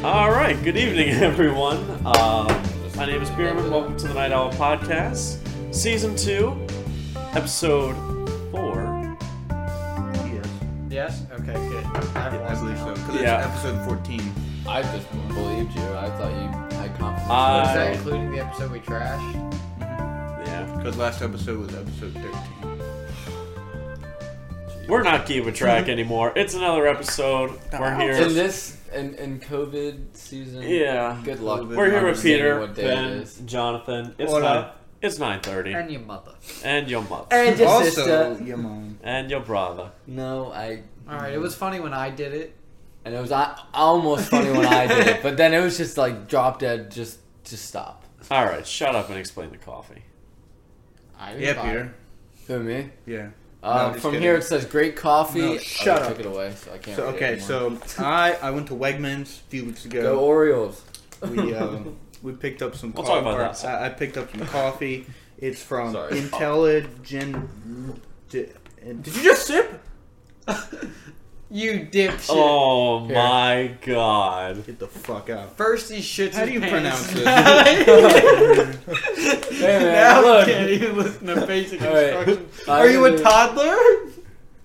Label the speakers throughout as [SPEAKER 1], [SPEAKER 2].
[SPEAKER 1] right, good evening, everyone. Uh, my name is Pyramid. Welcome to the Night Owl Podcast, Season 2, Episode 4. Yes.
[SPEAKER 2] Yes? Okay, good. I've
[SPEAKER 3] I
[SPEAKER 2] lost
[SPEAKER 3] believe so.
[SPEAKER 2] count.
[SPEAKER 3] Because it's
[SPEAKER 1] Yeah.
[SPEAKER 3] episode 14.
[SPEAKER 4] I just believed you. I thought you had confidence.
[SPEAKER 1] Uh,
[SPEAKER 2] Is that
[SPEAKER 1] I-
[SPEAKER 2] including the episode we trashed?
[SPEAKER 1] Yeah.
[SPEAKER 3] Because last episode was episode 13.
[SPEAKER 1] We're not keeping track anymore. It's another episode. We're
[SPEAKER 4] in
[SPEAKER 1] here.
[SPEAKER 4] this in, in COVID season.
[SPEAKER 1] Yeah.
[SPEAKER 4] Good luck.
[SPEAKER 3] We're
[SPEAKER 1] We're here with
[SPEAKER 4] understanding
[SPEAKER 1] Peter,
[SPEAKER 4] What day it
[SPEAKER 1] Ben,
[SPEAKER 4] is.
[SPEAKER 1] Jonathan. It's,
[SPEAKER 3] Hola.
[SPEAKER 1] nine, it's 9.30.
[SPEAKER 2] And your mother.
[SPEAKER 1] And your mother.
[SPEAKER 4] And
[SPEAKER 3] Also, your mom.
[SPEAKER 1] And your brother.
[SPEAKER 4] No, I.
[SPEAKER 2] Alright, it was funny when I did it.
[SPEAKER 4] And it was I, almost funny when I did it, but then it was just like drop dead. Just just stop.
[SPEAKER 1] All right, shut up and explain the coffee.
[SPEAKER 2] I didn't
[SPEAKER 3] Yeah,
[SPEAKER 2] buy it.
[SPEAKER 3] Peter.
[SPEAKER 4] Who me?
[SPEAKER 3] Yeah. No,
[SPEAKER 4] Uh,
[SPEAKER 3] I'm just
[SPEAKER 4] from
[SPEAKER 3] kidding.
[SPEAKER 4] here it says great coffee.
[SPEAKER 3] No,
[SPEAKER 4] Oh,
[SPEAKER 3] shut
[SPEAKER 4] I
[SPEAKER 3] up.
[SPEAKER 4] Took it away, so I can't.
[SPEAKER 3] So,
[SPEAKER 4] read it
[SPEAKER 3] okay,
[SPEAKER 4] anymore.
[SPEAKER 3] so I I went to Wegmans a few weeks
[SPEAKER 4] go
[SPEAKER 3] ago.
[SPEAKER 4] Orioles.
[SPEAKER 3] We, uh, we picked up some
[SPEAKER 1] We'll talk
[SPEAKER 3] coffee.
[SPEAKER 1] about that.
[SPEAKER 3] I, I picked up some coffee. It's from
[SPEAKER 4] Sorry.
[SPEAKER 3] Intelligent. Did you just sip?
[SPEAKER 2] You dipshit.
[SPEAKER 1] Oh
[SPEAKER 4] Here.
[SPEAKER 1] my god.
[SPEAKER 3] Get the fuck out.
[SPEAKER 2] First he shits
[SPEAKER 3] How
[SPEAKER 2] his
[SPEAKER 3] do you pronounce
[SPEAKER 2] pants.
[SPEAKER 3] it?
[SPEAKER 4] Hey, man,
[SPEAKER 2] now
[SPEAKER 4] look.
[SPEAKER 2] he can't even listen to basic
[SPEAKER 4] All right.
[SPEAKER 2] instructions.
[SPEAKER 4] I
[SPEAKER 2] Are you a
[SPEAKER 4] didn't-
[SPEAKER 2] toddler?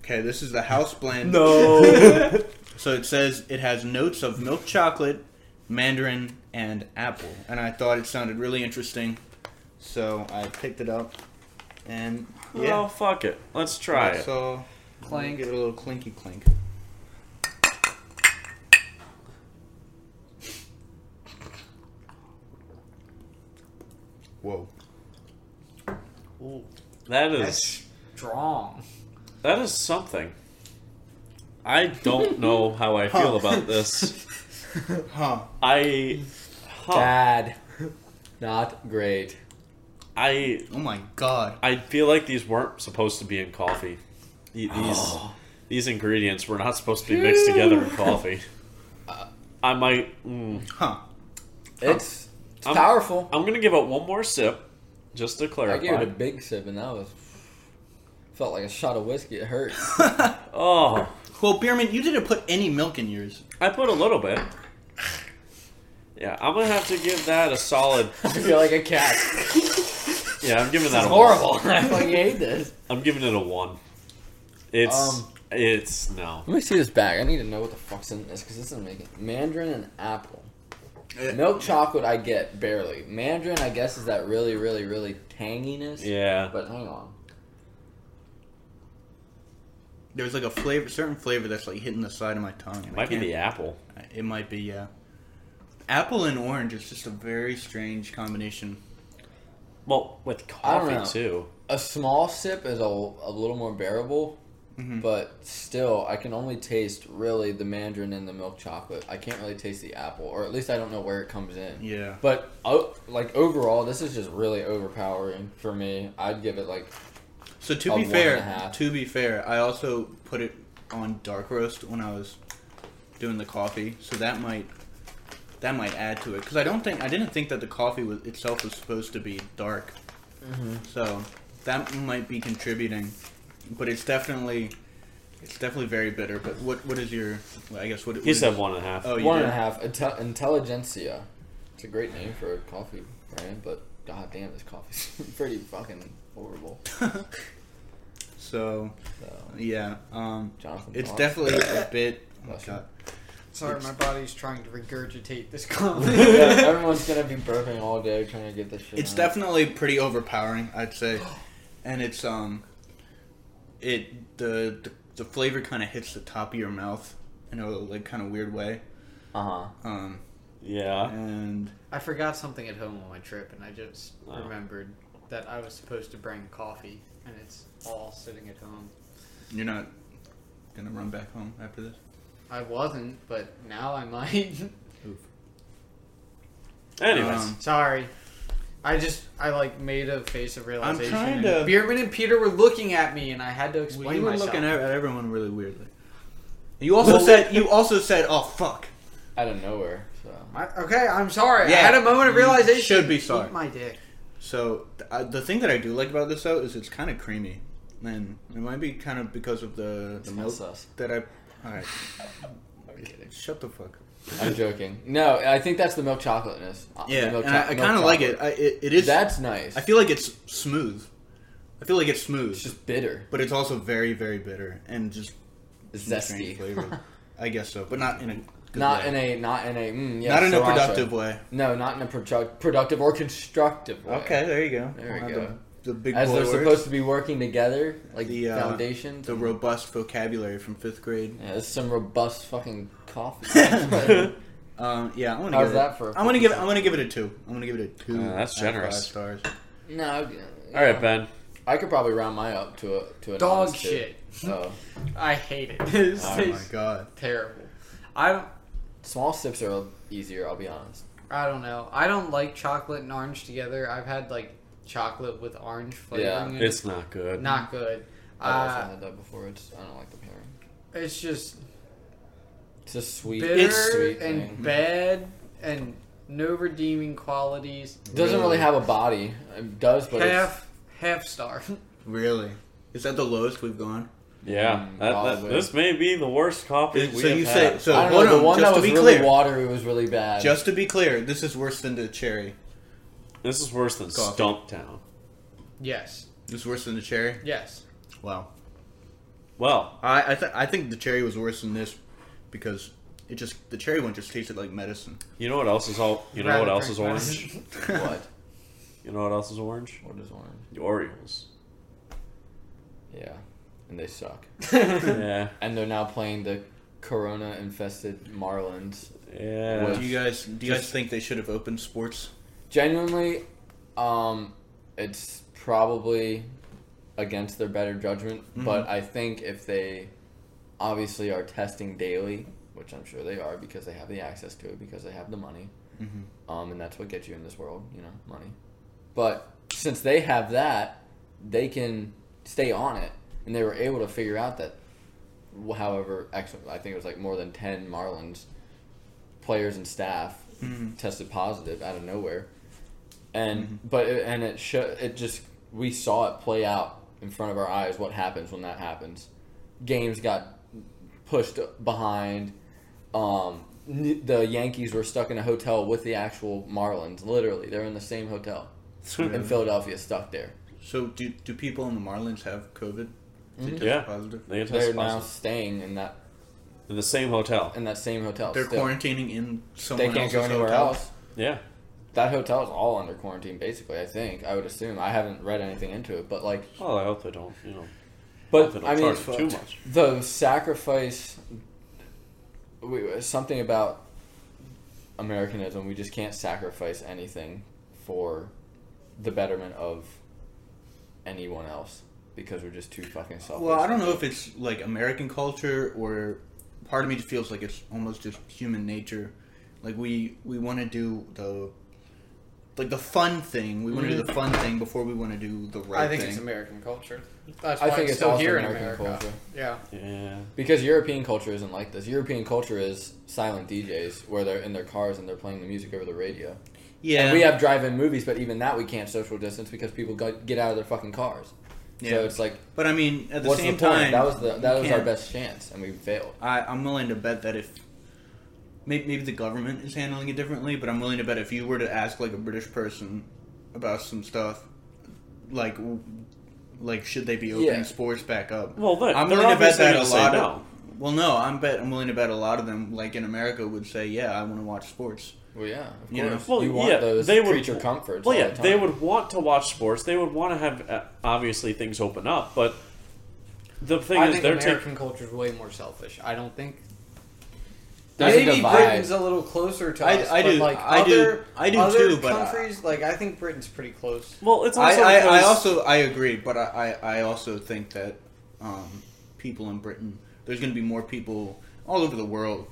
[SPEAKER 3] Okay, this is the house blend.
[SPEAKER 4] No.
[SPEAKER 3] So it says it has notes of milk chocolate, mandarin, and apple. And I thought it sounded really interesting. So I picked it up. And
[SPEAKER 1] Well,
[SPEAKER 3] yeah.
[SPEAKER 1] Oh, fuck it. Let's try it.
[SPEAKER 3] So
[SPEAKER 2] Clank.
[SPEAKER 3] give it a little clinky clink. Whoa.
[SPEAKER 1] That is
[SPEAKER 2] That's strong.
[SPEAKER 1] that is something. I don't know how I feel about this.
[SPEAKER 3] Huh.
[SPEAKER 1] I huh,
[SPEAKER 4] Bad. Not great.
[SPEAKER 1] I
[SPEAKER 3] Oh my god.
[SPEAKER 1] I feel like these weren't supposed to be in coffee. The- These
[SPEAKER 4] Oh.
[SPEAKER 1] these ingredients were not supposed to be mixed together in coffee. Uh, I might mm,
[SPEAKER 3] Huh.
[SPEAKER 4] It's, it's
[SPEAKER 1] I'm-
[SPEAKER 4] powerful.
[SPEAKER 1] I'm going to give it one more sip just to
[SPEAKER 4] I gave it
[SPEAKER 1] clarify.
[SPEAKER 4] a big sip, and that was felt like a shot of whiskey. It hurt.
[SPEAKER 1] oh,
[SPEAKER 3] Well, Beerman, you didn't put any milk in yours.
[SPEAKER 1] I put a little bit. Yeah, I'm gonna have to give that a solid.
[SPEAKER 4] I feel like a cat. It's
[SPEAKER 1] Yeah, I'm giving that a
[SPEAKER 4] horrible. I fucking hate this.
[SPEAKER 1] I'm giving it a one. It's
[SPEAKER 4] Um,
[SPEAKER 1] it's no.
[SPEAKER 4] Let me see this bag. I need to know what the fuck's in this because this is making mandarin and apple. Milk chocolate, I get barely. Mandarin, I guess, is that really, really, really tanginess.
[SPEAKER 1] Yeah,
[SPEAKER 4] But hang on.
[SPEAKER 3] There's like a flavor, certain flavor that's like hitting the side of my tongue. and I
[SPEAKER 1] might be
[SPEAKER 3] can't-
[SPEAKER 1] the apple.
[SPEAKER 3] It might be, yeah. Apple and orange is just a very strange combination.
[SPEAKER 1] Well, with
[SPEAKER 4] I don't
[SPEAKER 1] coffee
[SPEAKER 4] know.
[SPEAKER 1] too.
[SPEAKER 4] A small sip is a, a little more bearable,
[SPEAKER 3] Mhm.
[SPEAKER 4] but still, I can only taste really the mandarin and the milk chocolate. I can't really taste the apple, or at least I don't know where it comes in.
[SPEAKER 3] Yeah.
[SPEAKER 4] But oh, like overall, this is just really overpowering for me. I'd give it like
[SPEAKER 3] So to
[SPEAKER 4] A one
[SPEAKER 3] be
[SPEAKER 4] and a
[SPEAKER 3] fair,
[SPEAKER 4] half.
[SPEAKER 3] to be fair, I also put it on dark roast when I was doing the coffee, so that might that might add to it because I don't think I didn't think that the coffee was, itself was supposed to be dark.
[SPEAKER 4] Mm-hmm.
[SPEAKER 3] So that might be contributing, but it's definitely it's definitely very bitter. But what what is your? well, I guess what
[SPEAKER 1] He said one and a half.
[SPEAKER 3] Oh, you
[SPEAKER 4] one and
[SPEAKER 3] did?
[SPEAKER 4] a half. Inte- intelligentsia. It's a great name for a coffee brand, but god damn, this coffee's pretty fucking horrible.
[SPEAKER 3] So
[SPEAKER 4] So,
[SPEAKER 3] yeah, um,
[SPEAKER 4] Jonathan,
[SPEAKER 3] it's
[SPEAKER 4] thoughts?
[SPEAKER 3] definitely a bit. Oh,
[SPEAKER 4] Bless you.
[SPEAKER 3] God.
[SPEAKER 2] Sorry, my body's trying to regurgitate this
[SPEAKER 4] Yeah,
[SPEAKER 2] comment.
[SPEAKER 4] everyone's gonna be burping all day trying to get this shit.
[SPEAKER 3] It's
[SPEAKER 4] out.
[SPEAKER 3] definitely pretty overpowering, I'd say, and it's um, it the the, the flavor kind of hits the top of your mouth in a like kind of weird way,
[SPEAKER 4] Uh
[SPEAKER 3] um,
[SPEAKER 1] Yeah.
[SPEAKER 3] and
[SPEAKER 2] I forgot something at home on my trip, and I just
[SPEAKER 1] Oh.
[SPEAKER 2] remembered that I was supposed to bring coffee, and it's all sitting at home.
[SPEAKER 3] you're not gonna run back home after this.
[SPEAKER 2] I wasn't, but now I might.
[SPEAKER 1] Anyways,
[SPEAKER 3] Um,
[SPEAKER 2] Sorry. I just I like made a face of realization.
[SPEAKER 3] trying
[SPEAKER 2] and
[SPEAKER 3] to-
[SPEAKER 2] Beerman and Peter were looking at me, and I had to
[SPEAKER 3] You
[SPEAKER 2] explain
[SPEAKER 3] were
[SPEAKER 2] myself.
[SPEAKER 3] looking at, at everyone really weirdly. You also
[SPEAKER 4] Well,
[SPEAKER 3] said you also said oh fuck.
[SPEAKER 4] huh. Out of nowhere. So
[SPEAKER 2] I- okay, I'm sorry. I
[SPEAKER 3] Yeah,
[SPEAKER 2] had a moment of
[SPEAKER 3] you
[SPEAKER 2] realization.
[SPEAKER 3] should be
[SPEAKER 2] Eat
[SPEAKER 3] sorry.
[SPEAKER 2] my dick.
[SPEAKER 3] So th- I, the thing that I do like about this though is it's kind of creamy, and it might be kind of because of the the
[SPEAKER 4] smells
[SPEAKER 3] milk
[SPEAKER 4] sus.
[SPEAKER 3] that I. All right,
[SPEAKER 4] I'm kidding.
[SPEAKER 3] shut the fuck.
[SPEAKER 4] I'm joking. No, I think that's the milk chocolateness. Uh, the
[SPEAKER 3] Yeah,
[SPEAKER 4] milk
[SPEAKER 3] and
[SPEAKER 4] cho-
[SPEAKER 3] I, I
[SPEAKER 4] milk
[SPEAKER 3] kind of like it.
[SPEAKER 4] chocolate.
[SPEAKER 3] I, it. It is.
[SPEAKER 4] That's nice.
[SPEAKER 3] I feel like it's smooth. I feel like it's smooth,
[SPEAKER 4] it's just bitter,
[SPEAKER 3] but it's also very, very bitter and just strange
[SPEAKER 4] zesty.
[SPEAKER 3] flavor. I guess so, but not in a good
[SPEAKER 4] Not
[SPEAKER 3] way.
[SPEAKER 4] in a not in a mm, yeah,
[SPEAKER 3] not in a
[SPEAKER 4] sriracha.
[SPEAKER 3] productive way.
[SPEAKER 4] No, not in a produ- productive or constructive way.
[SPEAKER 3] Okay, there you go.
[SPEAKER 4] There we
[SPEAKER 3] We'll have
[SPEAKER 4] go.
[SPEAKER 3] The, the big
[SPEAKER 4] As
[SPEAKER 3] boy
[SPEAKER 4] they're
[SPEAKER 3] words.
[SPEAKER 4] supposed to be working together, like
[SPEAKER 3] The, uh,
[SPEAKER 4] foundations.
[SPEAKER 3] the robust vocabulary from fifth grade.
[SPEAKER 4] yeah, it's some robust fucking coffee. uh,
[SPEAKER 3] Um, yeah, I'm gonna
[SPEAKER 4] How's
[SPEAKER 3] give
[SPEAKER 4] that
[SPEAKER 3] it,
[SPEAKER 4] for a
[SPEAKER 3] I'm gonna give. it-
[SPEAKER 4] 50%?
[SPEAKER 3] I'm gonna give it a two. I'm gonna give it a two.
[SPEAKER 1] Uh, that's
[SPEAKER 3] out of
[SPEAKER 1] generous.
[SPEAKER 3] Five stars.
[SPEAKER 4] no.
[SPEAKER 1] All right, Ben.
[SPEAKER 4] I could probably round mine up to a to an
[SPEAKER 2] Dog
[SPEAKER 4] honest two.
[SPEAKER 2] shit.
[SPEAKER 4] So
[SPEAKER 2] I hate it. This
[SPEAKER 3] Oh my
[SPEAKER 2] tastes
[SPEAKER 3] god.
[SPEAKER 2] terrible. I don't.
[SPEAKER 4] small sips are easier. I'll be honest.
[SPEAKER 2] I don't know. I don't like chocolate and orange together. I've had like chocolate with orange flavoring.
[SPEAKER 4] Yeah.
[SPEAKER 2] in it.
[SPEAKER 1] It's not good.
[SPEAKER 2] not good.
[SPEAKER 4] I've also
[SPEAKER 2] Uh,
[SPEAKER 4] had that before. It's I don't like the pairing.
[SPEAKER 2] it's just
[SPEAKER 4] It's a sweet,
[SPEAKER 2] bitter
[SPEAKER 4] it's sweet
[SPEAKER 2] and
[SPEAKER 4] thing.
[SPEAKER 2] bad and no redeeming qualities.
[SPEAKER 4] doesn't really have a body. It does, but it's,
[SPEAKER 2] half half star.
[SPEAKER 3] Really? Is that the lowest we've gone?
[SPEAKER 1] Yeah,
[SPEAKER 4] Mm,
[SPEAKER 1] that- that-
[SPEAKER 4] probably.
[SPEAKER 1] this may be the worst coffee
[SPEAKER 3] Is-
[SPEAKER 1] we
[SPEAKER 3] so
[SPEAKER 1] have
[SPEAKER 3] you
[SPEAKER 1] had.
[SPEAKER 3] say so?
[SPEAKER 4] I don't
[SPEAKER 3] hold
[SPEAKER 4] know. The
[SPEAKER 3] on,
[SPEAKER 4] one
[SPEAKER 3] just
[SPEAKER 4] that was
[SPEAKER 3] to be
[SPEAKER 4] really
[SPEAKER 3] clear,
[SPEAKER 4] watery was really bad.
[SPEAKER 3] just to be clear, this is worse than the cherry.
[SPEAKER 1] this is worse than
[SPEAKER 3] Coffee.
[SPEAKER 1] Stumptown.
[SPEAKER 2] yes,
[SPEAKER 3] This is worse than the cherry.
[SPEAKER 2] yes.
[SPEAKER 3] Wow.
[SPEAKER 1] Well,
[SPEAKER 3] I I, th- I think the cherry was worse than this because it just the cherry one just tasted like medicine.
[SPEAKER 1] you know what else is all? You know
[SPEAKER 2] Rather
[SPEAKER 1] what else
[SPEAKER 2] drink
[SPEAKER 1] is
[SPEAKER 2] medicine.
[SPEAKER 1] orange?
[SPEAKER 4] what?
[SPEAKER 1] You know what else is orange?
[SPEAKER 4] What is orange?
[SPEAKER 1] The Orioles.
[SPEAKER 4] Yeah, and they suck.
[SPEAKER 1] yeah,
[SPEAKER 4] And they're now playing the corona-infested Marlins.
[SPEAKER 1] yeah.
[SPEAKER 3] do you guys do you guys think they should have opened sports?
[SPEAKER 4] Genuinely, um, it's probably against their better judgment. But I think if they obviously are testing daily, which I'm sure they are because they have the access to it, because they have the money,
[SPEAKER 3] Mhm.
[SPEAKER 4] um, and that's what gets you in this world, you know, money. But since they have that, they can stay on it, and they were able to figure out that, wh- however, actually, I think it was like more than ten Marlins players and staff tested positive out of nowhere, and
[SPEAKER 1] Mm-hmm.
[SPEAKER 4] but it, and it sho- it just we saw it play out in front of our eyes what happens when that happens. Games got pushed behind. Um, n- the Yankees were stuck in a hotel with the actual Marlins. Literally, they're in the same hotel
[SPEAKER 3] Hmm.
[SPEAKER 4] in Philadelphia, stuck there.
[SPEAKER 3] So do do people in the Marlins have COVID?
[SPEAKER 4] Mm-hmm.
[SPEAKER 3] They tested
[SPEAKER 1] Yeah.
[SPEAKER 3] positive?
[SPEAKER 1] They can
[SPEAKER 4] They're
[SPEAKER 1] test
[SPEAKER 4] now
[SPEAKER 1] positive.
[SPEAKER 4] staying in that
[SPEAKER 1] in the same hotel.
[SPEAKER 4] in that same hotel.
[SPEAKER 3] They're
[SPEAKER 4] still.
[SPEAKER 3] quarantining in someone
[SPEAKER 4] They can't
[SPEAKER 3] else's
[SPEAKER 4] go anywhere
[SPEAKER 3] hotel?
[SPEAKER 4] else.
[SPEAKER 1] Yeah,
[SPEAKER 4] That hotel is all under quarantine, basically. I think I would assume. I haven't read anything into it, but like,
[SPEAKER 1] well, I hope they don't. You know, hope they
[SPEAKER 4] but
[SPEAKER 1] don't
[SPEAKER 4] I mean,
[SPEAKER 1] charge too much.
[SPEAKER 4] the sacrifice we, something about americanism we just can't sacrifice anything for the betterment of anyone else because we're just too fucking selfish
[SPEAKER 3] Well, I don't know if it's like American culture or part of me just feels like it's almost just human nature. Like we we want to do the like the fun thing. We want to do the fun thing before we want to do the right
[SPEAKER 2] Mm-hmm. I think
[SPEAKER 3] thing.
[SPEAKER 2] it's American culture. That's why
[SPEAKER 4] i think
[SPEAKER 2] it's
[SPEAKER 4] it's
[SPEAKER 2] still
[SPEAKER 4] also
[SPEAKER 2] here in
[SPEAKER 4] american
[SPEAKER 2] America.
[SPEAKER 4] culture
[SPEAKER 2] Yeah,
[SPEAKER 1] Yeah,
[SPEAKER 4] because european culture isn't like this european culture is silent djs where they're in their cars and they're playing the music over the radio
[SPEAKER 3] yeah,
[SPEAKER 4] And we have drive-in movies, but even that we can't social distance because people go, get out of their fucking cars.
[SPEAKER 3] Yeah.
[SPEAKER 4] So it's like,
[SPEAKER 3] but I mean, at the
[SPEAKER 4] what's
[SPEAKER 3] same
[SPEAKER 4] the point?
[SPEAKER 3] time,
[SPEAKER 4] that was the that
[SPEAKER 3] you
[SPEAKER 4] was our
[SPEAKER 3] can't-
[SPEAKER 4] best chance, and we failed.
[SPEAKER 3] I, I'm willing to bet that if maybe, maybe the government is handling it differently, but I'm willing to bet if you were to ask like a British person about some stuff, like w- like should they be opening
[SPEAKER 4] Yeah.
[SPEAKER 3] sports back up?
[SPEAKER 1] Well, they-
[SPEAKER 3] I'm
[SPEAKER 1] they're
[SPEAKER 3] willing to bet
[SPEAKER 1] obviously
[SPEAKER 3] that a
[SPEAKER 1] gonna say
[SPEAKER 3] lot
[SPEAKER 1] no.
[SPEAKER 3] of. Well, no, I'm bet I'm willing to bet a lot of them, like in America, would say, "Yeah, I want to watch sports."
[SPEAKER 4] Well, yeah, of
[SPEAKER 3] You know,
[SPEAKER 4] course.
[SPEAKER 1] well,
[SPEAKER 4] you want
[SPEAKER 1] yeah,
[SPEAKER 4] those
[SPEAKER 1] they would-
[SPEAKER 4] creature comforts.
[SPEAKER 1] well,
[SPEAKER 4] all
[SPEAKER 1] yeah,
[SPEAKER 4] the
[SPEAKER 1] they
[SPEAKER 4] time.
[SPEAKER 1] would want to watch sports. They would want to have uh, obviously things open up, but the thing
[SPEAKER 2] I
[SPEAKER 1] is,
[SPEAKER 2] think
[SPEAKER 1] they're
[SPEAKER 2] American
[SPEAKER 1] taking.
[SPEAKER 2] culture is way more selfish. I don't think
[SPEAKER 4] There's a
[SPEAKER 2] Maybe
[SPEAKER 4] divide.
[SPEAKER 2] Britain's a little closer to
[SPEAKER 3] I-
[SPEAKER 2] us.
[SPEAKER 3] I
[SPEAKER 2] but
[SPEAKER 3] do-
[SPEAKER 2] Like
[SPEAKER 3] I do-
[SPEAKER 2] other,
[SPEAKER 3] I do
[SPEAKER 2] other
[SPEAKER 3] too, but I-
[SPEAKER 2] countries, like I think Britain's pretty close.
[SPEAKER 1] Well, it's
[SPEAKER 3] I,
[SPEAKER 1] also
[SPEAKER 3] I, I
[SPEAKER 1] because-
[SPEAKER 3] also I agree, but I, I, I also think that um, people in Britain, there's going to be more people all over the world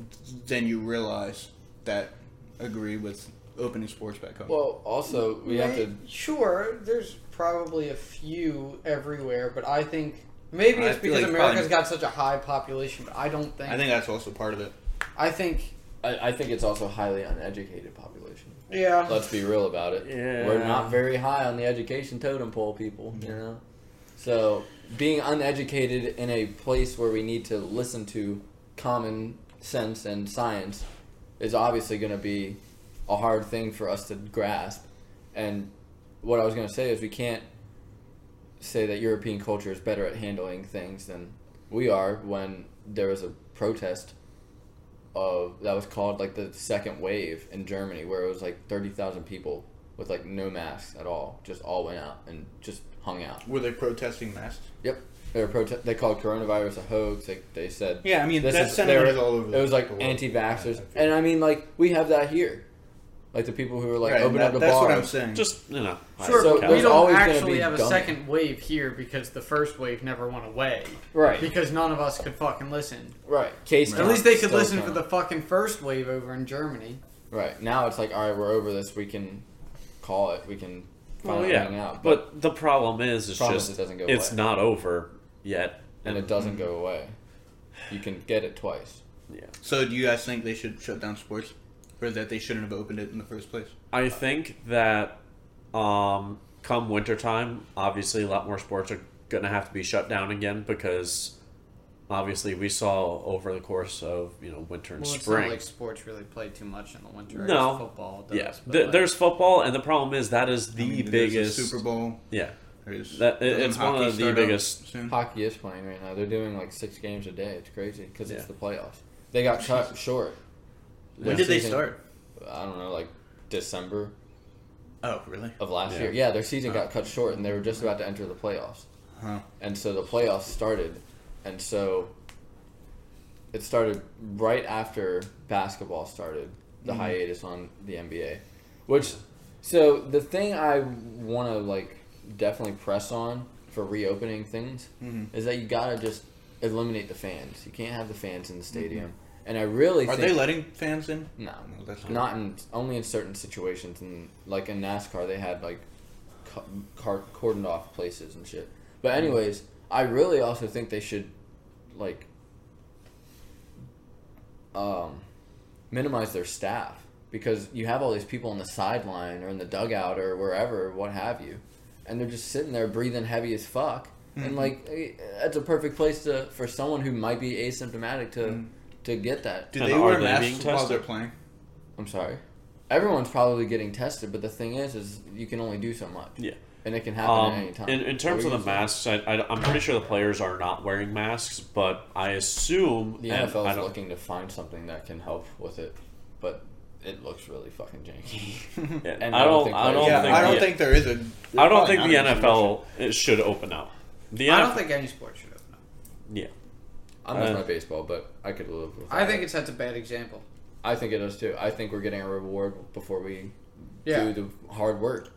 [SPEAKER 3] than you realize that agree with opening sports back up.
[SPEAKER 4] Well, also we have to.
[SPEAKER 2] May- Sure, there's probably a few everywhere, but I think maybe
[SPEAKER 3] I
[SPEAKER 2] it's
[SPEAKER 3] feel
[SPEAKER 2] because
[SPEAKER 3] like
[SPEAKER 2] America's
[SPEAKER 3] probably-
[SPEAKER 2] got such a high population. But I don't think.
[SPEAKER 3] I think that's also part of it.
[SPEAKER 2] I think.
[SPEAKER 4] I, I think it's also highly uneducated population.
[SPEAKER 2] Yeah.
[SPEAKER 4] Let's be real about it.
[SPEAKER 1] Yeah.
[SPEAKER 4] We're not very high on the education totem pole, people. You know, so being uneducated in a place where we need to listen to common sense and science is obviously going to be a hard thing for us to grasp. And what I was going to say is we can't say that European culture is better at handling things than we are when there was a protest of that was called like the second wave in Germany where it was like 30,000 people with like no masks at all just all went out and just hung out.
[SPEAKER 3] Were they protesting masks?
[SPEAKER 4] Yep. They were protest they called coronavirus a hoax. They, they said
[SPEAKER 3] Yeah, I mean
[SPEAKER 4] This
[SPEAKER 3] that
[SPEAKER 4] is-
[SPEAKER 3] sentiment
[SPEAKER 4] they
[SPEAKER 3] is all over.
[SPEAKER 4] it was like
[SPEAKER 3] the world.
[SPEAKER 4] anti-vaxxers,
[SPEAKER 3] Yeah, I feel-
[SPEAKER 4] and I mean, like we have that here, like the people who are like
[SPEAKER 3] Right,
[SPEAKER 4] open
[SPEAKER 3] that-
[SPEAKER 4] up the
[SPEAKER 3] that's
[SPEAKER 4] bars.
[SPEAKER 3] what I'm saying.
[SPEAKER 1] Just you know,
[SPEAKER 2] Sure,
[SPEAKER 4] So
[SPEAKER 2] but
[SPEAKER 4] it
[SPEAKER 2] we
[SPEAKER 4] was
[SPEAKER 2] don't
[SPEAKER 4] always gonna be
[SPEAKER 2] actually have a
[SPEAKER 4] dumb.
[SPEAKER 2] second wave here because the first wave never went away.
[SPEAKER 4] Right.
[SPEAKER 2] Because none of us could fucking listen.
[SPEAKER 4] Right. Case.
[SPEAKER 2] At least they could
[SPEAKER 4] still
[SPEAKER 2] listen for
[SPEAKER 4] count.
[SPEAKER 2] the fucking first wave over in Germany.
[SPEAKER 4] Right now, it's like all right, we're over this. We can call it. We can
[SPEAKER 1] Well,
[SPEAKER 4] finally
[SPEAKER 1] yeah,
[SPEAKER 4] hang out.
[SPEAKER 1] but the problem is, it's
[SPEAKER 4] Problem is
[SPEAKER 1] just
[SPEAKER 4] it doesn't go
[SPEAKER 1] it's
[SPEAKER 4] away.
[SPEAKER 1] not over yet,
[SPEAKER 4] and it doesn't go away. You can get it twice.
[SPEAKER 1] Yeah.
[SPEAKER 3] So, do you guys think they should shut down sports, or that they shouldn't have opened it in the first place?
[SPEAKER 1] I think that um, come wintertime, obviously a lot more sports are going to have to be shut down again because obviously we saw over the course of you know winter and
[SPEAKER 2] Well, it's
[SPEAKER 1] spring.
[SPEAKER 2] not like sports really play too much in the winter. I
[SPEAKER 1] No.
[SPEAKER 2] guess football does.
[SPEAKER 1] yeah,
[SPEAKER 2] but,
[SPEAKER 1] Th-
[SPEAKER 2] like,
[SPEAKER 1] there's football, and the problem is that is the
[SPEAKER 3] I mean, there's a
[SPEAKER 1] biggest.
[SPEAKER 3] Super Bowl.
[SPEAKER 1] yeah,
[SPEAKER 3] there's-
[SPEAKER 1] That- it-
[SPEAKER 3] doesn't
[SPEAKER 1] it's one
[SPEAKER 3] hockey
[SPEAKER 1] of the
[SPEAKER 3] start up
[SPEAKER 1] biggest-
[SPEAKER 3] soon?
[SPEAKER 4] Hockey is playing right now. They're doing like six games a day. It's crazy because
[SPEAKER 1] Yeah.
[SPEAKER 4] it's the playoffs. They got cut short.
[SPEAKER 3] When
[SPEAKER 4] Their
[SPEAKER 3] did they
[SPEAKER 4] season-
[SPEAKER 3] start?
[SPEAKER 4] I don't know, like December
[SPEAKER 3] Oh, really?
[SPEAKER 4] of last
[SPEAKER 1] Yeah.
[SPEAKER 4] year. Yeah, their season got cut short, and they were just about to enter the playoffs.
[SPEAKER 3] Huh.
[SPEAKER 4] and so the playoffs started, and so it started right after basketball started the
[SPEAKER 3] Mm-hmm.
[SPEAKER 4] hiatus on the NBA, which so the thing I want to like definitely press on for reopening things
[SPEAKER 3] Mm-hmm.
[SPEAKER 4] is that you gotta just eliminate the fans. You can't have the fans in the stadium, and I really
[SPEAKER 3] Mm-hmm. Are
[SPEAKER 4] think,
[SPEAKER 3] they letting fans in?
[SPEAKER 4] no,
[SPEAKER 3] No, that's good.
[SPEAKER 4] not in only in certain situations. And like in NASCAR, they had like cu- car- cordoned off places and shit. But
[SPEAKER 3] Mm-hmm.
[SPEAKER 4] anyways, I really also think they should like um, minimize their staff because you have all these people on the sideline or in the dugout or wherever, what have you, and they're just sitting there breathing heavy as fuck.
[SPEAKER 3] Mm-hmm.
[SPEAKER 4] And like, eh, that's a perfect place to for someone who might be asymptomatic to
[SPEAKER 3] Mm-hmm.
[SPEAKER 4] to get that.
[SPEAKER 3] Do
[SPEAKER 1] And
[SPEAKER 3] they
[SPEAKER 1] are
[SPEAKER 3] wear
[SPEAKER 1] they being
[SPEAKER 3] masks while
[SPEAKER 1] tested?
[SPEAKER 3] they're playing?
[SPEAKER 4] I'm sorry. Everyone's probably getting tested, but the thing is, is you can only do so much.
[SPEAKER 1] Yeah.
[SPEAKER 4] And it can happen at
[SPEAKER 1] Um,
[SPEAKER 4] any time.
[SPEAKER 1] in, in terms of the
[SPEAKER 4] What were you
[SPEAKER 1] masks, I, I, am pretty sure the players are not wearing masks, but I assume
[SPEAKER 4] saying?
[SPEAKER 1] and
[SPEAKER 4] the NFL
[SPEAKER 1] I
[SPEAKER 4] is
[SPEAKER 1] don't-
[SPEAKER 4] looking to find something that can help with it, but it looks really fucking janky.
[SPEAKER 1] yeah,
[SPEAKER 4] and
[SPEAKER 1] I
[SPEAKER 4] I don't
[SPEAKER 1] don't,
[SPEAKER 4] think
[SPEAKER 1] I don't
[SPEAKER 4] players-
[SPEAKER 3] yeah,
[SPEAKER 1] think,
[SPEAKER 3] I don't
[SPEAKER 1] the-
[SPEAKER 3] think there is a.
[SPEAKER 1] I don't think
[SPEAKER 3] probably
[SPEAKER 1] the
[SPEAKER 3] not a solution.
[SPEAKER 1] NFL it should open up. The
[SPEAKER 2] I
[SPEAKER 1] NFL,
[SPEAKER 2] don't think any sport should open up.
[SPEAKER 1] yeah.
[SPEAKER 4] I'm not
[SPEAKER 1] Uh,
[SPEAKER 4] my baseball, but I could live with.
[SPEAKER 2] I
[SPEAKER 4] that.
[SPEAKER 2] think it sets a bad example.
[SPEAKER 4] I think it is too. I think we're getting a reward before we
[SPEAKER 2] Yeah.
[SPEAKER 4] do the hard work.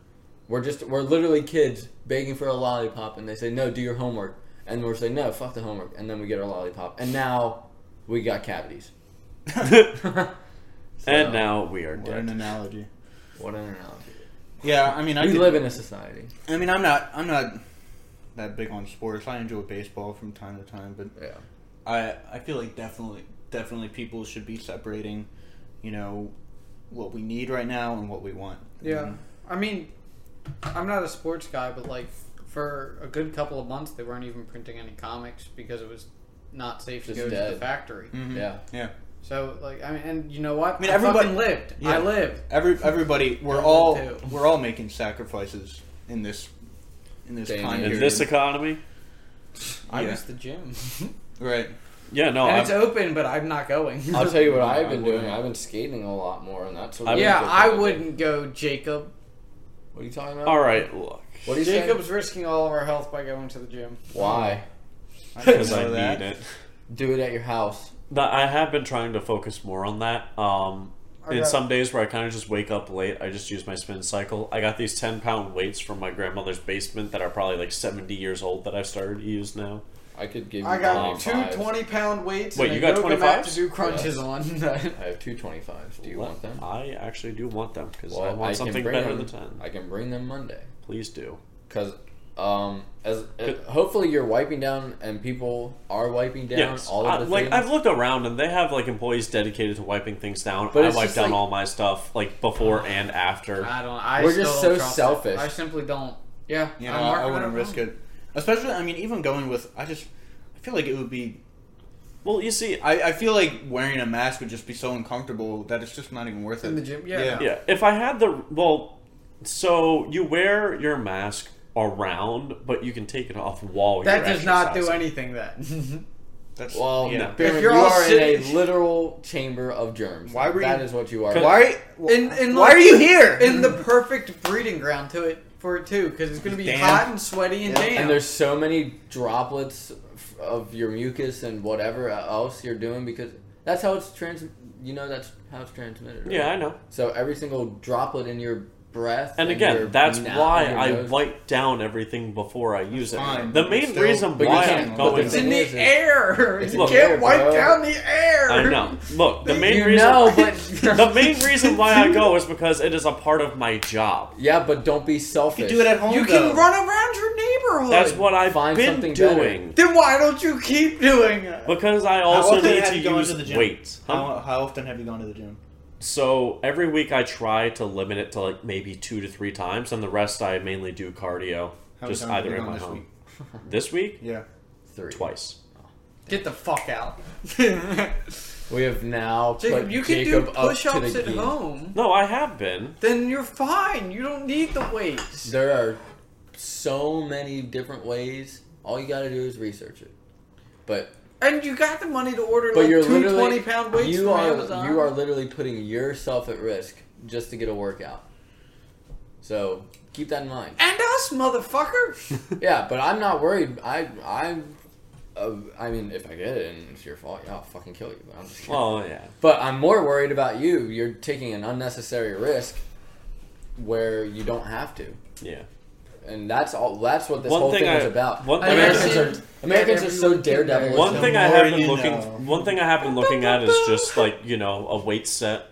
[SPEAKER 4] We're just we're literally kids begging for a lollipop, and they say no, do your homework, and we're saying no, fuck the homework, and then we get our lollipop, and now we got cavities.
[SPEAKER 1] and now we are
[SPEAKER 3] What an
[SPEAKER 1] dead.
[SPEAKER 3] analogy.
[SPEAKER 4] What an analogy.
[SPEAKER 3] Yeah, I mean, I
[SPEAKER 4] we
[SPEAKER 3] could-
[SPEAKER 4] live in a society.
[SPEAKER 3] I mean, I'm not, I'm not that big on sports. I enjoy baseball from time to time, but
[SPEAKER 4] Yeah.
[SPEAKER 3] I, I feel like definitely, definitely people should be separating, you know, what we need right now and what we want.
[SPEAKER 4] Mm-hmm.
[SPEAKER 2] Yeah. I mean, I'm not a sports guy, but like for a good couple of months, they weren't even printing any comics because it was not safe to
[SPEAKER 4] Just
[SPEAKER 2] go to
[SPEAKER 4] dead. Mm.
[SPEAKER 2] the factory.
[SPEAKER 3] Mhm.
[SPEAKER 4] Yeah.
[SPEAKER 3] Yeah.
[SPEAKER 2] So like, I mean, and you know what? I
[SPEAKER 3] mean,
[SPEAKER 2] mean,
[SPEAKER 3] everybody-
[SPEAKER 2] everybody lived.
[SPEAKER 3] Yeah.
[SPEAKER 2] I lived.
[SPEAKER 3] Every everybody, we're
[SPEAKER 2] Yeah,
[SPEAKER 3] all
[SPEAKER 2] me too.
[SPEAKER 3] we're all making sacrifices in this in this
[SPEAKER 4] Damn.
[SPEAKER 3] time
[SPEAKER 4] In
[SPEAKER 1] In
[SPEAKER 3] period.
[SPEAKER 1] this economy,
[SPEAKER 2] I
[SPEAKER 3] Yeah.
[SPEAKER 2] miss the gym,
[SPEAKER 3] right.
[SPEAKER 1] yeah, no,
[SPEAKER 2] and
[SPEAKER 1] I'm-
[SPEAKER 2] it's open, but I'm not going.
[SPEAKER 4] Oh, I'll tell you what
[SPEAKER 3] No,
[SPEAKER 4] I've
[SPEAKER 3] I
[SPEAKER 4] been doing.
[SPEAKER 3] wouldn't.
[SPEAKER 4] I've been skating a lot more, and that's what
[SPEAKER 1] I
[SPEAKER 2] yeah, I wouldn't go, Jacob.
[SPEAKER 4] What are you talking about?
[SPEAKER 1] all right. Look,
[SPEAKER 4] What are you saying?
[SPEAKER 2] Jacob's risking all of our health by going to the gym.
[SPEAKER 4] Why?
[SPEAKER 3] I didn't
[SPEAKER 1] because I
[SPEAKER 3] know that.
[SPEAKER 1] need it.
[SPEAKER 4] Do it at your house.
[SPEAKER 1] But I have been trying to focus more on that. Um,
[SPEAKER 2] I
[SPEAKER 1] in
[SPEAKER 2] got-
[SPEAKER 1] some days where I kind of just wake up late, I just use my spin cycle. I got these ten pound weights from my grandmother's basement that are probably like seventy years old that I've started to use now.
[SPEAKER 4] I could give you.
[SPEAKER 2] I got two
[SPEAKER 4] 25s.
[SPEAKER 2] 20 pound weights.
[SPEAKER 1] Wait,
[SPEAKER 2] and
[SPEAKER 1] you
[SPEAKER 2] a
[SPEAKER 1] got
[SPEAKER 2] yoga mat
[SPEAKER 1] 25s?
[SPEAKER 2] to do crunches
[SPEAKER 4] Yeah.
[SPEAKER 2] on.
[SPEAKER 4] I have two 25s. Do you
[SPEAKER 1] Well,
[SPEAKER 4] want them?
[SPEAKER 1] I actually do want them because
[SPEAKER 4] Well,
[SPEAKER 1] I want
[SPEAKER 4] can
[SPEAKER 1] something
[SPEAKER 4] bring
[SPEAKER 1] better
[SPEAKER 4] them-
[SPEAKER 1] than ten.
[SPEAKER 4] I can bring them Monday.
[SPEAKER 1] Please do.
[SPEAKER 4] Because um, as uh,
[SPEAKER 1] Good.
[SPEAKER 4] hopefully you're wiping down, and people are wiping down
[SPEAKER 1] Yes,
[SPEAKER 4] all
[SPEAKER 1] I-
[SPEAKER 4] of the
[SPEAKER 1] like
[SPEAKER 4] things.
[SPEAKER 1] I've looked around and they have like employees dedicated to wiping things down.
[SPEAKER 4] But
[SPEAKER 1] I
[SPEAKER 4] it's
[SPEAKER 1] wipe
[SPEAKER 4] just
[SPEAKER 1] down
[SPEAKER 4] like-
[SPEAKER 1] all my stuff like before and after.
[SPEAKER 2] I don't. I
[SPEAKER 4] We're
[SPEAKER 2] still
[SPEAKER 4] just
[SPEAKER 2] don't
[SPEAKER 4] so
[SPEAKER 2] trust it.
[SPEAKER 4] selfish.
[SPEAKER 2] I simply don't. Yeah,
[SPEAKER 3] You
[SPEAKER 2] I'm
[SPEAKER 3] know, I, I
[SPEAKER 2] marking
[SPEAKER 3] wouldn't
[SPEAKER 2] it
[SPEAKER 3] risk
[SPEAKER 2] wrong.
[SPEAKER 3] it. Especially, I mean, even going with, I just, I feel like it would be
[SPEAKER 1] Well, you see,
[SPEAKER 3] I, I feel like wearing a mask would just be so uncomfortable that it's just not even worth it.
[SPEAKER 2] In the gym, yeah, no.
[SPEAKER 1] yeah. If I had the well, so you wear your mask around, but you can take it off while
[SPEAKER 2] That
[SPEAKER 1] you're
[SPEAKER 2] does not do
[SPEAKER 1] exercising.
[SPEAKER 2] anything. Then
[SPEAKER 3] That's
[SPEAKER 4] Well,
[SPEAKER 3] yeah.
[SPEAKER 1] no.
[SPEAKER 4] Bear,
[SPEAKER 2] If
[SPEAKER 4] if
[SPEAKER 2] you're
[SPEAKER 4] you're
[SPEAKER 2] all
[SPEAKER 4] in a
[SPEAKER 2] sit-
[SPEAKER 4] literal chamber of germs.
[SPEAKER 3] Why were
[SPEAKER 4] That
[SPEAKER 3] you-
[SPEAKER 4] is what you are.
[SPEAKER 3] Why?
[SPEAKER 2] In- in
[SPEAKER 3] why
[SPEAKER 2] like-
[SPEAKER 3] are you here?
[SPEAKER 2] in the perfect breeding ground to it for it too, because it's going to be
[SPEAKER 3] Damn.
[SPEAKER 2] hot and sweaty and
[SPEAKER 4] Yeah,
[SPEAKER 2] damp.
[SPEAKER 4] And there's so many droplets f- of your mucus and whatever else you're doing because that's how it's trans. You know that's how it's transmitted. right?
[SPEAKER 1] Yeah, I know.
[SPEAKER 4] So every single droplet in your breath.
[SPEAKER 1] And
[SPEAKER 4] your
[SPEAKER 1] again, that's
[SPEAKER 4] na-
[SPEAKER 1] why
[SPEAKER 4] your
[SPEAKER 1] I
[SPEAKER 4] nose-
[SPEAKER 1] wipe down everything before I use it.
[SPEAKER 3] Fine,
[SPEAKER 1] the
[SPEAKER 3] but
[SPEAKER 1] main
[SPEAKER 3] still-
[SPEAKER 1] reason
[SPEAKER 4] But you
[SPEAKER 1] why
[SPEAKER 4] can't,
[SPEAKER 1] I'm
[SPEAKER 4] but
[SPEAKER 1] going
[SPEAKER 4] the
[SPEAKER 2] it's in
[SPEAKER 1] to
[SPEAKER 4] thing
[SPEAKER 2] the
[SPEAKER 4] is-
[SPEAKER 2] air.
[SPEAKER 4] It's
[SPEAKER 2] You
[SPEAKER 1] in the
[SPEAKER 2] can't
[SPEAKER 4] air,
[SPEAKER 2] wipe
[SPEAKER 4] bro.
[SPEAKER 2] down the air.
[SPEAKER 1] I know. Look, the main
[SPEAKER 4] you
[SPEAKER 1] reason
[SPEAKER 4] know, but
[SPEAKER 1] the main reason why I go is because it is a part of my job.
[SPEAKER 4] yeah, but don't be selfish.
[SPEAKER 3] You do it at home.
[SPEAKER 2] You
[SPEAKER 3] though.
[SPEAKER 2] can run around your neighborhood.
[SPEAKER 1] That's what I've
[SPEAKER 4] Find
[SPEAKER 1] been
[SPEAKER 4] something
[SPEAKER 1] doing.
[SPEAKER 2] Then why don't you keep doing it?
[SPEAKER 1] Because I
[SPEAKER 3] How
[SPEAKER 1] also
[SPEAKER 3] often
[SPEAKER 1] need
[SPEAKER 3] have
[SPEAKER 1] to
[SPEAKER 3] you gone
[SPEAKER 1] use
[SPEAKER 3] to the gym?
[SPEAKER 1] weights. Huh?
[SPEAKER 3] How, how often have you gone to the gym?
[SPEAKER 1] So every week I try to limit it to like maybe two to three times, and the rest I mainly do cardio,
[SPEAKER 3] How many
[SPEAKER 1] just
[SPEAKER 3] times have
[SPEAKER 1] either
[SPEAKER 3] you
[SPEAKER 1] in
[SPEAKER 3] gone
[SPEAKER 1] my
[SPEAKER 3] this
[SPEAKER 1] home.
[SPEAKER 3] week?
[SPEAKER 1] This week,
[SPEAKER 3] Yeah.
[SPEAKER 4] Three.
[SPEAKER 1] twice.
[SPEAKER 2] Get the fuck out.
[SPEAKER 4] We have now
[SPEAKER 2] Jacob,
[SPEAKER 4] put
[SPEAKER 2] you can
[SPEAKER 4] Jacob
[SPEAKER 2] do
[SPEAKER 4] up to
[SPEAKER 2] push ups
[SPEAKER 4] the
[SPEAKER 2] at
[SPEAKER 4] geek.
[SPEAKER 2] home.
[SPEAKER 1] No, I have been.
[SPEAKER 2] Then you're fine. You don't need the weights.
[SPEAKER 4] There are so many different ways. All you gotta do is research it. But
[SPEAKER 2] And you got the money to order
[SPEAKER 4] but
[SPEAKER 2] like
[SPEAKER 4] you're
[SPEAKER 2] two
[SPEAKER 4] literally
[SPEAKER 2] 20 pound weights
[SPEAKER 4] you
[SPEAKER 2] from
[SPEAKER 4] are
[SPEAKER 2] Amazon.
[SPEAKER 4] you are literally putting yourself at risk just to get a workout. So keep that in mind.
[SPEAKER 2] and us, motherfucker.
[SPEAKER 4] Yeah, but I'm not worried. I I'm. Uh, I mean, if I get it and it's your fault, yeah, I'll fucking kill you. But I'm just kidding.
[SPEAKER 1] Well, yeah.
[SPEAKER 4] But I'm more worried about you. You're taking an unnecessary risk where you don't have to,
[SPEAKER 1] Yeah.
[SPEAKER 4] and that's all. That's what this
[SPEAKER 1] One
[SPEAKER 4] whole
[SPEAKER 1] thing
[SPEAKER 4] thing, is
[SPEAKER 1] I-
[SPEAKER 4] about.
[SPEAKER 1] one thing I-
[SPEAKER 4] Americans are Americans are so
[SPEAKER 2] Everyone can
[SPEAKER 4] daredevil.
[SPEAKER 2] marry.
[SPEAKER 1] One
[SPEAKER 3] The
[SPEAKER 1] thing I
[SPEAKER 3] more
[SPEAKER 1] have been
[SPEAKER 3] you
[SPEAKER 1] looking
[SPEAKER 3] know.
[SPEAKER 1] one thing I have been looking at is just like, you know, a weight set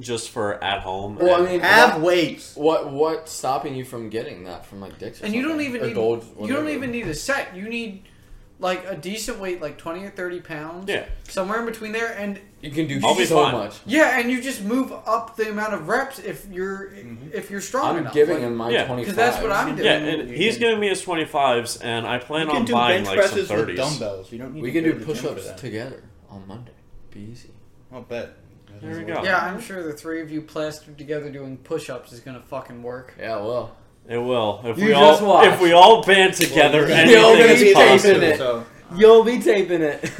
[SPEAKER 1] just for at home.
[SPEAKER 4] Well, I
[SPEAKER 1] and-
[SPEAKER 4] mean,
[SPEAKER 3] Have weights.
[SPEAKER 4] What what's stopping you from getting that from like Dick's? Or
[SPEAKER 2] and you don't
[SPEAKER 4] something?
[SPEAKER 2] even
[SPEAKER 4] Or
[SPEAKER 2] need
[SPEAKER 4] Gold's,
[SPEAKER 2] you don't
[SPEAKER 4] whatever.
[SPEAKER 2] even need a set. You need like a decent weight, like twenty or thirty pounds.
[SPEAKER 1] Yeah.
[SPEAKER 2] Somewhere in between there, and
[SPEAKER 4] You can do
[SPEAKER 1] I'll be
[SPEAKER 4] so
[SPEAKER 1] fine.
[SPEAKER 4] much.
[SPEAKER 2] yeah, and you just move up the amount of reps if you're if you're strong
[SPEAKER 4] I'm
[SPEAKER 2] enough.
[SPEAKER 4] giving
[SPEAKER 2] Like,
[SPEAKER 4] him my
[SPEAKER 1] Yeah.
[SPEAKER 4] twenty.
[SPEAKER 2] 'Cause that's what I'm doing.
[SPEAKER 1] yeah, and
[SPEAKER 3] You
[SPEAKER 1] he's
[SPEAKER 3] can-
[SPEAKER 1] giving me his 25s and I plan
[SPEAKER 3] You
[SPEAKER 1] on
[SPEAKER 3] can do
[SPEAKER 1] buying
[SPEAKER 3] bench
[SPEAKER 1] like some
[SPEAKER 3] presses with
[SPEAKER 1] 30s.
[SPEAKER 3] dumbbells. You don't need.
[SPEAKER 4] We
[SPEAKER 3] to
[SPEAKER 4] can
[SPEAKER 3] go
[SPEAKER 4] do
[SPEAKER 3] to the gym for
[SPEAKER 4] push-ups
[SPEAKER 3] that.
[SPEAKER 4] together on Monday. Be easy.
[SPEAKER 3] I'll bet.
[SPEAKER 1] There we go.
[SPEAKER 2] Yeah, I'm sure the three of you plastered together doing push-ups is gonna fucking work.
[SPEAKER 4] Yeah, well,
[SPEAKER 1] It will. If
[SPEAKER 4] You
[SPEAKER 1] we
[SPEAKER 4] just
[SPEAKER 1] all
[SPEAKER 4] watch.
[SPEAKER 1] if we all band together,
[SPEAKER 3] Well,
[SPEAKER 4] You're all
[SPEAKER 1] anything
[SPEAKER 4] gonna be
[SPEAKER 1] is possible.
[SPEAKER 4] taping it.
[SPEAKER 3] So,
[SPEAKER 4] you'll be taping it.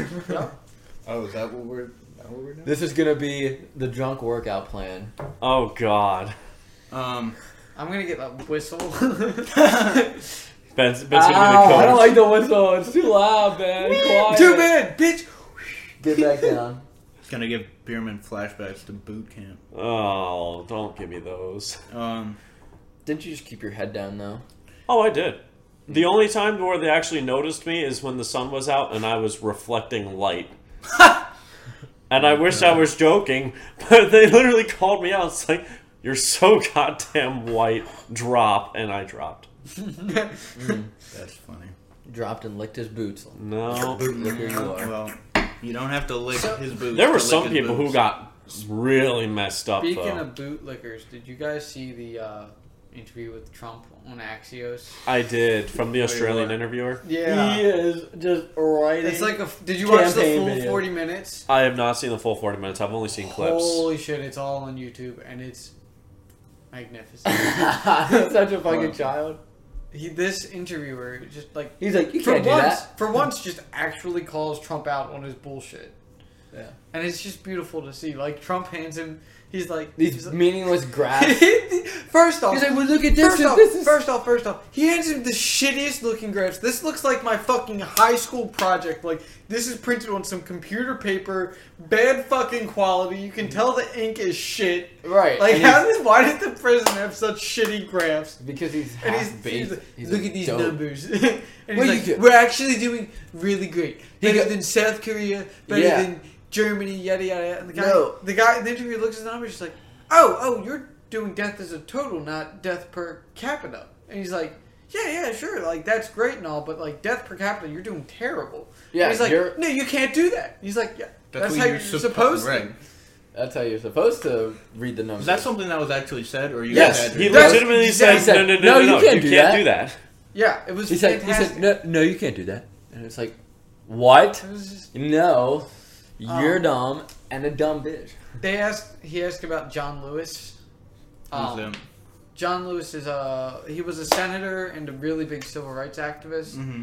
[SPEAKER 3] oh, is that what we're? That what we're doing?
[SPEAKER 4] this is gonna be the drunk workout plan.
[SPEAKER 1] Oh god.
[SPEAKER 3] Um,
[SPEAKER 2] I'm gonna get that whistle.
[SPEAKER 1] Ben's, Ben's
[SPEAKER 4] Ow, I don't
[SPEAKER 1] gonna
[SPEAKER 4] like the whistle. It's too loud, man. Quiet.
[SPEAKER 2] Too bad, bitch.
[SPEAKER 4] Get back down.
[SPEAKER 3] it's gonna give Beerman flashbacks to boot camp.
[SPEAKER 1] be the coach. Oh, don't give me those.
[SPEAKER 3] Um,
[SPEAKER 4] Didn't you just keep your head down though?
[SPEAKER 1] Oh, I did. The only time where they actually noticed me is when the sun was out and I was reflecting light. and I wish I was joking, but they literally called me out. It's like, you're so goddamn white. Drop. And I dropped.
[SPEAKER 3] that's funny.
[SPEAKER 4] Dropped and licked his boots.
[SPEAKER 1] No.
[SPEAKER 4] Licker you are.
[SPEAKER 3] Well, you don't have to lick his boots.
[SPEAKER 1] There were
[SPEAKER 3] to lick
[SPEAKER 1] some
[SPEAKER 3] his
[SPEAKER 1] people who
[SPEAKER 3] boobs.
[SPEAKER 1] got really messed up,
[SPEAKER 2] Speaking
[SPEAKER 1] though.
[SPEAKER 2] of bootlickers, did you guys see the uh, interview with Trump on Axios?
[SPEAKER 1] I did, from the Australian
[SPEAKER 3] what?
[SPEAKER 1] interviewer.
[SPEAKER 4] He is just right.
[SPEAKER 2] It's like a. Did you watch the
[SPEAKER 4] Campaign
[SPEAKER 2] full
[SPEAKER 4] video.
[SPEAKER 2] forty minutes?
[SPEAKER 1] I have not seen the full 40 minutes. I've only seen clips.
[SPEAKER 2] Holy shit! It's all on YouTube, and it's magnificent.
[SPEAKER 4] He's such a fucking
[SPEAKER 3] Well.
[SPEAKER 4] child.
[SPEAKER 2] he, this interviewer just like
[SPEAKER 4] He's like, you
[SPEAKER 2] for
[SPEAKER 4] can't do
[SPEAKER 2] once,
[SPEAKER 4] that.
[SPEAKER 2] for once, just actually calls Trump out on his bullshit.
[SPEAKER 4] Yeah.
[SPEAKER 2] And it's just beautiful to see. Like Trump hands him, he's like,
[SPEAKER 4] These
[SPEAKER 2] he's like-
[SPEAKER 4] meaningless graphs.
[SPEAKER 2] first off,
[SPEAKER 4] He's like, well, look at this.
[SPEAKER 2] First
[SPEAKER 4] and
[SPEAKER 2] off,
[SPEAKER 4] this is-
[SPEAKER 2] first off, first off, he hands him the shittiest looking graphs. This looks like my fucking high school project. Like, this is printed on some computer paper, bad fucking quality. You can tell the ink is shit.
[SPEAKER 4] right.
[SPEAKER 2] Like,
[SPEAKER 4] and
[SPEAKER 2] how
[SPEAKER 4] he's-
[SPEAKER 2] did, why did the president have such shitty graphs?
[SPEAKER 4] Because he's
[SPEAKER 2] And
[SPEAKER 4] half
[SPEAKER 2] he's,
[SPEAKER 4] baked.
[SPEAKER 2] he's like,
[SPEAKER 4] He's
[SPEAKER 2] look
[SPEAKER 4] a
[SPEAKER 2] at these
[SPEAKER 4] dope.
[SPEAKER 2] numbers. and he's
[SPEAKER 4] Well, you
[SPEAKER 2] like,
[SPEAKER 4] get-
[SPEAKER 2] we're actually doing really great.
[SPEAKER 4] He
[SPEAKER 2] Better
[SPEAKER 4] got-
[SPEAKER 2] than South Korea, better
[SPEAKER 4] Yeah.
[SPEAKER 2] than Germany, yada yada. yada. And the guy,
[SPEAKER 4] No.
[SPEAKER 2] the guy in the interview looks at the numbers, he's like, oh, oh, you're doing death as a total, not death per capita. And he's like, yeah, yeah, sure, like that's great and all, but like death per capita, you're doing terrible.
[SPEAKER 4] Yeah,
[SPEAKER 2] and he's like,
[SPEAKER 4] you're-
[SPEAKER 2] no, you can't do that. He's like, yeah, that's,
[SPEAKER 3] what
[SPEAKER 2] how you're supposed to.
[SPEAKER 3] right.
[SPEAKER 4] That's how you're supposed to read the numbers.
[SPEAKER 3] Is that something that was actually said, or you?
[SPEAKER 4] Yes,
[SPEAKER 3] exaggerated?
[SPEAKER 1] He
[SPEAKER 2] That's-
[SPEAKER 1] legitimately
[SPEAKER 2] yeah,
[SPEAKER 1] said,
[SPEAKER 2] he
[SPEAKER 4] said,
[SPEAKER 1] no, no, no, no, no, you can't,
[SPEAKER 4] do that."
[SPEAKER 1] do that.
[SPEAKER 2] Yeah, it was
[SPEAKER 4] He said, he
[SPEAKER 2] fantastic.
[SPEAKER 4] said, no, no, you can't do that. And it's like, what?
[SPEAKER 2] It was just-
[SPEAKER 4] No. You're dumb and a dumb bitch.
[SPEAKER 2] They asked. He asked about John Lewis.
[SPEAKER 3] Who's
[SPEAKER 2] Um,
[SPEAKER 3] them?
[SPEAKER 2] John Lewis is a he was a senator and a really big civil rights activist.
[SPEAKER 1] Mm-hmm.
[SPEAKER 3] hmm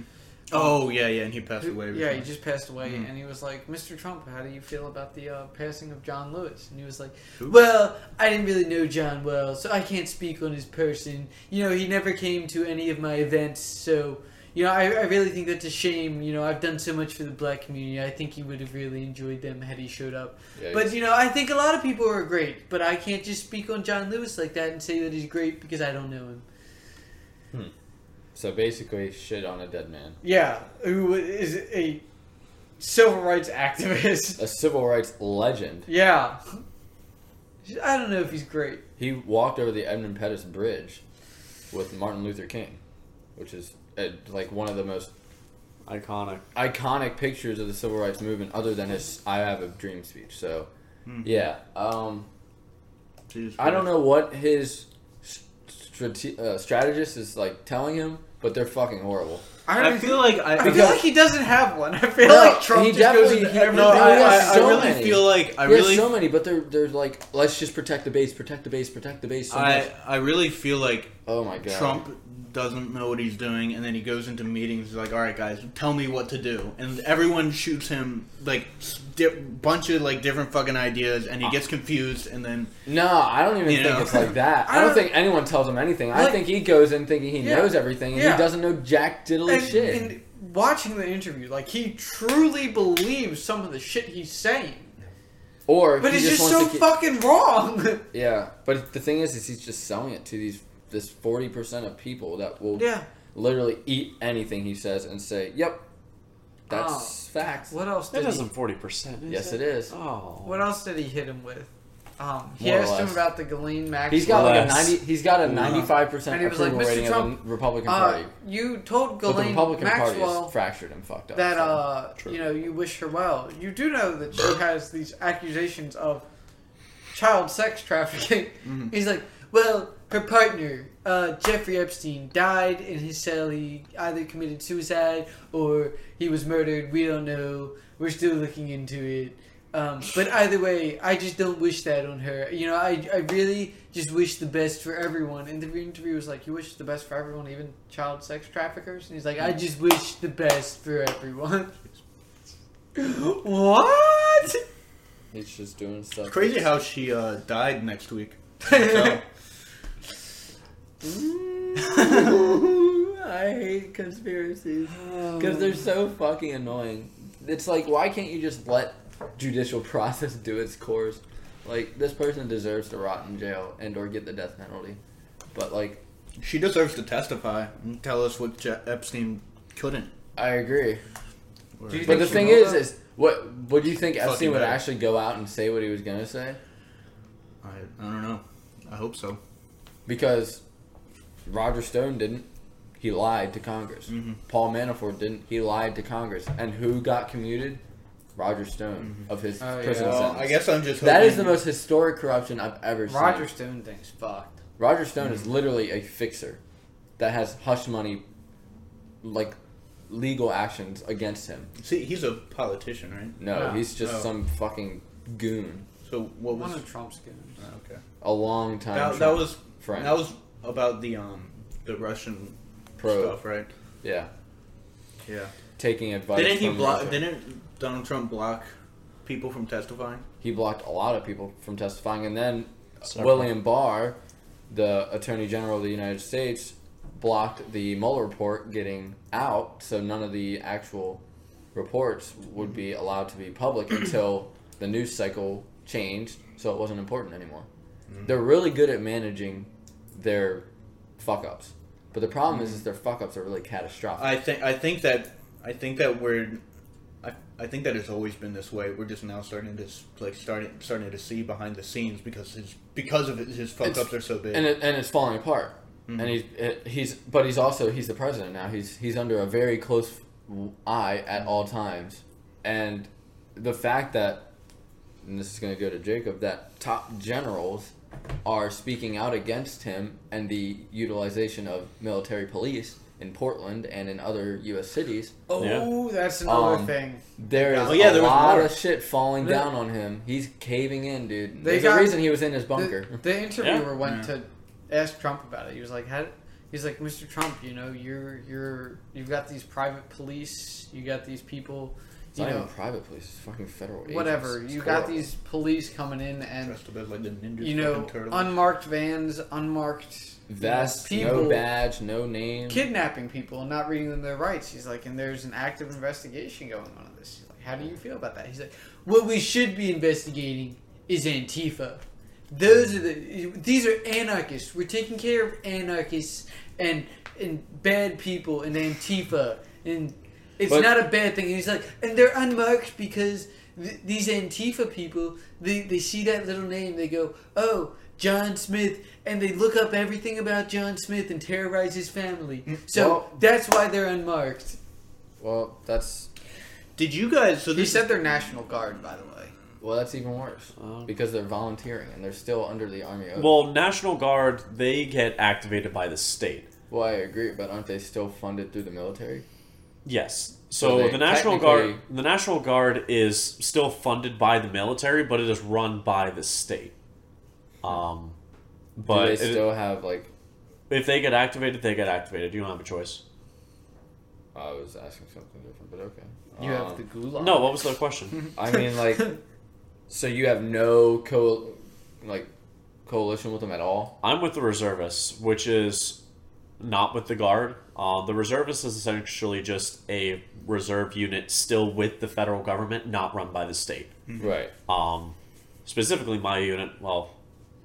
[SPEAKER 3] Oh yeah, yeah, and he passed away.
[SPEAKER 2] yeah, he
[SPEAKER 3] recently.
[SPEAKER 2] just passed away,
[SPEAKER 3] Mhm.
[SPEAKER 2] and he was like, "Mr. Trump, how do you feel about the uh, passing of John Lewis?" And he was like,
[SPEAKER 3] Who?
[SPEAKER 2] "Well, I didn't really know John well, so I can't speak on his person. You know, he never came to any of my events, so." You know, I, I really think that's a shame. You know, I've done so much for the black community. I think he would have really enjoyed them had he showed up.
[SPEAKER 4] Yeah,
[SPEAKER 2] But you know, I think a lot of people are great, but I can't just speak on John Lewis like that and say that he's great because I don't know him.
[SPEAKER 4] so basically, shit on a dead man.
[SPEAKER 2] Yeah, who is a civil rights activist.
[SPEAKER 4] A civil rights legend.
[SPEAKER 2] Yeah. I don't know if he's great.
[SPEAKER 4] He walked over the Edmund Pettus Bridge with Martin Luther King, which is uh, like one of the most
[SPEAKER 1] Iconic.
[SPEAKER 4] iconic pictures of the civil rights movement, other than his "I Have a Dream" speech. So,
[SPEAKER 2] Hmm.
[SPEAKER 4] yeah, um,
[SPEAKER 3] Jesus
[SPEAKER 4] I don't
[SPEAKER 3] Christ.
[SPEAKER 4] know what his strate- uh, strategist is like telling him, but they're fucking horrible.
[SPEAKER 3] I feel like I,
[SPEAKER 2] I feel like he doesn't have one. I feel
[SPEAKER 4] No,
[SPEAKER 2] like Trump
[SPEAKER 4] he
[SPEAKER 2] just goes
[SPEAKER 4] definitely-
[SPEAKER 2] into
[SPEAKER 4] he-
[SPEAKER 2] everything.
[SPEAKER 3] no, I,
[SPEAKER 4] He has
[SPEAKER 3] I,
[SPEAKER 4] so
[SPEAKER 3] I really
[SPEAKER 4] many.
[SPEAKER 3] feel like I
[SPEAKER 4] He has
[SPEAKER 3] really
[SPEAKER 4] so many, but they're they're like, let's just protect the base, protect the base, protect the base. So
[SPEAKER 3] I,
[SPEAKER 4] much.
[SPEAKER 3] I really feel like
[SPEAKER 4] Oh my god,
[SPEAKER 3] Trump doesn't know what he's doing, and then he goes into meetings. He's like, "All right, guys, tell me what to do," and everyone shoots him like s- di- bunch of like different fucking ideas, and he gets confused, and then
[SPEAKER 4] No, I don't even
[SPEAKER 3] You
[SPEAKER 4] think
[SPEAKER 3] know?
[SPEAKER 4] it's like that. I,
[SPEAKER 2] I
[SPEAKER 4] don't,
[SPEAKER 2] don't-
[SPEAKER 4] think anyone tells him anything. I
[SPEAKER 2] Like-
[SPEAKER 4] think he goes in thinking he
[SPEAKER 2] Yeah.
[SPEAKER 4] knows everything, and
[SPEAKER 2] Yeah.
[SPEAKER 4] he doesn't know jack diddly
[SPEAKER 2] and,
[SPEAKER 4] shit.
[SPEAKER 2] and watching the interview, like he truly believes some of the shit he's saying,
[SPEAKER 4] or
[SPEAKER 2] but
[SPEAKER 4] he
[SPEAKER 2] it's just,
[SPEAKER 4] wants
[SPEAKER 2] so
[SPEAKER 4] to keep-
[SPEAKER 2] fucking wrong.
[SPEAKER 4] Yeah, but the thing is, is he's just selling it to these this forty percent of people that will
[SPEAKER 2] yeah.
[SPEAKER 4] literally eat anything he says and say, "Yep, that's facts."
[SPEAKER 2] Oh. What else?
[SPEAKER 1] That
[SPEAKER 2] Did he,
[SPEAKER 1] isn't forty percent.
[SPEAKER 4] Yes, it is.
[SPEAKER 1] Oh,
[SPEAKER 2] what else did he hit him with? Um, he
[SPEAKER 4] More or
[SPEAKER 2] asked him
[SPEAKER 4] less.
[SPEAKER 2] about the Ghislaine Maxwell.
[SPEAKER 4] He's got like a
[SPEAKER 1] Less.
[SPEAKER 4] ninety. He's got a
[SPEAKER 3] Yeah.
[SPEAKER 4] ninety-five percent
[SPEAKER 2] And he was
[SPEAKER 4] approval
[SPEAKER 2] like, "Mr.
[SPEAKER 4] rating
[SPEAKER 2] Trump,
[SPEAKER 4] of the Republican
[SPEAKER 2] Uh,
[SPEAKER 4] Party,
[SPEAKER 2] you told
[SPEAKER 4] but the
[SPEAKER 2] Ghislaine
[SPEAKER 4] Republican Party
[SPEAKER 2] Maxwell
[SPEAKER 4] is fractured and fucked up.
[SPEAKER 2] that
[SPEAKER 4] so.
[SPEAKER 2] uh,
[SPEAKER 1] True.
[SPEAKER 2] you know, you wish her well. You do know that she has these accusations of child sex trafficking. He's like, well, her partner, uh, Jeffrey Epstein, died in his cell. He either committed suicide or he was murdered. We don't know. We're still looking into it. Um, but either way, I just don't wish that on her. You know, I, I really just wish the best for everyone. And the interview was like, You wish the best for everyone, even child sex traffickers? And he's like, I just wish the best for everyone. what?
[SPEAKER 4] he's just doing stuff.
[SPEAKER 3] it's crazy how she uh, died next week. uh, So,
[SPEAKER 2] I hate conspiracies.
[SPEAKER 4] Because they're so fucking annoying. It's like, why can't you just let judicial process do its course? Like, this person deserves to rot in jail and or get the death penalty. But like,
[SPEAKER 3] she deserves to testify and tell us what Je- Epstein couldn't.
[SPEAKER 4] I agree.
[SPEAKER 3] Or-
[SPEAKER 2] Do you
[SPEAKER 4] But
[SPEAKER 2] think
[SPEAKER 4] the
[SPEAKER 2] she
[SPEAKER 4] thing
[SPEAKER 2] will,
[SPEAKER 4] is,
[SPEAKER 2] though?
[SPEAKER 4] is what would you think
[SPEAKER 3] Fucking
[SPEAKER 4] Epstein would
[SPEAKER 3] better.
[SPEAKER 4] actually go out and say what he was gonna say?
[SPEAKER 3] I, I don't know. I hope so.
[SPEAKER 4] Because Roger Stone didn't. He lied to Congress.
[SPEAKER 3] Mm-hmm.
[SPEAKER 4] Paul Manafort didn't. He lied to Congress. And who got commuted? Roger Stone of his
[SPEAKER 2] Oh, yeah.
[SPEAKER 4] prison
[SPEAKER 2] Well,
[SPEAKER 4] sentence.
[SPEAKER 3] Mm-hmm. I guess I'm just.
[SPEAKER 4] that
[SPEAKER 3] hoping-
[SPEAKER 4] is the most historic corruption I've ever seen.
[SPEAKER 2] Roger Stone thing's fucked.
[SPEAKER 4] Roger Stone is
[SPEAKER 3] Hmm.
[SPEAKER 4] literally a fixer that has hush money, like legal actions against him.
[SPEAKER 3] See, he's a politician, right?
[SPEAKER 4] No,
[SPEAKER 2] No.
[SPEAKER 4] he's just
[SPEAKER 3] Oh.
[SPEAKER 4] some fucking goon.
[SPEAKER 3] So what
[SPEAKER 2] One
[SPEAKER 3] was?
[SPEAKER 2] of Trump's goons.
[SPEAKER 3] Oh, okay.
[SPEAKER 4] A long time.
[SPEAKER 3] That, that
[SPEAKER 4] Trump
[SPEAKER 3] was
[SPEAKER 4] friend.
[SPEAKER 3] that was about the um the Russian
[SPEAKER 4] Probe.
[SPEAKER 3] stuff, right?
[SPEAKER 4] yeah,
[SPEAKER 3] Yeah.
[SPEAKER 4] taking advice.
[SPEAKER 3] Didn't he
[SPEAKER 4] from
[SPEAKER 3] block?
[SPEAKER 4] Russia.
[SPEAKER 3] Didn't Donald Trump block people from testifying?
[SPEAKER 4] He blocked a lot of people from testifying, and then
[SPEAKER 1] Several.
[SPEAKER 4] William Barr, the Attorney General of the United States, blocked the Mueller report getting out, so none of the actual reports would be allowed to be public until the news cycle changed, so it wasn't important anymore. They're really good at managing their fuck ups, but the problem is, is their fuck ups are really catastrophic.
[SPEAKER 3] I think I think that I think that we're I, I think that it's always been this way. We're just now starting to s- like starting starting to see behind the scenes because his because of his- his fuck
[SPEAKER 4] It's-
[SPEAKER 3] ups are so big.
[SPEAKER 4] and it, and it's falling apart. And he's it- he's but he's also he's the president now. He's he's under a very close eye at all times, and the fact that and this is going to go to Jacob that top generals are speaking out against him and the utilization of military police in Portland and in other U.S. cities,
[SPEAKER 2] Oh, that's another
[SPEAKER 4] Um,
[SPEAKER 2] thing.
[SPEAKER 4] there is
[SPEAKER 3] Oh, yeah,
[SPEAKER 4] a
[SPEAKER 3] there was
[SPEAKER 4] lot
[SPEAKER 3] more.
[SPEAKER 4] of shit falling
[SPEAKER 2] There-
[SPEAKER 4] down on him. He's caving in, dude.
[SPEAKER 2] They
[SPEAKER 4] There's
[SPEAKER 2] got-
[SPEAKER 4] a reason he was in his bunker.
[SPEAKER 2] The, the interviewer
[SPEAKER 1] Yeah.
[SPEAKER 2] went to ask Trump about it. He was like, "How?" did- He's like, "Mr. Trump, you know, you're you're you've got these private police, you got these people,
[SPEAKER 4] It's
[SPEAKER 2] you
[SPEAKER 4] not
[SPEAKER 2] know,
[SPEAKER 4] even private police. It's fucking federal. agents.
[SPEAKER 2] whatever.
[SPEAKER 4] It's
[SPEAKER 2] You got
[SPEAKER 4] horrible.
[SPEAKER 2] these police coming in and
[SPEAKER 3] Dressed up as like the ninja
[SPEAKER 2] you know
[SPEAKER 3] turtle.
[SPEAKER 2] unmarked vans, unmarked you know,
[SPEAKER 4] vests, no badge, no name.
[SPEAKER 2] kidnapping people and not reading them their rights. He's like, and there's an active investigation going on of this. He's like, how do you feel about that? He's like, what we should be investigating is Antifa. Those are the these are anarchists. We're taking care of anarchists and and bad people and Antifa and it's
[SPEAKER 4] But-
[SPEAKER 2] not a bad thing. And he's like, and they're unmarked because th- these Antifa people, they, they see that little name, they go, oh, John Smith, and they look up everything about John Smith and terrorize his family. So
[SPEAKER 4] Well-
[SPEAKER 2] that's why they're unmarked.
[SPEAKER 4] Well, that's
[SPEAKER 3] Did you guys? So
[SPEAKER 2] He
[SPEAKER 3] this
[SPEAKER 2] said they're National Guard, by the way.
[SPEAKER 4] well, that's even worse
[SPEAKER 2] Oh.
[SPEAKER 1] Um,
[SPEAKER 4] because they're volunteering and they're still under the army oath. Well,
[SPEAKER 1] Well, National Guard, they get activated by the state.
[SPEAKER 4] I agree, but aren't they still funded through the military?
[SPEAKER 1] Yes.
[SPEAKER 4] So
[SPEAKER 1] So
[SPEAKER 4] they
[SPEAKER 1] the National Guard,
[SPEAKER 4] technically-
[SPEAKER 1] the National Guard is still funded by the military, but it is run by the state. Um,
[SPEAKER 4] Hmm. Do
[SPEAKER 1] but
[SPEAKER 4] they
[SPEAKER 1] it-
[SPEAKER 4] still have like?
[SPEAKER 1] if they get activated, they get activated. You don't have a choice.
[SPEAKER 4] oh, I was asking something different, but okay.
[SPEAKER 2] You
[SPEAKER 4] Um,
[SPEAKER 2] have the gulag.
[SPEAKER 1] No, what was the question?
[SPEAKER 4] I mean, like, so you have no co, like, coalition with them at all.
[SPEAKER 1] I'm with the reservists, which is not with the guard. Uh, the reservist is essentially just a reserve unit still with the federal government, not run by the state.
[SPEAKER 4] Right.
[SPEAKER 1] Um, specifically, my unit. Well,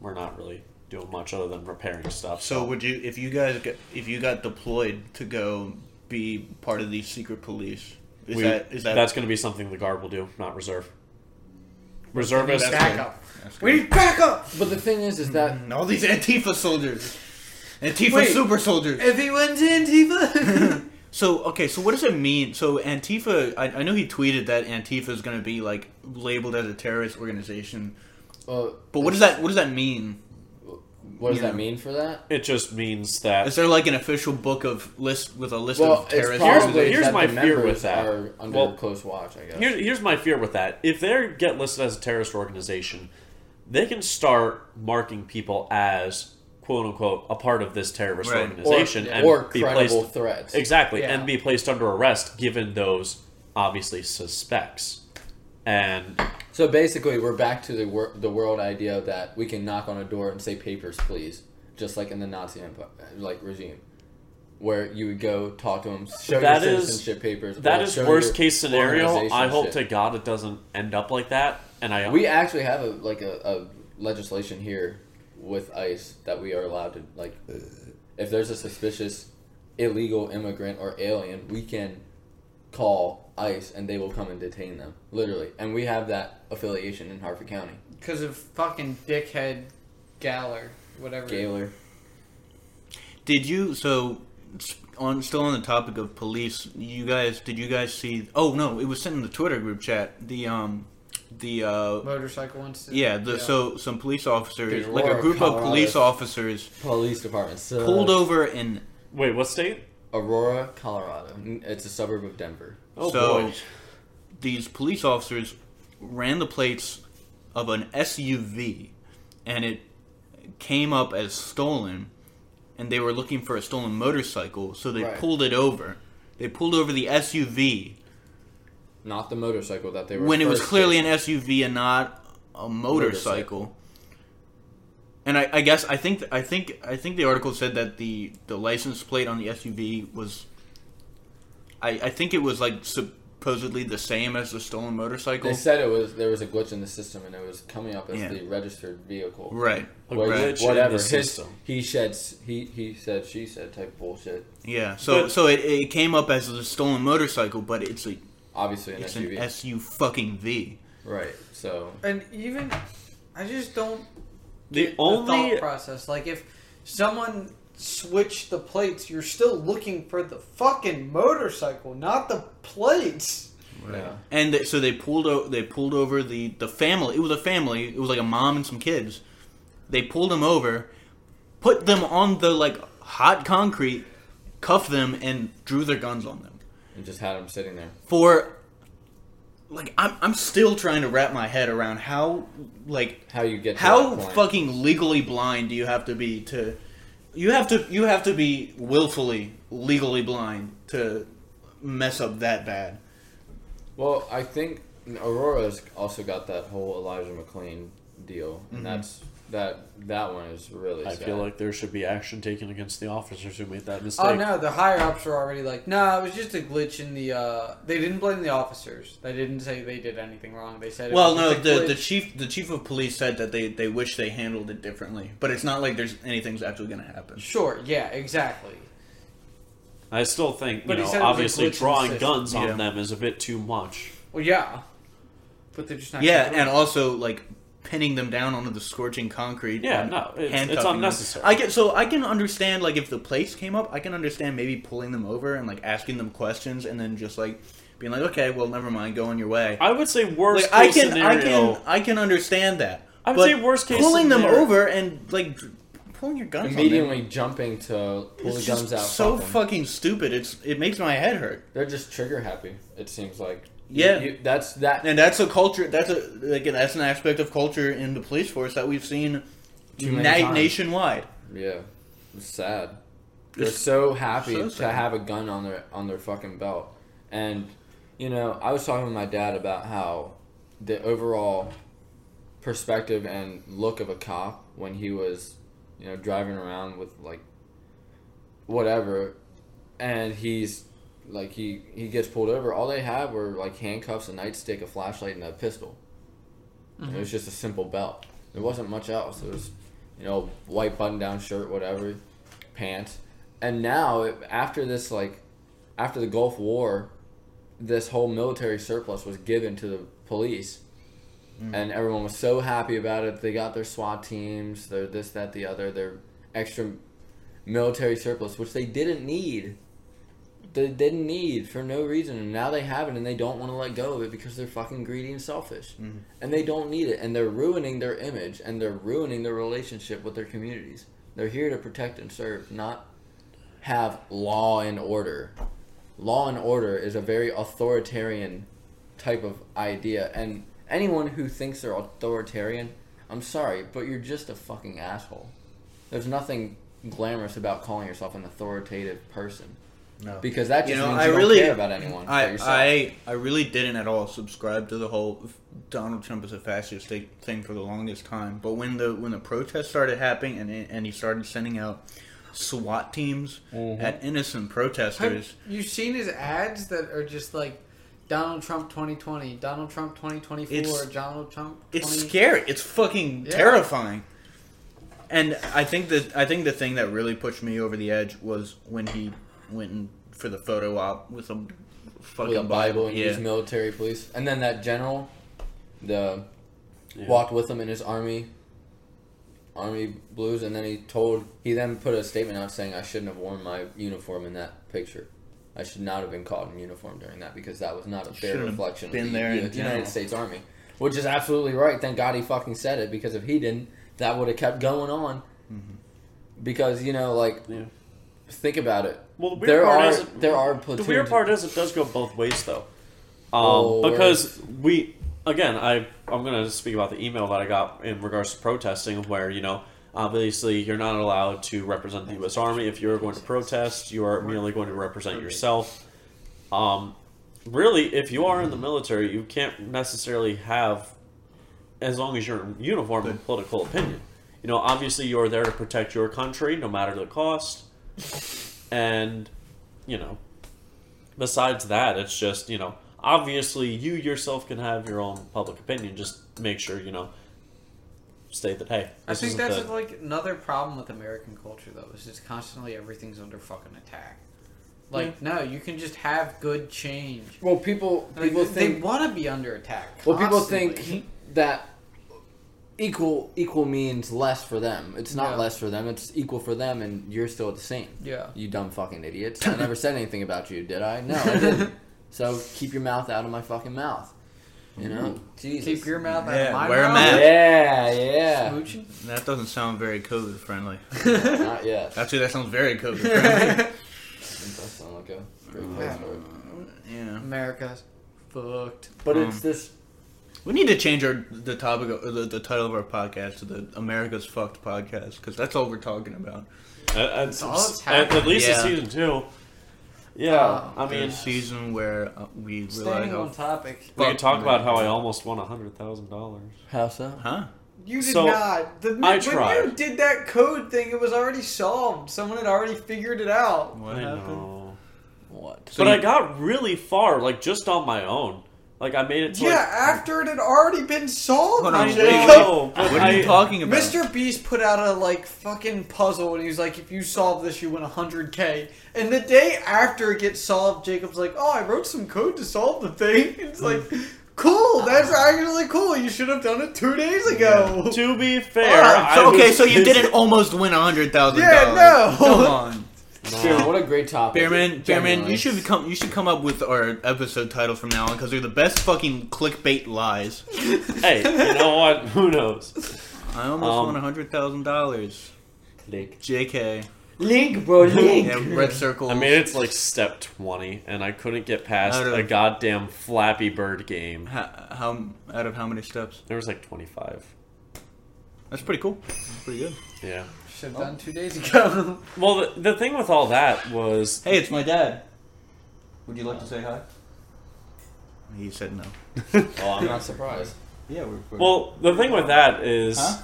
[SPEAKER 1] we're not really doing much other than repairing stuff.
[SPEAKER 3] So would you, if you guys, got, if you got deployed to go be part of the secret police, is
[SPEAKER 1] We-
[SPEAKER 3] that is that
[SPEAKER 1] that's going to be something the guard will do, not reserve.
[SPEAKER 2] We need
[SPEAKER 1] Reservists.
[SPEAKER 3] That's-
[SPEAKER 2] backup.
[SPEAKER 3] That's
[SPEAKER 2] We need backup!
[SPEAKER 4] But the thing is, is that
[SPEAKER 2] Mm-hmm.
[SPEAKER 3] And all these Antifa soldiers, Antifa
[SPEAKER 2] Wait.
[SPEAKER 3] super soldiers.
[SPEAKER 2] Everyone's Antifa!
[SPEAKER 3] So okay, so what does it mean? So Antifa, I, I know he tweeted that Antifa is going to be like labeled as a terrorist organization,
[SPEAKER 4] uh,
[SPEAKER 3] but what does that what does that mean?
[SPEAKER 4] what does
[SPEAKER 3] you
[SPEAKER 4] that
[SPEAKER 3] know.
[SPEAKER 4] mean for that?
[SPEAKER 1] It just means that
[SPEAKER 3] Is there like an official book of list with a list
[SPEAKER 4] Well,
[SPEAKER 3] of
[SPEAKER 4] it's
[SPEAKER 3] terrorist
[SPEAKER 4] probably
[SPEAKER 1] here's
[SPEAKER 3] organizations?
[SPEAKER 4] here's
[SPEAKER 1] my
[SPEAKER 4] my
[SPEAKER 1] fear
[SPEAKER 4] members
[SPEAKER 1] with that.
[SPEAKER 4] are under
[SPEAKER 1] Well,
[SPEAKER 4] close watch. I guess.
[SPEAKER 1] Here, here's my fear with that. If they get listed as a terrorist organization, they can start marking people as "quote unquote" a part of this terrorist
[SPEAKER 3] Right. Or-
[SPEAKER 1] organization and
[SPEAKER 4] or
[SPEAKER 1] be
[SPEAKER 4] credible
[SPEAKER 1] placed
[SPEAKER 4] threats.
[SPEAKER 1] exactly
[SPEAKER 2] Yeah.
[SPEAKER 1] and be placed under arrest, given those obviously suspects. And
[SPEAKER 4] So basically, we're back to the wor- the world idea that we can knock on a door and say "papers, please," just like in the Nazi empire, like regime, where you would go talk to them, show
[SPEAKER 1] That
[SPEAKER 4] your
[SPEAKER 1] is-
[SPEAKER 4] citizenship papers.
[SPEAKER 1] that
[SPEAKER 4] or
[SPEAKER 1] is
[SPEAKER 4] show your
[SPEAKER 1] worst case scenario. I
[SPEAKER 4] organization
[SPEAKER 1] hope
[SPEAKER 4] shit.
[SPEAKER 1] to God it doesn't end up like that. And I
[SPEAKER 4] We actually have a like a, a legislation here with ICE that we are allowed to like if there's a suspicious illegal immigrant or alien, we can call ICE and they will come and detain them. Literally. And we have that affiliation in Harford County.
[SPEAKER 2] Because of fucking dickhead Galler, whatever.
[SPEAKER 4] Gaylor.
[SPEAKER 3] Did you so s- on still on the topic of police? You guys, did you guys see? Oh no, it was sent in the Twitter group chat. The um, the uh,
[SPEAKER 2] Motorcycle incident.
[SPEAKER 3] yeah, the so some police officers,
[SPEAKER 4] Dude,
[SPEAKER 3] like a
[SPEAKER 4] Aurora,
[SPEAKER 3] group of
[SPEAKER 4] Colorado.
[SPEAKER 3] police officers,
[SPEAKER 4] Police Department. So
[SPEAKER 3] pulled over in
[SPEAKER 1] wait, what state?
[SPEAKER 4] Aurora, Colorado. It's a suburb of Denver.
[SPEAKER 1] Oh
[SPEAKER 3] So-
[SPEAKER 1] boy.
[SPEAKER 3] these police officers ran the plates of an SUV and it came up as stolen and they were looking for a stolen motorcycle so they
[SPEAKER 4] Right.
[SPEAKER 3] pulled it over they pulled over the SUV
[SPEAKER 4] Not the motorcycle that they were
[SPEAKER 3] when it was
[SPEAKER 4] first
[SPEAKER 3] clearly
[SPEAKER 4] in.
[SPEAKER 3] an SUV and not a motorcycle, and I, I guess I think I think I think the article said that the the license plate on the SUV was I, I think it was like supposedly the same as the stolen motorcycle
[SPEAKER 4] They said it was there was a glitch in the system and it was coming up as
[SPEAKER 3] Yeah.
[SPEAKER 4] the registered vehicle.
[SPEAKER 3] right
[SPEAKER 1] A
[SPEAKER 4] Wait,
[SPEAKER 1] glitch
[SPEAKER 3] right.
[SPEAKER 1] in
[SPEAKER 4] whatever.
[SPEAKER 1] the
[SPEAKER 4] His-
[SPEAKER 1] system.
[SPEAKER 4] he said he he said she said type bullshit.
[SPEAKER 3] Yeah, so
[SPEAKER 1] But-
[SPEAKER 3] so it, it came up as a stolen motorcycle, but it's a
[SPEAKER 4] Obviously an
[SPEAKER 3] it's an
[SPEAKER 4] SUV.
[SPEAKER 3] SU fucking V.
[SPEAKER 4] right. So
[SPEAKER 2] And even, I just don't
[SPEAKER 1] The
[SPEAKER 2] get
[SPEAKER 1] only
[SPEAKER 2] thought process. Like if someone switched the plates, you're still looking for the fucking motorcycle, not the plates.
[SPEAKER 4] yeah.
[SPEAKER 3] And they, so they pulled o- they pulled over the the family. It was a family. It was like a mom and some kids. They pulled them over, put them on the like hot concrete, cuffed them and drew their guns on them
[SPEAKER 4] and just had them sitting there.
[SPEAKER 3] for like I'm I'm still trying to wrap my head around how like
[SPEAKER 4] How you get to
[SPEAKER 3] how
[SPEAKER 4] that point.
[SPEAKER 3] fucking legally blind do you have to be to you have to you have to be willfully legally blind to mess up that bad.
[SPEAKER 4] Well, I think Aurora's also got that whole Elijah McClain deal,
[SPEAKER 3] Mm-hmm.
[SPEAKER 4] and that's that that one is really.
[SPEAKER 1] I
[SPEAKER 4] sad.
[SPEAKER 1] feel like there should be action taken against the officers who made that mistake.
[SPEAKER 2] Oh no, the higher ups are already like, nah, it was just a glitch in the. uh They didn't blame the officers. They didn't say they did anything wrong. They said, it
[SPEAKER 3] Well, no,
[SPEAKER 2] was just a
[SPEAKER 3] the, the
[SPEAKER 2] glitch.
[SPEAKER 3] chief the chief of police said that they, they wish they handled it differently, but it's not like there's anything's actually going to happen.
[SPEAKER 2] sure, yeah, exactly.
[SPEAKER 1] I still think you
[SPEAKER 2] But he
[SPEAKER 1] know
[SPEAKER 2] said it was a glitch
[SPEAKER 1] obviously
[SPEAKER 2] in the
[SPEAKER 1] drawing
[SPEAKER 2] system.
[SPEAKER 1] guns on
[SPEAKER 3] Yeah.
[SPEAKER 1] them is a bit too much.
[SPEAKER 2] Well, yeah, but they're just not.
[SPEAKER 3] Yeah,
[SPEAKER 2] gonna do
[SPEAKER 3] and
[SPEAKER 2] it.
[SPEAKER 3] also like pinning them down onto the scorching concrete.
[SPEAKER 1] Yeah,
[SPEAKER 3] and
[SPEAKER 1] no, it's- it's
[SPEAKER 3] handcuffing them.
[SPEAKER 1] unnecessary.
[SPEAKER 3] I can so I can understand like if the place came up, I can understand maybe pulling them over and like asking them questions and then just like being like, okay, well, never mind, go on your way.
[SPEAKER 1] I would say worst
[SPEAKER 3] Like I
[SPEAKER 1] case
[SPEAKER 3] can I
[SPEAKER 1] scenario.
[SPEAKER 3] can I can understand that.
[SPEAKER 1] I would
[SPEAKER 3] but
[SPEAKER 1] say worst case
[SPEAKER 3] pulling them
[SPEAKER 1] scenario-
[SPEAKER 3] over and like dr- pulling your guns on them
[SPEAKER 4] immediately jumping to pull
[SPEAKER 3] is
[SPEAKER 4] the guns
[SPEAKER 3] just
[SPEAKER 4] out.
[SPEAKER 3] So
[SPEAKER 4] pop 'em.
[SPEAKER 3] fucking stupid. It's it makes my head hurt.
[SPEAKER 4] They're just trigger happy. It seems like.
[SPEAKER 3] Yeah.
[SPEAKER 4] You- you- that's that.
[SPEAKER 3] And that's a culture. That's a like that's an aspect of culture in the police force that we've seen
[SPEAKER 4] Too many
[SPEAKER 3] na-
[SPEAKER 4] times.
[SPEAKER 3] nationwide.
[SPEAKER 4] yeah, it's sad. They're
[SPEAKER 3] It's
[SPEAKER 4] so happy
[SPEAKER 3] so
[SPEAKER 4] to
[SPEAKER 3] sad.
[SPEAKER 4] have a gun on their on their fucking belt, and you know I was talking with my dad about how the overall perspective and look of a cop when he was you know driving around with like whatever and he's like he he gets pulled over all they had were like handcuffs a nightstick a flashlight and a pistol
[SPEAKER 3] Mm-hmm.
[SPEAKER 4] it was just a simple belt there wasn't much else it was you know white button down shirt whatever pants and now it, after this like after the gulf war this whole military surplus was given to the police and everyone was so happy about it they got their swat teams their this that the other their extra military surplus which they didn't need they didn't need for no reason and now they have it and they don't want to let go of it because they're fucking greedy and selfish and they don't need it and they're ruining their image and they're ruining their relationship with their communities they're here to protect and serve not have law and order law and order is a very authoritarian type of idea and anyone who thinks they're authoritarian i'm sorry but you're just a fucking asshole there's nothing glamorous about calling yourself an authoritative person
[SPEAKER 3] No.
[SPEAKER 4] because that just
[SPEAKER 3] You know,
[SPEAKER 4] means
[SPEAKER 3] I
[SPEAKER 4] you
[SPEAKER 3] really
[SPEAKER 4] don't care about anyone but
[SPEAKER 3] I,
[SPEAKER 4] yourself.
[SPEAKER 3] I I really didn't at all subscribe to the whole f- Donald Trump is a fascist thi- thing for the longest time. But when the when the protests started happening and and he started sending out SWAT teams
[SPEAKER 4] Mm-hmm.
[SPEAKER 3] at innocent
[SPEAKER 2] Have
[SPEAKER 3] protesters,
[SPEAKER 2] you seen his ads that are just like Donald Trump 2020, Donald Trump 2024,
[SPEAKER 3] It's-
[SPEAKER 2] Donald Trump? 20...
[SPEAKER 3] it's scary. It's fucking
[SPEAKER 2] Yeah.
[SPEAKER 3] terrifying. And I think that I think the thing that really pushed me over the edge was when he went in for the photo op with a fucking
[SPEAKER 4] with a Bible and
[SPEAKER 3] Yeah.
[SPEAKER 4] used military police. And then that general, the
[SPEAKER 1] Yeah.
[SPEAKER 4] walked with him in his army, army blues, and then he told he then put a statement out saying I shouldn't have worn my uniform in that picture. I should not have been caught in uniform during that because that was not a fair
[SPEAKER 3] Shouldn't have
[SPEAKER 4] reflection
[SPEAKER 3] been
[SPEAKER 4] of the,
[SPEAKER 3] there in
[SPEAKER 4] U-
[SPEAKER 3] general.
[SPEAKER 4] United States Army, which is absolutely right. Thank God he fucking said it because if he didn't, that would have kept going on.
[SPEAKER 3] Mm-hmm.
[SPEAKER 4] Because you know, like,
[SPEAKER 1] Yeah.
[SPEAKER 4] think about it.
[SPEAKER 1] Well, the weird
[SPEAKER 4] there
[SPEAKER 1] part
[SPEAKER 4] are
[SPEAKER 1] is it-
[SPEAKER 4] there are
[SPEAKER 1] The
[SPEAKER 4] platoons.
[SPEAKER 1] weird part is it does go both ways though, um,
[SPEAKER 4] Oh, where-
[SPEAKER 1] because we again I I'm gonna speak about the email that I got in regards to protesting, where you know obviously you're not allowed to represent the U.S. Army if you're going to protest, you are merely going to represent yourself. Um, really, if you are in the military, you can't necessarily have as long as you're in uniform and political opinion. You know, obviously you're there to protect your country no matter the cost. And, you know, besides that, it's just, you know, obviously you yourself can have your own public opinion. Just make sure, you know, state that, hey,
[SPEAKER 2] I
[SPEAKER 1] this
[SPEAKER 2] think
[SPEAKER 1] isn't
[SPEAKER 2] that's
[SPEAKER 1] the-
[SPEAKER 2] like another problem with American culture, though, is it's constantly everything's under fucking attack. Like, no, you can just have good change.
[SPEAKER 4] well, people
[SPEAKER 2] Like,
[SPEAKER 4] people
[SPEAKER 2] they
[SPEAKER 4] think
[SPEAKER 2] want to be under attack.
[SPEAKER 4] Well, people
[SPEAKER 2] constantly.
[SPEAKER 4] think that equal equal means less for them. It's not
[SPEAKER 2] Yeah.
[SPEAKER 4] less for them. It's equal for them, and you're still the same.
[SPEAKER 2] Yeah.
[SPEAKER 4] You dumb fucking idiots. I never said anything about you, did I? No, I didn't. so keep your mouth out of my fucking mouth. You know, Jesus.
[SPEAKER 2] keep your mouth out
[SPEAKER 3] Yeah,
[SPEAKER 2] of my
[SPEAKER 3] wear a
[SPEAKER 2] mouth.
[SPEAKER 3] mask.
[SPEAKER 4] yeah, yeah.
[SPEAKER 2] Smooching?
[SPEAKER 3] that doesn't sound very COVID friendly.
[SPEAKER 4] not yet.
[SPEAKER 3] Actually, that sounds very COVID friendly.
[SPEAKER 4] on like a great
[SPEAKER 3] Uh,
[SPEAKER 4] place
[SPEAKER 2] Yeah.
[SPEAKER 4] for it.
[SPEAKER 3] yeah.
[SPEAKER 2] America's fucked.
[SPEAKER 4] But
[SPEAKER 3] Um,
[SPEAKER 4] it's this.
[SPEAKER 3] We need to change our the topic of, the, the title of our podcast to the America's Fucked podcast because that's all we're talking about.
[SPEAKER 1] At, at,
[SPEAKER 2] all that's
[SPEAKER 1] at, at least
[SPEAKER 3] Yeah. Oh,
[SPEAKER 1] in season two. Yeah,
[SPEAKER 2] Wow.
[SPEAKER 1] I mean,
[SPEAKER 3] The season where uh, we realize,
[SPEAKER 2] Staying
[SPEAKER 3] how,
[SPEAKER 2] on topic.
[SPEAKER 1] we could talk about how I
[SPEAKER 3] Fuck.
[SPEAKER 1] almost won hundred thousand dollars.
[SPEAKER 4] How so?
[SPEAKER 3] huh?
[SPEAKER 2] You did
[SPEAKER 1] So,
[SPEAKER 2] not. The,
[SPEAKER 1] I
[SPEAKER 2] when you
[SPEAKER 1] tried.
[SPEAKER 2] did that code thing, it was already solved. Someone had already figured it out.
[SPEAKER 3] What
[SPEAKER 1] I
[SPEAKER 3] happened?
[SPEAKER 1] know,
[SPEAKER 4] What?
[SPEAKER 3] So
[SPEAKER 1] but
[SPEAKER 3] you-
[SPEAKER 1] I got really far, like just on my own. Like I made it. To,
[SPEAKER 2] yeah,
[SPEAKER 1] like,
[SPEAKER 2] after it had already been solved,
[SPEAKER 3] Hold on,
[SPEAKER 1] I
[SPEAKER 3] wait,
[SPEAKER 2] Jacob.
[SPEAKER 3] wait,
[SPEAKER 1] know, but
[SPEAKER 3] What are you
[SPEAKER 1] I-
[SPEAKER 3] talking about?
[SPEAKER 2] Mr. Beast put out a like fucking puzzle and he was like, if you solve this, you win 100k. And the day after it gets solved, Jacob's like, oh, I wrote some code to solve the thing. It's like, cool, that's actually cool. You should have done it two days ago.
[SPEAKER 1] To be fair,
[SPEAKER 3] Alright, so-
[SPEAKER 1] I
[SPEAKER 3] okay,
[SPEAKER 1] was
[SPEAKER 3] so you
[SPEAKER 1] busy-
[SPEAKER 3] didn't almost win a hundred thousand.
[SPEAKER 2] Yeah, no.
[SPEAKER 3] Come on,
[SPEAKER 4] Spearman, what a great topic.
[SPEAKER 3] Bearman. Bearman,
[SPEAKER 4] Genuinely.
[SPEAKER 3] you should come. You should come up with our episode title from now on because they're the best fucking clickbait lies.
[SPEAKER 1] Hey, you know what? Who knows?
[SPEAKER 3] I almost
[SPEAKER 1] Um,
[SPEAKER 3] won a hundred thousand dollars.
[SPEAKER 1] Click.
[SPEAKER 3] Jk.
[SPEAKER 4] Link, bro, link.
[SPEAKER 3] Yeah, red circle.
[SPEAKER 1] I made it to like step twenty, and I couldn't get past
[SPEAKER 3] Out of-
[SPEAKER 1] a goddamn Flappy Bird game.
[SPEAKER 3] how, how out of how many steps?
[SPEAKER 1] There was like twenty five.
[SPEAKER 3] That's pretty cool. That's pretty good.
[SPEAKER 1] Yeah.
[SPEAKER 2] Should have done two days ago.
[SPEAKER 1] Well, the, the thing with all that was
[SPEAKER 3] Hey, it's my dad. Would you like to say hi? He said no.
[SPEAKER 4] Oh, I'm not surprised.
[SPEAKER 3] Yeah, we're. we're
[SPEAKER 1] um, Well, the thing with that is,
[SPEAKER 3] Huh?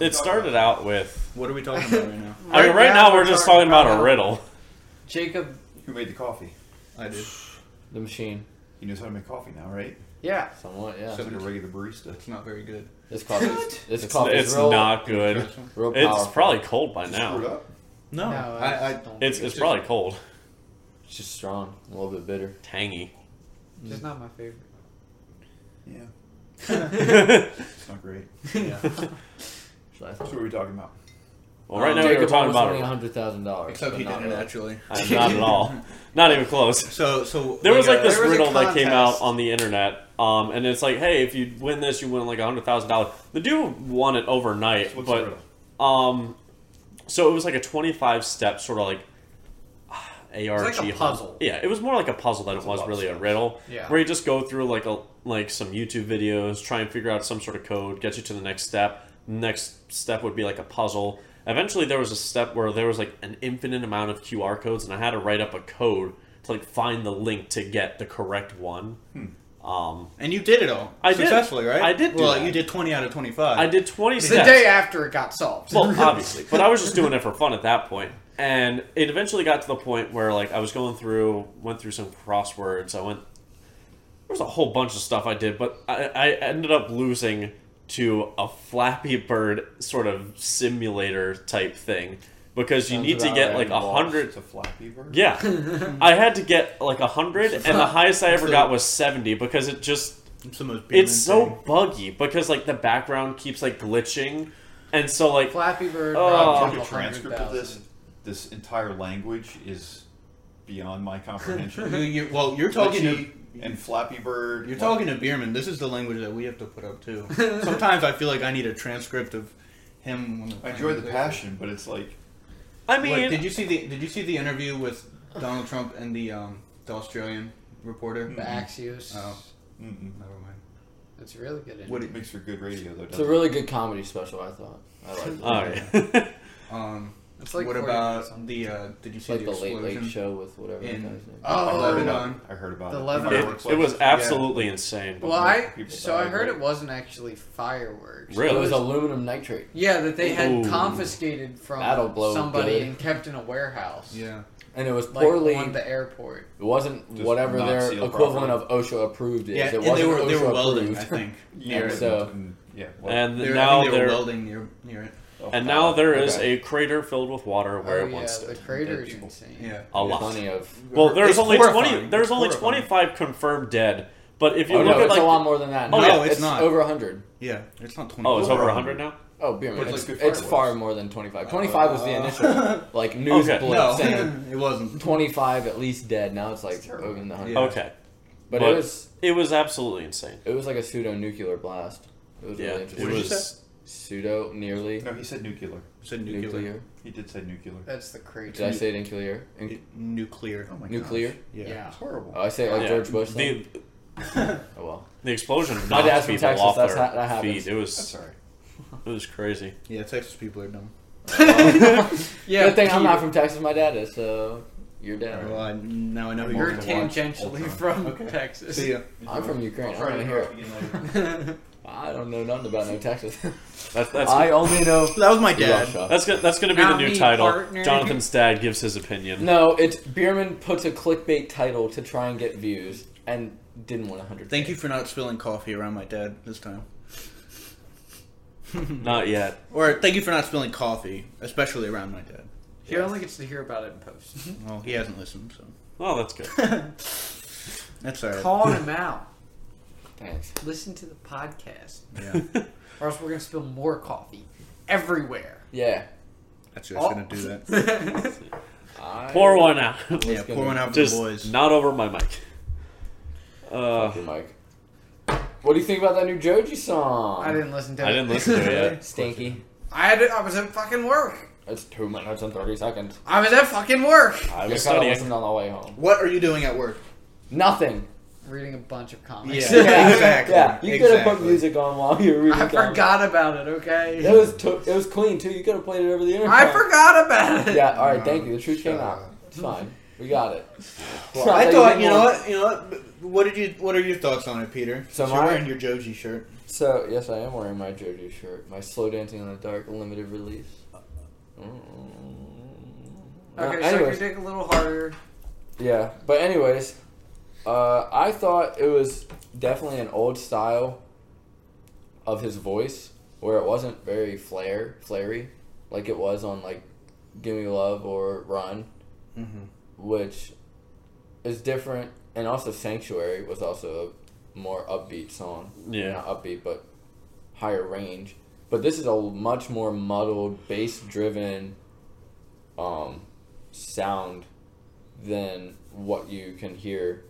[SPEAKER 1] it started out with.
[SPEAKER 3] What are we talking about right now?
[SPEAKER 1] I mean, right now, we're just talking about a riddle.
[SPEAKER 4] Jacob,
[SPEAKER 5] Who made the coffee?
[SPEAKER 3] I did.
[SPEAKER 4] the machine.
[SPEAKER 5] He knows how to make coffee now, right?
[SPEAKER 2] Yeah.
[SPEAKER 4] Somewhat, yeah.
[SPEAKER 5] He's like a regular barista.
[SPEAKER 3] It's not very good.
[SPEAKER 4] This coffee.
[SPEAKER 2] What?
[SPEAKER 4] This
[SPEAKER 1] It's,
[SPEAKER 4] coffee
[SPEAKER 1] it's
[SPEAKER 4] is real,
[SPEAKER 1] not good.
[SPEAKER 4] real
[SPEAKER 1] It's
[SPEAKER 4] powerful.
[SPEAKER 1] probably cold by
[SPEAKER 5] Screwed
[SPEAKER 1] now.
[SPEAKER 5] up.
[SPEAKER 3] No.
[SPEAKER 5] I- I-
[SPEAKER 2] don't-
[SPEAKER 1] It's it's probably cold,
[SPEAKER 4] It's just strong, a little bit bitter.
[SPEAKER 1] tangy.
[SPEAKER 2] just not my favorite.
[SPEAKER 5] Yeah,
[SPEAKER 1] well,
[SPEAKER 5] it's not great.
[SPEAKER 3] Yeah.
[SPEAKER 4] Should I-
[SPEAKER 5] So what are we talking about?
[SPEAKER 1] right now we
[SPEAKER 4] Jacob
[SPEAKER 1] were talking
[SPEAKER 4] almost
[SPEAKER 1] about
[SPEAKER 4] only
[SPEAKER 1] it.
[SPEAKER 4] hundred thousand dollars.
[SPEAKER 3] Except he didn't actually.
[SPEAKER 1] Uh, not at all. Not even close.
[SPEAKER 3] So so
[SPEAKER 1] There was like
[SPEAKER 3] uh,
[SPEAKER 1] this
[SPEAKER 2] There was a
[SPEAKER 1] riddle that came out
[SPEAKER 2] contest.
[SPEAKER 1] on the internet, um, and it's like, hey, if you win this, you win like hundred thousand dollars. The dude won it overnight,
[SPEAKER 5] What's the
[SPEAKER 1] but
[SPEAKER 5] riddle?
[SPEAKER 1] Um, so it was like a twenty-five step sort of like ah, ARG
[SPEAKER 2] It's like a puzzle.
[SPEAKER 1] Yeah, it was more like a puzzle than it
[SPEAKER 5] a
[SPEAKER 1] was
[SPEAKER 5] lot of
[SPEAKER 1] really a
[SPEAKER 5] steps.
[SPEAKER 1] riddle.
[SPEAKER 2] Yeah.
[SPEAKER 1] where you just go through like a like some YouTube videos, try and figure out some sort of code, get you to the next step. Next step would be like a puzzle. Eventually, there was a step where there was like an infinite amount of QR codes, and I had to write up a code to like find the link to get the correct one. Um,
[SPEAKER 3] and you did it all
[SPEAKER 1] I did.
[SPEAKER 3] successfully, right?
[SPEAKER 1] I did do
[SPEAKER 3] Well,
[SPEAKER 1] that.
[SPEAKER 3] you did twenty out of twenty-five.
[SPEAKER 1] I did twenty
[SPEAKER 2] The
[SPEAKER 1] steps.
[SPEAKER 2] day after it got solved.
[SPEAKER 1] Well, obviously, but I was just doing it for fun at that point. And it eventually got to the point where like I was going through, went through some crosswords. I went. There was a whole bunch of stuff I did, but I, I ended up losing to a Flappy Bird sort of simulator type thing because you
[SPEAKER 4] Sounds
[SPEAKER 1] need to
[SPEAKER 4] about
[SPEAKER 1] get
[SPEAKER 4] right.
[SPEAKER 1] like a hundred.
[SPEAKER 5] It's a flappy bird.
[SPEAKER 1] Yeah, I had to get like a hundred, and the highest I ever got was seventy because it just
[SPEAKER 3] It's the most. Beerman
[SPEAKER 1] it's so
[SPEAKER 3] thing.
[SPEAKER 1] buggy because like the background keeps like glitching, and so like
[SPEAKER 2] Flappy Bird.
[SPEAKER 1] Oh.
[SPEAKER 5] I
[SPEAKER 2] robbed
[SPEAKER 5] took
[SPEAKER 2] him
[SPEAKER 5] a transcript of this.
[SPEAKER 2] 100,000.
[SPEAKER 5] This entire language is beyond my comprehension.
[SPEAKER 3] You, you, well, you're talking to
[SPEAKER 5] Glitchy and Flappy Bird.
[SPEAKER 3] you're talking to Beerman. This is the language that we have to put up too. Sometimes I feel like I need a transcript of him. When
[SPEAKER 5] I enjoy the passion, but it's like
[SPEAKER 1] I
[SPEAKER 3] Like,
[SPEAKER 1] mean,
[SPEAKER 3] did you see the Did you see the interview with Donald Trump and the um, the Australian reporter?
[SPEAKER 1] Mm.
[SPEAKER 2] The Axios.
[SPEAKER 3] Oh.
[SPEAKER 5] mm-mm.
[SPEAKER 3] Never mind.
[SPEAKER 2] It's a really good.
[SPEAKER 5] what it makes for good radio though.
[SPEAKER 4] It's a
[SPEAKER 5] Doesn't
[SPEAKER 4] really good comedy special. I thought. I liked it.
[SPEAKER 1] All right.
[SPEAKER 3] Um,
[SPEAKER 2] It's like
[SPEAKER 3] what
[SPEAKER 2] 40 minutes
[SPEAKER 3] about
[SPEAKER 2] on-
[SPEAKER 3] the? Uh, did you
[SPEAKER 4] It's
[SPEAKER 3] see
[SPEAKER 4] like
[SPEAKER 3] the
[SPEAKER 4] the
[SPEAKER 3] explosion?
[SPEAKER 4] Late Late Show with whatever that
[SPEAKER 3] in-
[SPEAKER 4] guy's name.
[SPEAKER 5] it? I heard about it.
[SPEAKER 3] Oh.
[SPEAKER 5] I heard about
[SPEAKER 2] The
[SPEAKER 5] it.
[SPEAKER 2] Lebanon.
[SPEAKER 5] My
[SPEAKER 2] It-
[SPEAKER 1] it,
[SPEAKER 5] workplace.
[SPEAKER 1] it was absolutely insane.
[SPEAKER 2] Well, I
[SPEAKER 5] People
[SPEAKER 2] so I
[SPEAKER 5] died,
[SPEAKER 2] heard
[SPEAKER 5] right?
[SPEAKER 2] it wasn't actually fireworks.
[SPEAKER 1] Really?
[SPEAKER 4] It was aluminum nitrate.
[SPEAKER 2] Yeah, that they had
[SPEAKER 1] Ooh.
[SPEAKER 2] confiscated from
[SPEAKER 4] That'll blow
[SPEAKER 2] somebody
[SPEAKER 4] good.
[SPEAKER 2] and kept in a warehouse.
[SPEAKER 3] Yeah.
[SPEAKER 4] And it was
[SPEAKER 2] like
[SPEAKER 4] poorly.
[SPEAKER 2] on the airport.
[SPEAKER 4] it wasn't
[SPEAKER 5] Just
[SPEAKER 4] whatever
[SPEAKER 5] not
[SPEAKER 4] their
[SPEAKER 5] sealed
[SPEAKER 4] equivalent of OSHA approved is.
[SPEAKER 3] Yeah,
[SPEAKER 4] it
[SPEAKER 3] and
[SPEAKER 4] wasn't
[SPEAKER 3] they were
[SPEAKER 4] OSHA
[SPEAKER 3] they were welding,
[SPEAKER 4] approved.
[SPEAKER 3] I think.
[SPEAKER 5] Yeah,
[SPEAKER 4] near
[SPEAKER 5] but-
[SPEAKER 4] it, so-
[SPEAKER 5] mm, yeah. well,
[SPEAKER 1] and
[SPEAKER 3] They were, I
[SPEAKER 1] now
[SPEAKER 3] think they were
[SPEAKER 1] there,
[SPEAKER 3] welding near near it.
[SPEAKER 5] oh,
[SPEAKER 1] and
[SPEAKER 5] God.
[SPEAKER 1] now there is
[SPEAKER 5] Okay.
[SPEAKER 1] a crater filled with water where
[SPEAKER 2] oh
[SPEAKER 1] it
[SPEAKER 2] yeah,
[SPEAKER 1] once
[SPEAKER 2] the
[SPEAKER 1] did.
[SPEAKER 2] crater is
[SPEAKER 5] Dead people.
[SPEAKER 2] insane.
[SPEAKER 3] Yeah.
[SPEAKER 1] A lot.
[SPEAKER 4] Plenty of.
[SPEAKER 1] Well, there's
[SPEAKER 3] It's
[SPEAKER 1] only twenty.
[SPEAKER 3] horrifying.
[SPEAKER 1] There's
[SPEAKER 3] It's
[SPEAKER 1] only
[SPEAKER 3] horrifying.
[SPEAKER 1] twenty-five confirmed dead. But if you
[SPEAKER 4] Oh
[SPEAKER 1] look
[SPEAKER 4] no,
[SPEAKER 1] at
[SPEAKER 4] it's
[SPEAKER 1] like,
[SPEAKER 4] a lot more than that.
[SPEAKER 1] Oh,
[SPEAKER 4] now.
[SPEAKER 1] yeah,
[SPEAKER 3] it's not.
[SPEAKER 4] over hundred.
[SPEAKER 3] Yeah. It's not twenty.
[SPEAKER 1] oh, it's over
[SPEAKER 5] Over
[SPEAKER 1] hundred now.
[SPEAKER 4] Oh, beer man,
[SPEAKER 5] But it's
[SPEAKER 4] it's,
[SPEAKER 5] like good
[SPEAKER 4] it's far
[SPEAKER 5] fireworks.
[SPEAKER 4] more than twenty-five. Twenty-five was the initial like news
[SPEAKER 1] Uh, Okay.
[SPEAKER 4] blip saying
[SPEAKER 3] No, it wasn't.
[SPEAKER 4] twenty-five at least dead. Now it's like
[SPEAKER 5] terrible.
[SPEAKER 4] over the hundred.
[SPEAKER 3] Yeah.
[SPEAKER 1] Okay,
[SPEAKER 4] But,
[SPEAKER 1] But-
[SPEAKER 4] it was
[SPEAKER 1] it was absolutely insane.
[SPEAKER 4] it was like a pseudo nuclear blast. It was
[SPEAKER 1] Yeah,
[SPEAKER 4] really
[SPEAKER 1] it
[SPEAKER 4] interesting.
[SPEAKER 3] did you
[SPEAKER 1] was.
[SPEAKER 4] pseudo nearly.
[SPEAKER 5] No, he said nuclear.
[SPEAKER 3] said nuclear.
[SPEAKER 4] Nuclear.
[SPEAKER 5] He did say nuclear.
[SPEAKER 6] That's the crazy.
[SPEAKER 4] Did I say it in clear? In-
[SPEAKER 3] It- nuclear. Oh my
[SPEAKER 4] Nuclear?
[SPEAKER 3] gosh. Yeah.
[SPEAKER 6] Yeah.
[SPEAKER 3] It's horrible.
[SPEAKER 4] oh, I say it like
[SPEAKER 1] Yeah,
[SPEAKER 4] George Bush. then?
[SPEAKER 1] The,
[SPEAKER 4] Oh well.
[SPEAKER 1] the explosion knocked
[SPEAKER 4] My dad's from
[SPEAKER 1] people
[SPEAKER 4] Texas,
[SPEAKER 1] off
[SPEAKER 4] that's
[SPEAKER 1] their
[SPEAKER 4] how- that happens.
[SPEAKER 1] feet. It was
[SPEAKER 5] Sorry.
[SPEAKER 1] it was crazy.
[SPEAKER 3] yeah, Texas people are dumb.
[SPEAKER 2] Yeah,
[SPEAKER 4] Good thing I'm not
[SPEAKER 2] Peter.
[SPEAKER 4] from Texas. My dad is. So you're dead.
[SPEAKER 3] Well, I, now I know
[SPEAKER 2] You're
[SPEAKER 3] you're.
[SPEAKER 5] Multiple
[SPEAKER 2] tangentially
[SPEAKER 5] Ultron.
[SPEAKER 2] from
[SPEAKER 5] Okay.
[SPEAKER 2] Texas.
[SPEAKER 3] See ya.
[SPEAKER 4] I'm from Ukraine.
[SPEAKER 5] I'll
[SPEAKER 4] I
[SPEAKER 5] try
[SPEAKER 4] don't
[SPEAKER 5] to
[SPEAKER 4] hear
[SPEAKER 5] hear it
[SPEAKER 4] it.
[SPEAKER 5] again later.
[SPEAKER 4] I don't know nothing about no Texas.
[SPEAKER 1] That's that's
[SPEAKER 4] I only know
[SPEAKER 3] That was my dad.
[SPEAKER 4] Russia.
[SPEAKER 1] that's gonna, that's going to be the
[SPEAKER 2] Not
[SPEAKER 1] new
[SPEAKER 2] me,
[SPEAKER 1] title.
[SPEAKER 2] partner.
[SPEAKER 1] Jonathan's dad gives his opinion.
[SPEAKER 4] No, it's Bierman puts a clickbait title to try and get views and didn't want 100.
[SPEAKER 3] Thank you for not spilling coffee around my dad this time.
[SPEAKER 1] Not yet.
[SPEAKER 3] Or thank you for not spilling coffee, especially around my dad.
[SPEAKER 2] He only gets to hear about it in post.
[SPEAKER 3] Well, he hasn't listened, so
[SPEAKER 1] Oh, that's good.
[SPEAKER 3] that's alright.
[SPEAKER 2] Call him out.
[SPEAKER 4] Thanks.
[SPEAKER 2] Listen to the podcast,
[SPEAKER 3] Yeah,
[SPEAKER 2] or else we're gonna spill more coffee everywhere.
[SPEAKER 4] Yeah.
[SPEAKER 3] that's just
[SPEAKER 2] Oh.
[SPEAKER 3] gonna do that.
[SPEAKER 4] I
[SPEAKER 1] Pour one out.
[SPEAKER 3] Yeah, pour one out for
[SPEAKER 1] Just
[SPEAKER 3] the boys.
[SPEAKER 1] not over my mic. Uh,
[SPEAKER 4] Fuck you, Mike. What do you think about that new Joji song?
[SPEAKER 2] I didn't listen to it.
[SPEAKER 1] I didn't listen to it yet.
[SPEAKER 4] Stinky.
[SPEAKER 2] I had. I was at fucking work.
[SPEAKER 4] It's two minutes and thirty seconds.
[SPEAKER 2] I was at fucking work.
[SPEAKER 1] I
[SPEAKER 4] I was kind
[SPEAKER 1] was
[SPEAKER 4] of
[SPEAKER 1] studying.
[SPEAKER 4] listening on the way home.
[SPEAKER 3] what are you doing at work?
[SPEAKER 4] Nothing.
[SPEAKER 2] Reading a bunch of comics.
[SPEAKER 3] Yeah. exactly.
[SPEAKER 4] Yeah, you could have put
[SPEAKER 3] Exactly.
[SPEAKER 4] music on while you were reading.
[SPEAKER 2] I
[SPEAKER 4] comics.
[SPEAKER 2] forgot about it. Okay.
[SPEAKER 4] It was to- it was clean too. You could have played it over the internet.
[SPEAKER 2] I forgot about it.
[SPEAKER 4] Yeah. All right.
[SPEAKER 3] No,
[SPEAKER 4] Thank you. The truth
[SPEAKER 3] shut
[SPEAKER 4] came out.
[SPEAKER 3] up.
[SPEAKER 4] It's fine. We got it.
[SPEAKER 3] Well, I thought you know what you know what. What did you? What are your thoughts on it, Peter?
[SPEAKER 4] So
[SPEAKER 3] So you're
[SPEAKER 4] my-
[SPEAKER 3] wearing your Joji shirt.
[SPEAKER 4] So yes, I am wearing my Jojo shirt. My slow dancing in the dark limited release. Mm.
[SPEAKER 2] Okay,
[SPEAKER 4] Uh,
[SPEAKER 2] so you
[SPEAKER 4] anyways,
[SPEAKER 2] dig a little harder.
[SPEAKER 4] yeah, but anyways, uh, I thought it was definitely an old style of his voice where it wasn't very flair, flary, like it was on like "Give Me Love" or "Run,"
[SPEAKER 3] Mm-hmm.
[SPEAKER 4] which is different. And also, "Sanctuary" was also a more upbeat song.
[SPEAKER 1] Yeah.
[SPEAKER 4] not upbeat, but higher range. But this is a much more muddled, bass driven um, sound than what you can hear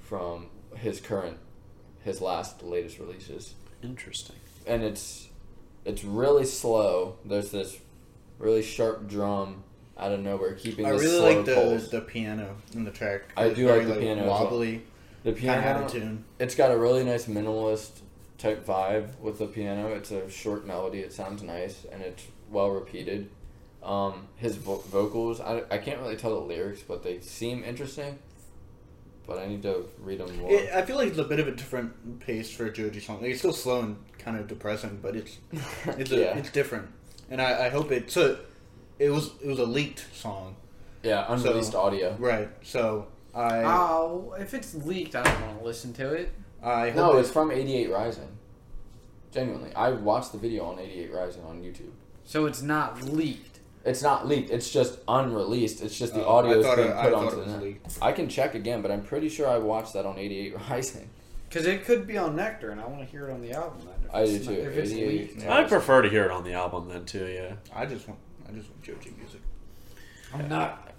[SPEAKER 4] from his current, his last, latest releases.
[SPEAKER 1] Interesting.
[SPEAKER 4] And it's it's really slow. There's this really sharp drum out of nowhere, keeping
[SPEAKER 3] I
[SPEAKER 4] this
[SPEAKER 3] really
[SPEAKER 4] slow
[SPEAKER 3] like the
[SPEAKER 4] pulse.
[SPEAKER 3] the piano in the track.
[SPEAKER 4] I
[SPEAKER 3] It's
[SPEAKER 4] do
[SPEAKER 3] very,
[SPEAKER 4] like the piano as well.
[SPEAKER 3] Wobbly,
[SPEAKER 4] The
[SPEAKER 3] kind of
[SPEAKER 4] piano
[SPEAKER 3] out of tune.
[SPEAKER 4] it's got a really nice minimalist type vibe with the piano. It's a short melody. It sounds nice and it's well repeated. Um, his vo- vocals, I, I can't really tell the lyrics, but they seem interesting. But I need to read them more.
[SPEAKER 3] It, I feel like it's a bit of a different pace for a Joji song. Like, it's still slow and kind of depressing, but it's it's a,
[SPEAKER 4] yeah,
[SPEAKER 3] it's different. And I, I hope it so it was it was a leaked song,
[SPEAKER 4] yeah, unreleased audio.
[SPEAKER 3] right? So I
[SPEAKER 4] Ah.
[SPEAKER 2] Oh, if it's leaked, I don't want to listen to it.
[SPEAKER 3] I hope
[SPEAKER 4] No,
[SPEAKER 3] it-
[SPEAKER 4] it's from 88 Rising. Genuinely, I watched the video on 88 Rising on YouTube.
[SPEAKER 2] So it's not leaked.
[SPEAKER 4] It's not leaked. It's just unreleased. It's just the
[SPEAKER 3] uh,
[SPEAKER 4] audio
[SPEAKER 3] I
[SPEAKER 4] is
[SPEAKER 3] thought
[SPEAKER 4] being
[SPEAKER 3] it, I
[SPEAKER 4] put
[SPEAKER 3] thought
[SPEAKER 4] onto
[SPEAKER 3] it
[SPEAKER 4] the
[SPEAKER 3] was
[SPEAKER 4] net.
[SPEAKER 3] leaked.
[SPEAKER 4] I can check again, but I'm pretty sure I watched that on 88 Rising.
[SPEAKER 2] Because it could be on Nectar, and I want to hear it on the album. Then, if
[SPEAKER 4] I
[SPEAKER 2] it's
[SPEAKER 4] do
[SPEAKER 2] not-
[SPEAKER 4] too.
[SPEAKER 2] If it's
[SPEAKER 4] 88
[SPEAKER 2] leaked,
[SPEAKER 4] Rising.
[SPEAKER 1] I prefer to hear it on the album then too. Yeah.
[SPEAKER 3] I just want I just want Joji music.
[SPEAKER 2] I'm not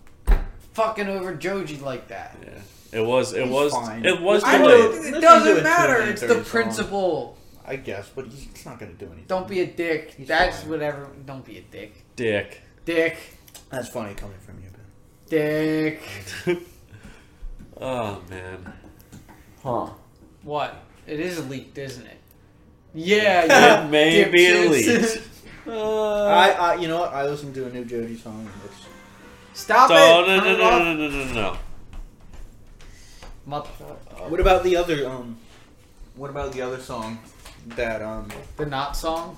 [SPEAKER 2] fucking over Joji like that.
[SPEAKER 1] Yeah. It was. It
[SPEAKER 3] He's
[SPEAKER 1] was.
[SPEAKER 3] fine.
[SPEAKER 1] It was
[SPEAKER 2] I
[SPEAKER 3] I
[SPEAKER 2] know
[SPEAKER 3] know,
[SPEAKER 1] delayed.
[SPEAKER 3] listen
[SPEAKER 2] it
[SPEAKER 3] to
[SPEAKER 2] doesn't
[SPEAKER 3] it
[SPEAKER 2] matter.
[SPEAKER 3] till the
[SPEAKER 2] It's
[SPEAKER 3] third
[SPEAKER 2] the
[SPEAKER 3] song.
[SPEAKER 2] principle.
[SPEAKER 3] I guess, but it's not gonna do anything.
[SPEAKER 2] Don't be a dick.
[SPEAKER 3] He's
[SPEAKER 2] That's
[SPEAKER 3] fine.
[SPEAKER 2] whatever. Don't be a dick.
[SPEAKER 1] Dick.
[SPEAKER 2] Dick.
[SPEAKER 3] That's funny coming from you, Ben.
[SPEAKER 2] Dick.
[SPEAKER 1] oh man.
[SPEAKER 4] Huh.
[SPEAKER 2] What? It is leaked, isn't it? Yeah.
[SPEAKER 1] It
[SPEAKER 2] yeah.
[SPEAKER 1] may be
[SPEAKER 2] dipshits.
[SPEAKER 1] leaked. Uh,
[SPEAKER 3] I, I you know what? I listened to a new Joji song. And it's,
[SPEAKER 2] Stop
[SPEAKER 1] so
[SPEAKER 2] it.
[SPEAKER 1] no
[SPEAKER 2] Turn
[SPEAKER 1] no
[SPEAKER 2] it
[SPEAKER 1] no
[SPEAKER 2] off.
[SPEAKER 1] no no no no.
[SPEAKER 2] Motherfucker.
[SPEAKER 3] what about the other um? What about the other song that um?
[SPEAKER 2] The not song.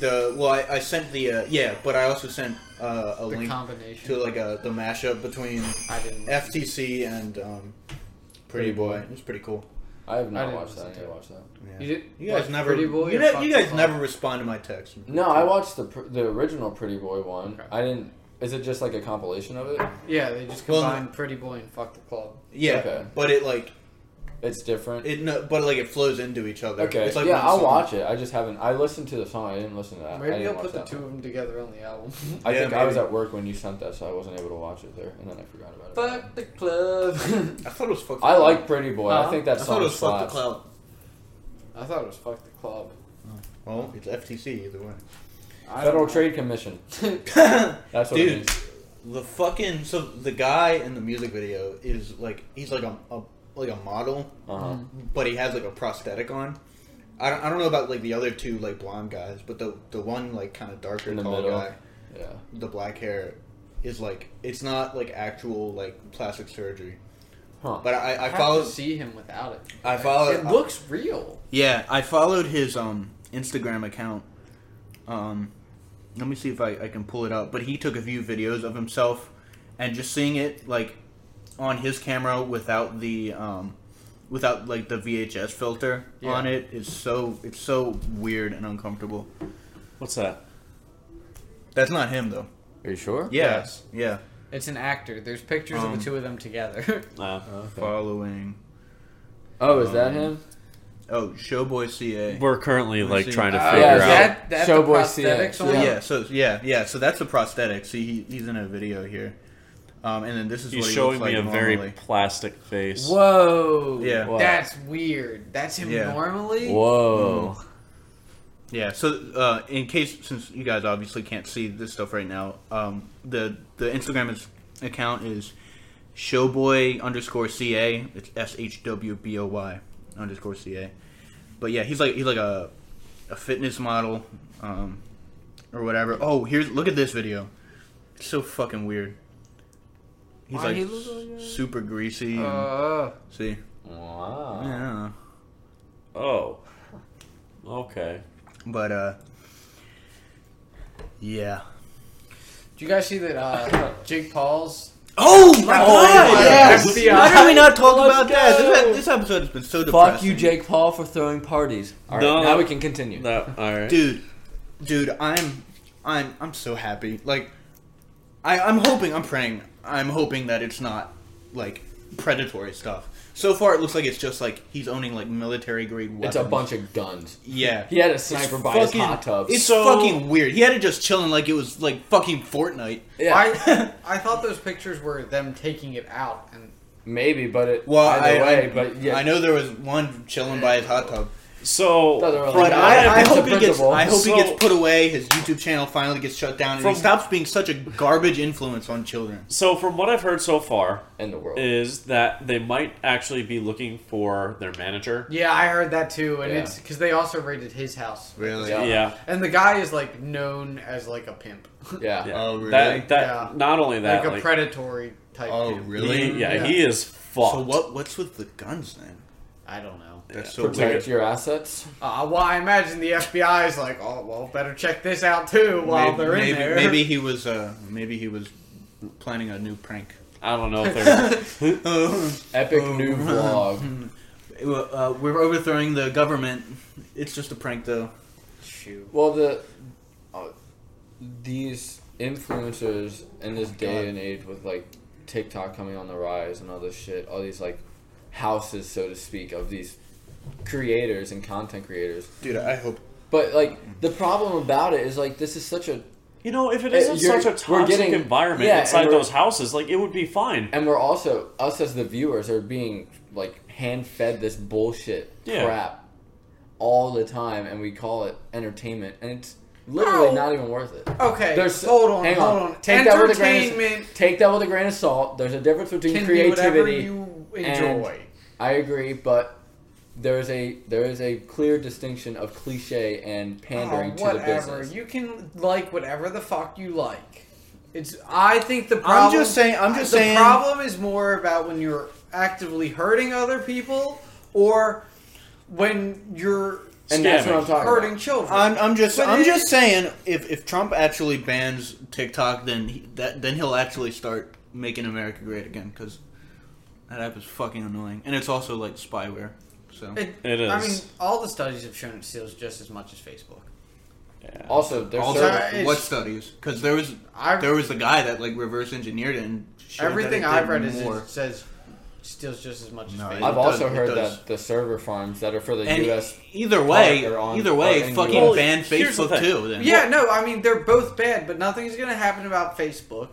[SPEAKER 3] The well, I, I sent the uh, yeah, but I also sent uh, a
[SPEAKER 2] The
[SPEAKER 3] link to
[SPEAKER 2] combination.
[SPEAKER 3] like a the mashup between
[SPEAKER 2] I didn't.
[SPEAKER 3] FTC and um, Pretty Boy. It was pretty cool.
[SPEAKER 4] I have
[SPEAKER 2] I
[SPEAKER 4] not
[SPEAKER 2] didn't
[SPEAKER 4] watched that. I
[SPEAKER 2] listen
[SPEAKER 4] need
[SPEAKER 2] to
[SPEAKER 4] to
[SPEAKER 2] it.
[SPEAKER 4] watch that.
[SPEAKER 3] Yeah.
[SPEAKER 2] You,
[SPEAKER 3] You,
[SPEAKER 2] did,
[SPEAKER 3] guys
[SPEAKER 2] what,
[SPEAKER 3] never
[SPEAKER 2] Pretty boy
[SPEAKER 3] you,
[SPEAKER 2] or
[SPEAKER 3] ne- you
[SPEAKER 2] fucking
[SPEAKER 3] guys
[SPEAKER 2] song?
[SPEAKER 3] never respond to my text.
[SPEAKER 4] No, I watched the pr- the original Pretty Boy one.
[SPEAKER 2] Okay.
[SPEAKER 4] I didn't. Is it just like a compilation of it?
[SPEAKER 2] Yeah, they just
[SPEAKER 3] Well,
[SPEAKER 2] combined Pretty Boy and Fuck the Club.
[SPEAKER 3] Yeah,
[SPEAKER 4] Okay.
[SPEAKER 3] but it like
[SPEAKER 4] It's different.
[SPEAKER 3] it no, but like it flows into each other.
[SPEAKER 4] okay.
[SPEAKER 3] It's like
[SPEAKER 4] yeah,
[SPEAKER 3] one
[SPEAKER 4] I'll
[SPEAKER 3] song.
[SPEAKER 4] watch it. I just haven't. I listened to the song. I didn't listen to that. I
[SPEAKER 2] Maybe
[SPEAKER 4] didn't
[SPEAKER 2] I'll
[SPEAKER 4] watch
[SPEAKER 2] put the
[SPEAKER 4] that
[SPEAKER 2] two
[SPEAKER 4] one.
[SPEAKER 2] of them together on the album.
[SPEAKER 4] I
[SPEAKER 3] Yeah,
[SPEAKER 4] think I was
[SPEAKER 3] maybe.
[SPEAKER 4] at work when you sent that, so I wasn't able to watch it there, and then I forgot about it.
[SPEAKER 2] Fuck the club.
[SPEAKER 3] I thought it was fuck. the
[SPEAKER 4] I
[SPEAKER 3] Cloud.
[SPEAKER 4] like Pretty Boy.
[SPEAKER 2] Huh?
[SPEAKER 4] I think
[SPEAKER 3] I
[SPEAKER 4] that
[SPEAKER 3] thought
[SPEAKER 4] song
[SPEAKER 3] it was fuck the
[SPEAKER 4] slaps.
[SPEAKER 3] cloud.
[SPEAKER 2] I thought it was Fuck the Club.
[SPEAKER 3] Well, it's FTC either way.
[SPEAKER 2] I
[SPEAKER 4] Federal
[SPEAKER 2] don't know.
[SPEAKER 4] Trade Commission. That's what it
[SPEAKER 3] Dude,
[SPEAKER 4] means.
[SPEAKER 3] the fucking so the guy in the music video is like he's like a, a like a model,
[SPEAKER 4] Uh-huh.
[SPEAKER 2] Mm-hmm.
[SPEAKER 3] but he has like a prosthetic on. I don't, I don't know about like the other two like blonde guys, but the the one like kind of darker
[SPEAKER 4] In the
[SPEAKER 3] tall
[SPEAKER 4] middle.
[SPEAKER 3] guy,
[SPEAKER 4] Yeah.
[SPEAKER 3] the black hair, is like it's not like actual like plastic surgery.
[SPEAKER 4] Huh.
[SPEAKER 3] But I, I
[SPEAKER 2] have
[SPEAKER 3] followed
[SPEAKER 2] to see him without it.
[SPEAKER 3] I followed
[SPEAKER 2] It looks real.
[SPEAKER 3] Yeah, I followed his um, Instagram account. Um, let me see if I, I can pull it up. But he took a few videos of himself, and just seeing it like on his camera without the um, without like the VHS filter
[SPEAKER 2] Yeah.
[SPEAKER 3] on it is so it's so weird and uncomfortable.
[SPEAKER 1] What's that?
[SPEAKER 3] That's not him though.
[SPEAKER 4] Are you sure?
[SPEAKER 3] Yes. Yeah.
[SPEAKER 2] It's an actor. There's pictures of
[SPEAKER 3] Um,
[SPEAKER 2] the two of them together.
[SPEAKER 1] Uh,
[SPEAKER 4] Okay.
[SPEAKER 3] Following.
[SPEAKER 4] Oh, is that
[SPEAKER 3] Um,
[SPEAKER 4] him?
[SPEAKER 3] Oh, Showboy CA.
[SPEAKER 1] we're currently
[SPEAKER 3] Let me
[SPEAKER 1] like
[SPEAKER 3] see.
[SPEAKER 1] trying to
[SPEAKER 2] Uh,
[SPEAKER 1] figure
[SPEAKER 4] yeah,
[SPEAKER 1] out.
[SPEAKER 2] is that, that the
[SPEAKER 4] Showboy CX,
[SPEAKER 2] prosthetics on?
[SPEAKER 4] yeah.
[SPEAKER 3] Oh, Yeah. So yeah, yeah. So that's the prosthetic. See, he, he's in a video here. Um, and then this is
[SPEAKER 1] He's
[SPEAKER 3] what he
[SPEAKER 1] showing
[SPEAKER 3] looks like
[SPEAKER 1] me a
[SPEAKER 3] normally.
[SPEAKER 1] very plastic face.
[SPEAKER 2] Whoa.
[SPEAKER 3] Yeah.
[SPEAKER 4] Wow.
[SPEAKER 2] That's weird. That's him
[SPEAKER 3] Yeah.
[SPEAKER 2] normally?
[SPEAKER 4] Whoa.
[SPEAKER 3] Yeah. So, uh, in case since you guys obviously can't see this stuff right now, um, the the Instagram is, account is showboy underscore ca. It's s h w b o y underscore ca. But yeah, he's like he's like a a fitness model, um, or whatever. Oh, here's look at this video. It's so fucking weird. He's
[SPEAKER 2] Why
[SPEAKER 3] like
[SPEAKER 2] he look like that?
[SPEAKER 3] super greasy. and-
[SPEAKER 2] Uh,
[SPEAKER 3] see,
[SPEAKER 4] Mm-hmm. Wow.
[SPEAKER 3] yeah, I don't know.
[SPEAKER 1] Oh. Okay.
[SPEAKER 3] but uh, yeah.
[SPEAKER 2] do you guys see that uh, Jake Paul's
[SPEAKER 3] Oh my
[SPEAKER 2] God!
[SPEAKER 3] god!
[SPEAKER 2] yes.
[SPEAKER 3] Why did we not talk
[SPEAKER 4] Let's
[SPEAKER 3] about that?
[SPEAKER 4] go.
[SPEAKER 3] This, this episode has been so depressing.
[SPEAKER 4] Fuck you, Jake Paul, for throwing parties. All right,
[SPEAKER 1] No.
[SPEAKER 4] now we can continue.
[SPEAKER 1] That all right.
[SPEAKER 3] dude. Dude, I'm, I'm, I'm so happy. Like, I, I'm hoping, I'm praying, I'm hoping that it's not like predatory stuff. So far, it looks like it's just like he's owning like military grade weapons.
[SPEAKER 4] It's a bunch of guns.
[SPEAKER 3] Yeah.
[SPEAKER 4] He had a sniper
[SPEAKER 3] It's
[SPEAKER 4] by his hot tub.
[SPEAKER 3] It's
[SPEAKER 1] So-
[SPEAKER 3] fucking weird. He had it just chilling like it was like fucking Fortnite.
[SPEAKER 4] Yeah,
[SPEAKER 2] I I thought those pictures were them taking it out and
[SPEAKER 4] maybe, but it.
[SPEAKER 3] Well,
[SPEAKER 4] either
[SPEAKER 3] I,
[SPEAKER 4] way,
[SPEAKER 3] I,
[SPEAKER 4] but yeah,
[SPEAKER 3] I know there was one chilling by his hot tub.
[SPEAKER 1] So
[SPEAKER 4] Doesn't really
[SPEAKER 1] but
[SPEAKER 4] matter.
[SPEAKER 1] I
[SPEAKER 4] Yeah,
[SPEAKER 3] I, I
[SPEAKER 4] that's
[SPEAKER 3] hope
[SPEAKER 4] the
[SPEAKER 3] he gets.
[SPEAKER 4] principle.
[SPEAKER 3] I hope he
[SPEAKER 1] So-
[SPEAKER 3] gets put away. His YouTube channel finally gets shut down, and
[SPEAKER 1] From-
[SPEAKER 3] he stops being such a garbage influence on children.
[SPEAKER 1] so from what I've heard so far
[SPEAKER 4] in the world.
[SPEAKER 1] is that they might actually be looking for their manager.
[SPEAKER 2] yeah, I heard that too, and
[SPEAKER 4] Yeah.
[SPEAKER 2] it's because they also raided his house.
[SPEAKER 3] Really?
[SPEAKER 4] Yeah.
[SPEAKER 1] Yeah.
[SPEAKER 2] And the guy is like known as like a pimp,
[SPEAKER 4] yeah.
[SPEAKER 1] yeah.
[SPEAKER 3] Oh, really?
[SPEAKER 1] That that
[SPEAKER 2] Yeah.
[SPEAKER 1] not only that
[SPEAKER 2] like a
[SPEAKER 1] like,
[SPEAKER 2] predatory type.
[SPEAKER 3] Oh,
[SPEAKER 2] pimp.
[SPEAKER 1] he-
[SPEAKER 3] really?
[SPEAKER 1] yeah,
[SPEAKER 2] Yeah.
[SPEAKER 1] he is fucked.
[SPEAKER 3] So what? What's with the guns then?
[SPEAKER 2] I don't know.
[SPEAKER 3] That's so
[SPEAKER 4] Protect
[SPEAKER 3] weird.
[SPEAKER 4] your assets.
[SPEAKER 2] Uh, well, I imagine the FBI is like, oh well, better check this out too while
[SPEAKER 3] maybe,
[SPEAKER 2] they're in
[SPEAKER 3] maybe,
[SPEAKER 2] there.
[SPEAKER 3] maybe he was. Uh, maybe he was planning a new prank.
[SPEAKER 1] I don't know if they're
[SPEAKER 3] Uh,
[SPEAKER 4] Epic new vlog.
[SPEAKER 3] uh, we're overthrowing the government. It's just a prank, though.
[SPEAKER 2] Shoot.
[SPEAKER 4] Well, the uh, these influencers in
[SPEAKER 3] Oh
[SPEAKER 4] this day and age with like TikTok coming on the rise and all this shit, all these like houses, so to speak, of these creators and content creators.
[SPEAKER 3] Dude, I hope.
[SPEAKER 4] But like the problem about it is like this is such a
[SPEAKER 1] You know, if it
[SPEAKER 4] Uh,
[SPEAKER 1] isn't
[SPEAKER 4] you're-
[SPEAKER 1] such a
[SPEAKER 4] we're
[SPEAKER 1] toxic
[SPEAKER 4] getting-
[SPEAKER 1] environment
[SPEAKER 4] yeah, and
[SPEAKER 1] inside
[SPEAKER 4] we're-
[SPEAKER 1] those houses, like it would be fine.
[SPEAKER 4] and we're also us as the viewers are being like hand fed this bullshit
[SPEAKER 1] Yeah.
[SPEAKER 4] crap all the time and we call it entertainment and it's literally
[SPEAKER 2] Ow.
[SPEAKER 4] not even worth it.
[SPEAKER 2] Okay,
[SPEAKER 4] There's
[SPEAKER 2] hold on,
[SPEAKER 4] hang
[SPEAKER 2] hold on.
[SPEAKER 4] Take that with a grain
[SPEAKER 2] Entertainment
[SPEAKER 4] of, take that with a grain of salt. There's a difference between
[SPEAKER 2] can be whatever
[SPEAKER 4] creativity.
[SPEAKER 2] you
[SPEAKER 4] and-
[SPEAKER 2] enjoy.
[SPEAKER 4] I agree, but there is a there is a clear distinction of cliche and pandering
[SPEAKER 2] Oh,
[SPEAKER 4] to the
[SPEAKER 2] whatever.
[SPEAKER 4] business.
[SPEAKER 2] You can like whatever the fuck you like. It's. I think the problem.
[SPEAKER 3] I'm just saying. I'm just
[SPEAKER 2] the
[SPEAKER 3] saying.
[SPEAKER 2] problem is more about when you're actively hurting other people, or when you're
[SPEAKER 4] and that's what I'm
[SPEAKER 1] Scamming.
[SPEAKER 4] talking
[SPEAKER 2] hurting
[SPEAKER 4] about.
[SPEAKER 2] children.
[SPEAKER 3] I'm, I'm just
[SPEAKER 2] But
[SPEAKER 3] I'm
[SPEAKER 2] it-
[SPEAKER 3] just saying if, if Trump actually bans TikTok, then he, that then he'll actually start making America great again because that app is fucking annoying and it's also like spyware. So
[SPEAKER 2] It-
[SPEAKER 1] It
[SPEAKER 2] I mean,
[SPEAKER 1] is.
[SPEAKER 2] all the studies have shown it steals just as much as Facebook.
[SPEAKER 1] Yeah.
[SPEAKER 4] Also, there's
[SPEAKER 3] also
[SPEAKER 4] so-
[SPEAKER 2] Alter- Uh, it's-
[SPEAKER 3] what studies? Because there was
[SPEAKER 2] I
[SPEAKER 3] there was a guy that like reverse engineered it and showed that
[SPEAKER 2] everything
[SPEAKER 3] it
[SPEAKER 2] I've
[SPEAKER 3] did
[SPEAKER 2] read is
[SPEAKER 3] more.
[SPEAKER 2] it says steals just as much as
[SPEAKER 3] No, it-
[SPEAKER 2] Facebook.
[SPEAKER 4] I've also
[SPEAKER 3] does- it
[SPEAKER 4] heard
[SPEAKER 3] does.
[SPEAKER 4] that the server farms that are for the
[SPEAKER 3] and
[SPEAKER 4] U.S.
[SPEAKER 3] either way,
[SPEAKER 4] Or on-
[SPEAKER 3] either
[SPEAKER 4] or
[SPEAKER 3] way,
[SPEAKER 4] in
[SPEAKER 3] fucking
[SPEAKER 4] US.
[SPEAKER 3] ban
[SPEAKER 1] Here's the
[SPEAKER 3] Facebook
[SPEAKER 1] thing.
[SPEAKER 3] too. Then
[SPEAKER 2] Yeah, no, I mean they're both bad, but nothing's gonna happen about Facebook,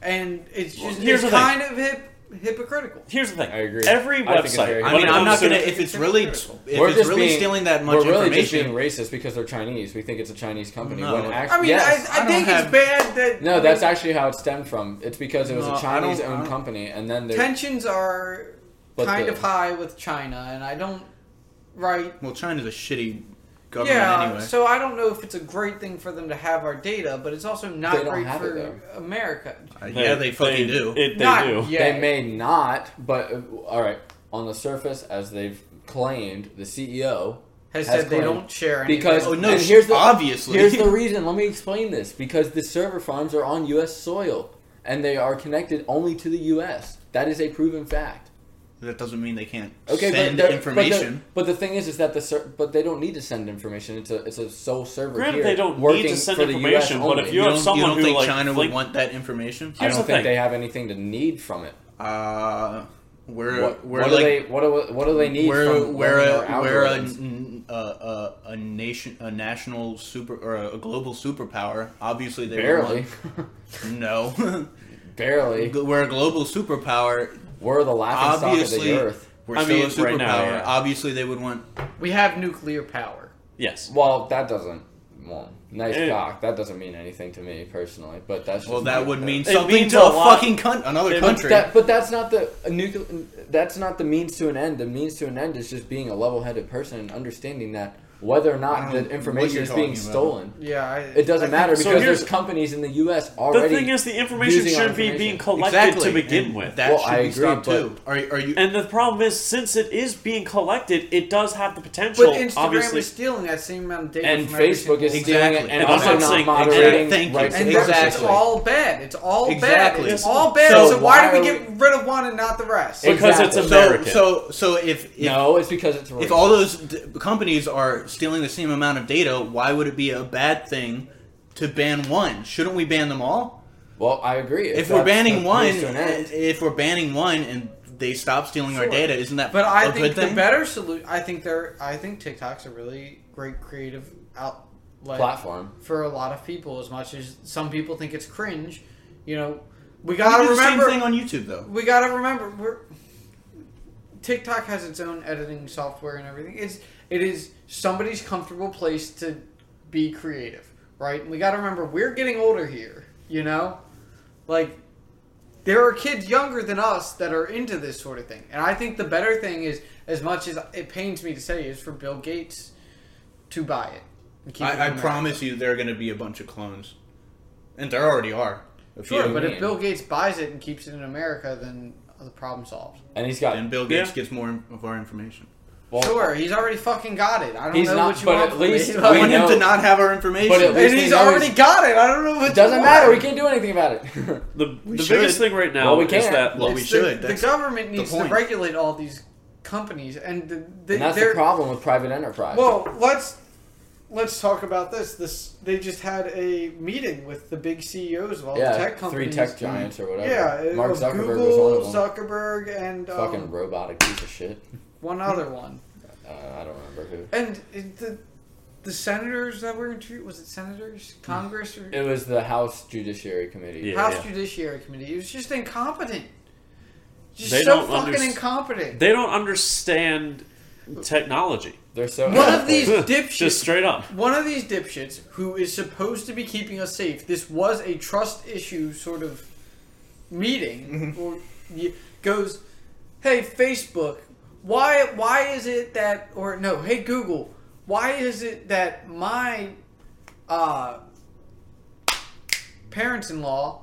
[SPEAKER 2] and it's just
[SPEAKER 1] here's
[SPEAKER 2] it's
[SPEAKER 1] the thing.
[SPEAKER 2] kind of hip, hypocritical.
[SPEAKER 1] Here's the thing.
[SPEAKER 4] I agree.
[SPEAKER 1] Every
[SPEAKER 4] I think it's
[SPEAKER 1] website.
[SPEAKER 4] very-
[SPEAKER 1] when
[SPEAKER 3] I mean,
[SPEAKER 1] it
[SPEAKER 3] I'm
[SPEAKER 1] comes
[SPEAKER 3] not
[SPEAKER 1] to-
[SPEAKER 3] gonna. If it's really, if
[SPEAKER 4] We're
[SPEAKER 3] it's
[SPEAKER 4] just
[SPEAKER 3] really
[SPEAKER 4] being-
[SPEAKER 3] stealing that
[SPEAKER 4] We're
[SPEAKER 3] much
[SPEAKER 4] really just being
[SPEAKER 3] information,
[SPEAKER 4] racist because they're Chinese. We think it's a Chinese company.
[SPEAKER 3] No.
[SPEAKER 4] when act-
[SPEAKER 2] I mean,
[SPEAKER 4] yes.
[SPEAKER 2] I, I,
[SPEAKER 3] I don't
[SPEAKER 2] think it's
[SPEAKER 3] have-
[SPEAKER 2] bad that
[SPEAKER 4] no, that's actually how it stemmed from. It's because it was
[SPEAKER 3] No,
[SPEAKER 4] a
[SPEAKER 3] I don't-
[SPEAKER 4] Chinese
[SPEAKER 3] I
[SPEAKER 4] owned
[SPEAKER 3] don't-
[SPEAKER 4] company, and then they
[SPEAKER 2] tensions are
[SPEAKER 4] But
[SPEAKER 2] kind
[SPEAKER 4] the-
[SPEAKER 2] of high with China, and I don't right.
[SPEAKER 3] well, China's a shitty government
[SPEAKER 2] Yeah,
[SPEAKER 3] anyway.
[SPEAKER 2] so I don't know if it's a great thing for them to have our data, but it's also
[SPEAKER 4] They
[SPEAKER 2] not
[SPEAKER 4] don't
[SPEAKER 2] great
[SPEAKER 4] have it,
[SPEAKER 2] for America.
[SPEAKER 3] Uh, yeah, they fucking do.
[SPEAKER 1] It, they
[SPEAKER 2] not
[SPEAKER 1] do.
[SPEAKER 2] Yet.
[SPEAKER 4] They may not, but uh, all right. On the surface, as they've claimed, the CEO
[SPEAKER 2] has,
[SPEAKER 4] has
[SPEAKER 2] said they
[SPEAKER 4] claimed-
[SPEAKER 2] don't share anything.
[SPEAKER 4] because
[SPEAKER 3] Oh no!
[SPEAKER 4] and here's the
[SPEAKER 3] obviously,
[SPEAKER 4] here's the reason. Let me explain this because the server farms are on U.S. soil and they are connected only to the U.S. That is a proven fact.
[SPEAKER 3] that doesn't mean they can't
[SPEAKER 4] Okay,
[SPEAKER 3] send
[SPEAKER 4] but the-
[SPEAKER 3] information.
[SPEAKER 4] But the, but the thing is, is that the ser- but they don't need to send information. It's a it's a sole server
[SPEAKER 1] Granted,
[SPEAKER 4] here.
[SPEAKER 1] they don't need
[SPEAKER 4] working
[SPEAKER 1] to send
[SPEAKER 4] for the US
[SPEAKER 1] information, but
[SPEAKER 4] only.
[SPEAKER 1] if you have
[SPEAKER 3] don't,
[SPEAKER 1] someone
[SPEAKER 3] don't
[SPEAKER 1] who,
[SPEAKER 3] think
[SPEAKER 1] like,
[SPEAKER 3] China
[SPEAKER 1] think-
[SPEAKER 3] would want that information?
[SPEAKER 4] I
[SPEAKER 1] Here's
[SPEAKER 4] don't
[SPEAKER 1] the
[SPEAKER 4] think
[SPEAKER 1] thing.
[SPEAKER 4] they have anything to need from it.
[SPEAKER 3] Uh, we're
[SPEAKER 4] What,
[SPEAKER 3] we're
[SPEAKER 4] what
[SPEAKER 3] like
[SPEAKER 4] do they what do, what do they need?
[SPEAKER 3] we're
[SPEAKER 4] from
[SPEAKER 3] we're
[SPEAKER 4] learning
[SPEAKER 3] a,
[SPEAKER 4] our
[SPEAKER 3] we're a,
[SPEAKER 4] algorithms?
[SPEAKER 3] n- a, a, a nation a national super or a, a global superpower. Obviously, they would
[SPEAKER 4] barely,
[SPEAKER 3] want- no.
[SPEAKER 4] barely.
[SPEAKER 3] we're a global superpower.
[SPEAKER 4] We're the laughing stock of
[SPEAKER 3] Obviously,
[SPEAKER 4] the earth.
[SPEAKER 3] we're
[SPEAKER 1] I
[SPEAKER 3] still
[SPEAKER 1] mean,
[SPEAKER 3] a superpower.
[SPEAKER 1] right now, yeah.
[SPEAKER 3] Obviously, they would want.
[SPEAKER 2] we have nuclear power.
[SPEAKER 1] Yes.
[SPEAKER 4] Well, that doesn't. Well, nice
[SPEAKER 1] It-
[SPEAKER 4] cock. That doesn't mean anything to me personally, but that's just
[SPEAKER 3] Well, that would mean
[SPEAKER 1] It
[SPEAKER 3] something
[SPEAKER 1] means
[SPEAKER 3] to
[SPEAKER 1] a
[SPEAKER 3] a,
[SPEAKER 1] lot.
[SPEAKER 3] fucking con- another
[SPEAKER 1] It-
[SPEAKER 3] country.
[SPEAKER 4] That, but that's not the a nucle- That's not the means to an end. The means to an end is just being a level-headed person and understanding that whether or
[SPEAKER 3] I
[SPEAKER 4] not
[SPEAKER 3] don't know
[SPEAKER 4] the
[SPEAKER 3] what
[SPEAKER 4] information
[SPEAKER 3] you're
[SPEAKER 4] is being
[SPEAKER 3] talking about.
[SPEAKER 4] stolen,
[SPEAKER 2] Yeah, I,
[SPEAKER 4] it doesn't matter
[SPEAKER 1] so
[SPEAKER 4] because
[SPEAKER 1] here's-
[SPEAKER 4] there's companies in the U.S.
[SPEAKER 1] The
[SPEAKER 4] already.
[SPEAKER 1] thing is, the information
[SPEAKER 4] using our
[SPEAKER 1] should be being
[SPEAKER 4] information.
[SPEAKER 1] collected to begin
[SPEAKER 3] and
[SPEAKER 1] with.
[SPEAKER 3] That
[SPEAKER 4] Well,
[SPEAKER 3] should
[SPEAKER 4] I
[SPEAKER 3] be
[SPEAKER 4] agree,
[SPEAKER 3] stopped
[SPEAKER 4] but-
[SPEAKER 3] too. Are, are you?
[SPEAKER 1] and the problem is, since it is being collected, it does have the potential,
[SPEAKER 2] But Instagram
[SPEAKER 1] obviously.
[SPEAKER 2] is stealing that same amount of data.
[SPEAKER 4] and
[SPEAKER 2] from every
[SPEAKER 4] Facebook is
[SPEAKER 2] single-
[SPEAKER 4] stealing it,
[SPEAKER 3] Exactly.
[SPEAKER 4] and,
[SPEAKER 1] And
[SPEAKER 4] also
[SPEAKER 1] I'm
[SPEAKER 4] not
[SPEAKER 1] saying-
[SPEAKER 4] moderating
[SPEAKER 3] Exactly.
[SPEAKER 4] rights.
[SPEAKER 2] And
[SPEAKER 3] Exactly.
[SPEAKER 2] that's it's all bad. It's all
[SPEAKER 3] Exactly.
[SPEAKER 2] bad. It's all bad.
[SPEAKER 3] So
[SPEAKER 2] So, why
[SPEAKER 4] why
[SPEAKER 2] do
[SPEAKER 4] are
[SPEAKER 2] we get rid of one and not the rest?
[SPEAKER 4] Ex-
[SPEAKER 1] because
[SPEAKER 4] Exactly.
[SPEAKER 1] it's
[SPEAKER 4] So-
[SPEAKER 3] So,
[SPEAKER 1] American.
[SPEAKER 3] so so if if,
[SPEAKER 4] no, it's because it's
[SPEAKER 3] if
[SPEAKER 4] racist.
[SPEAKER 3] all those d- companies are stealing the same amount of data, why would it be a bad thing to ban one? Shouldn't we ban them all?
[SPEAKER 4] well, I agree.
[SPEAKER 3] If we're
[SPEAKER 4] that's the
[SPEAKER 3] banning
[SPEAKER 4] means
[SPEAKER 3] one,
[SPEAKER 4] to an end,
[SPEAKER 3] if we're banning one, and they stop stealing our
[SPEAKER 2] Sure.
[SPEAKER 3] data, isn't that
[SPEAKER 2] But I
[SPEAKER 3] a
[SPEAKER 2] think
[SPEAKER 3] good
[SPEAKER 2] the
[SPEAKER 3] thing?
[SPEAKER 2] better solution. I think they're. I think TikTok's a really great creative outlet
[SPEAKER 4] platform.
[SPEAKER 2] for a lot of people. As much as some people think it's cringe, you know, we
[SPEAKER 3] We
[SPEAKER 2] gotta
[SPEAKER 3] do the same
[SPEAKER 2] remember.
[SPEAKER 3] thing on YouTube though.
[SPEAKER 2] we gotta remember we're TikTok has its own editing software and everything. It's it is somebody's comfortable place to be creative, right? And we gotta remember we're getting older here, you know? Like there are kids younger than us that are into this sort of thing. And I think the better thing is as much as it pains me to say is for Bill Gates to buy it. and keep it in
[SPEAKER 3] I, I
[SPEAKER 2] America.
[SPEAKER 3] promise you, there are going to be a bunch of clones, and there already are. A few.
[SPEAKER 2] Sure, but
[SPEAKER 4] Yeah.
[SPEAKER 2] if Bill Gates buys it and keeps it in America, then the problem solved.
[SPEAKER 4] And he's got
[SPEAKER 3] and Bill Gates
[SPEAKER 1] Yeah.
[SPEAKER 3] gets more of our information.
[SPEAKER 4] well,
[SPEAKER 2] Sure, he's already fucking got it. I don't
[SPEAKER 4] He's
[SPEAKER 2] know
[SPEAKER 4] not-
[SPEAKER 2] what you
[SPEAKER 4] but
[SPEAKER 2] want
[SPEAKER 4] at
[SPEAKER 2] from me.
[SPEAKER 4] least
[SPEAKER 3] I
[SPEAKER 4] We
[SPEAKER 3] want him
[SPEAKER 4] know-
[SPEAKER 3] to not have our information.
[SPEAKER 4] But at least-
[SPEAKER 2] and
[SPEAKER 4] they
[SPEAKER 2] he's
[SPEAKER 4] know
[SPEAKER 2] already
[SPEAKER 4] he's-
[SPEAKER 2] got it. I don't know what
[SPEAKER 4] it doesn't
[SPEAKER 2] you
[SPEAKER 4] matter. We
[SPEAKER 2] want.
[SPEAKER 4] can't do anything about it.
[SPEAKER 1] the the
[SPEAKER 3] should.
[SPEAKER 1] biggest thing right now
[SPEAKER 4] Well, we
[SPEAKER 1] is
[SPEAKER 4] can't.
[SPEAKER 1] that
[SPEAKER 3] Well,
[SPEAKER 2] It's
[SPEAKER 3] we
[SPEAKER 2] the-
[SPEAKER 3] should.
[SPEAKER 2] The,
[SPEAKER 3] That's
[SPEAKER 2] government needs to
[SPEAKER 3] point.
[SPEAKER 2] regulate all these companies, and the, the,
[SPEAKER 4] and that's
[SPEAKER 2] they're
[SPEAKER 4] the problem with private enterprise.
[SPEAKER 2] well. Let's let's talk about this. This they just had a meeting with the big CEOs of all
[SPEAKER 4] yeah,
[SPEAKER 2] the tech companies.
[SPEAKER 4] three tech giants or
[SPEAKER 2] Yeah,
[SPEAKER 4] whatever.
[SPEAKER 2] it-
[SPEAKER 4] Mark
[SPEAKER 2] of
[SPEAKER 4] Zuckerberg
[SPEAKER 2] Google,
[SPEAKER 4] was one of them.
[SPEAKER 2] Zuckerberg, and um,
[SPEAKER 4] Fucking robotic piece of shit.
[SPEAKER 2] one other one.
[SPEAKER 4] Uh, I don't remember who.
[SPEAKER 2] And it- the the senators that were interviewed was it senators,
[SPEAKER 4] Hmm.
[SPEAKER 2] Congress, or
[SPEAKER 4] It was the House Judiciary Committee.
[SPEAKER 1] Yeah.
[SPEAKER 2] House Judiciary Committee. It was just incompetent. Just
[SPEAKER 1] They
[SPEAKER 2] so
[SPEAKER 1] don't
[SPEAKER 2] fucking
[SPEAKER 1] underst-
[SPEAKER 2] incompetent.
[SPEAKER 1] they don't understand technology.
[SPEAKER 4] They're so.
[SPEAKER 2] one of these
[SPEAKER 1] Just
[SPEAKER 2] dipshits.
[SPEAKER 1] straight up.
[SPEAKER 2] One of these dipshits who is supposed to be keeping us safe. This was a trust issue sort of meeting.
[SPEAKER 3] Mm-hmm.
[SPEAKER 2] Or y goes, hey Facebook, why why is it that or no, hey Google, why is it that my uh, parents-in-law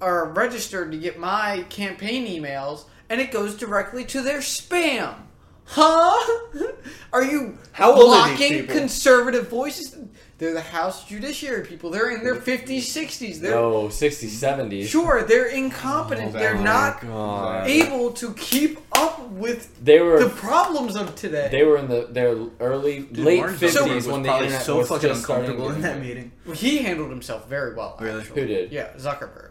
[SPEAKER 2] are registered to get my campaign emails, and it goes directly to their spam. Huh? Are you
[SPEAKER 3] How old are these
[SPEAKER 2] blocking
[SPEAKER 3] people?
[SPEAKER 2] conservative voices? They're the House Judiciary people. They're in their 50s, 60s. They're
[SPEAKER 4] No, 60s, 70s.
[SPEAKER 2] sure they're incompetent.
[SPEAKER 3] Oh,
[SPEAKER 2] they're
[SPEAKER 3] my
[SPEAKER 2] not
[SPEAKER 4] God.
[SPEAKER 2] able to keep up with
[SPEAKER 4] They were.
[SPEAKER 2] the problems of today.
[SPEAKER 4] they were in the their early late
[SPEAKER 3] Warren Zuckerberg
[SPEAKER 4] fifties
[SPEAKER 3] was
[SPEAKER 4] when the
[SPEAKER 3] probably
[SPEAKER 4] internet
[SPEAKER 3] so
[SPEAKER 4] was
[SPEAKER 3] fucking
[SPEAKER 4] just starting
[SPEAKER 3] uncomfortable
[SPEAKER 4] to
[SPEAKER 3] in
[SPEAKER 4] get
[SPEAKER 3] that meeting.
[SPEAKER 2] he handled himself very well.
[SPEAKER 3] Really?
[SPEAKER 2] actually.
[SPEAKER 4] Who did? Oh.
[SPEAKER 2] Yeah, Zuckerberg.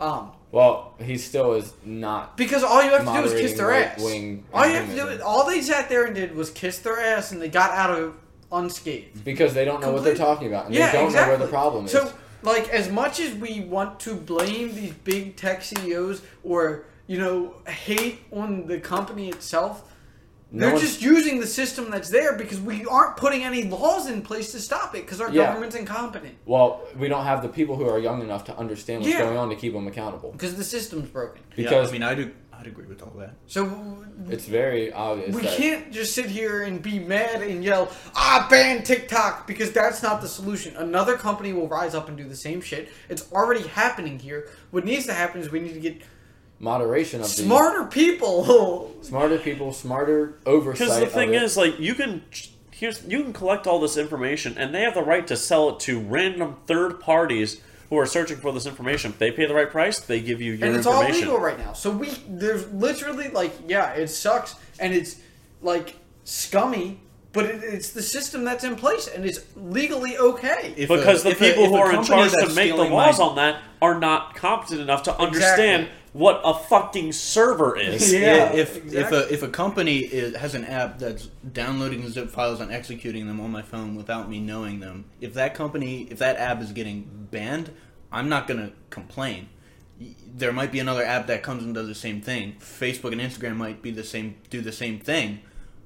[SPEAKER 2] Um,
[SPEAKER 4] Well, he still is not.
[SPEAKER 2] Because all you have to do is kiss
[SPEAKER 4] Moderating
[SPEAKER 2] their ass.
[SPEAKER 4] right-wing
[SPEAKER 2] all you have to do,
[SPEAKER 4] extremism.
[SPEAKER 2] all they sat there and did was kiss their ass, and they got out of it unscathed.
[SPEAKER 4] Because they don't know what they're
[SPEAKER 2] Complete-
[SPEAKER 4] talking about, and
[SPEAKER 2] yeah,
[SPEAKER 4] they don't
[SPEAKER 2] exactly.
[SPEAKER 4] know where the problem is.
[SPEAKER 2] So, like, as much as we want to blame these big tech CEOs E or you know, hate on the company itself.
[SPEAKER 1] No
[SPEAKER 2] They're
[SPEAKER 1] one-
[SPEAKER 2] just using the system that's there because we aren't putting any laws in place to stop it because our
[SPEAKER 4] Yeah.
[SPEAKER 2] government's incompetent.
[SPEAKER 4] Well, we don't have the people who are young enough to understand what's
[SPEAKER 2] Yeah.
[SPEAKER 4] going on to keep them accountable.
[SPEAKER 2] Because the system's broken.
[SPEAKER 3] yeah, I
[SPEAKER 4] Because
[SPEAKER 3] mean, I'd, ag- I'd agree with all that.
[SPEAKER 2] So
[SPEAKER 4] it's very obvious.
[SPEAKER 2] we
[SPEAKER 4] that,
[SPEAKER 2] can't just sit here and be mad and yell, ah, ban TikTok, because that's not the solution. Another company will rise up and do the same shit. It's already happening here. What needs to happen is we need to get
[SPEAKER 4] moderation of the
[SPEAKER 2] smarter people.
[SPEAKER 4] smarter people, smarter
[SPEAKER 1] Because
[SPEAKER 4] oversight.
[SPEAKER 1] the thing
[SPEAKER 4] of it.
[SPEAKER 1] is, like, you can here's you can collect all this information, and they have the right to sell it to random third parties who are searching for this information. If they pay the right price, they give you your
[SPEAKER 2] and it's all
[SPEAKER 1] information.
[SPEAKER 2] legal right now. So we, there's literally, like, yeah, it sucks and it's, like, scummy, but it, it's the system that's in place and it's legally okay.
[SPEAKER 3] If
[SPEAKER 1] because the
[SPEAKER 3] a- if a-
[SPEAKER 1] people
[SPEAKER 3] if
[SPEAKER 1] who
[SPEAKER 3] a
[SPEAKER 1] are in
[SPEAKER 3] company
[SPEAKER 1] charge to
[SPEAKER 3] that's
[SPEAKER 1] make the
[SPEAKER 3] stealing my-
[SPEAKER 1] laws on that are not competent enough to understand what a fucking server is.
[SPEAKER 2] Yeah.
[SPEAKER 3] if if
[SPEAKER 2] exactly.
[SPEAKER 3] a if a company is, has an app that's downloading zip files and executing them on my phone without me knowing them, if that company if that app is getting banned, I'm not gonna complain. Y- There might be another app that comes and does the same thing. Facebook and Instagram might be the same do the same thing,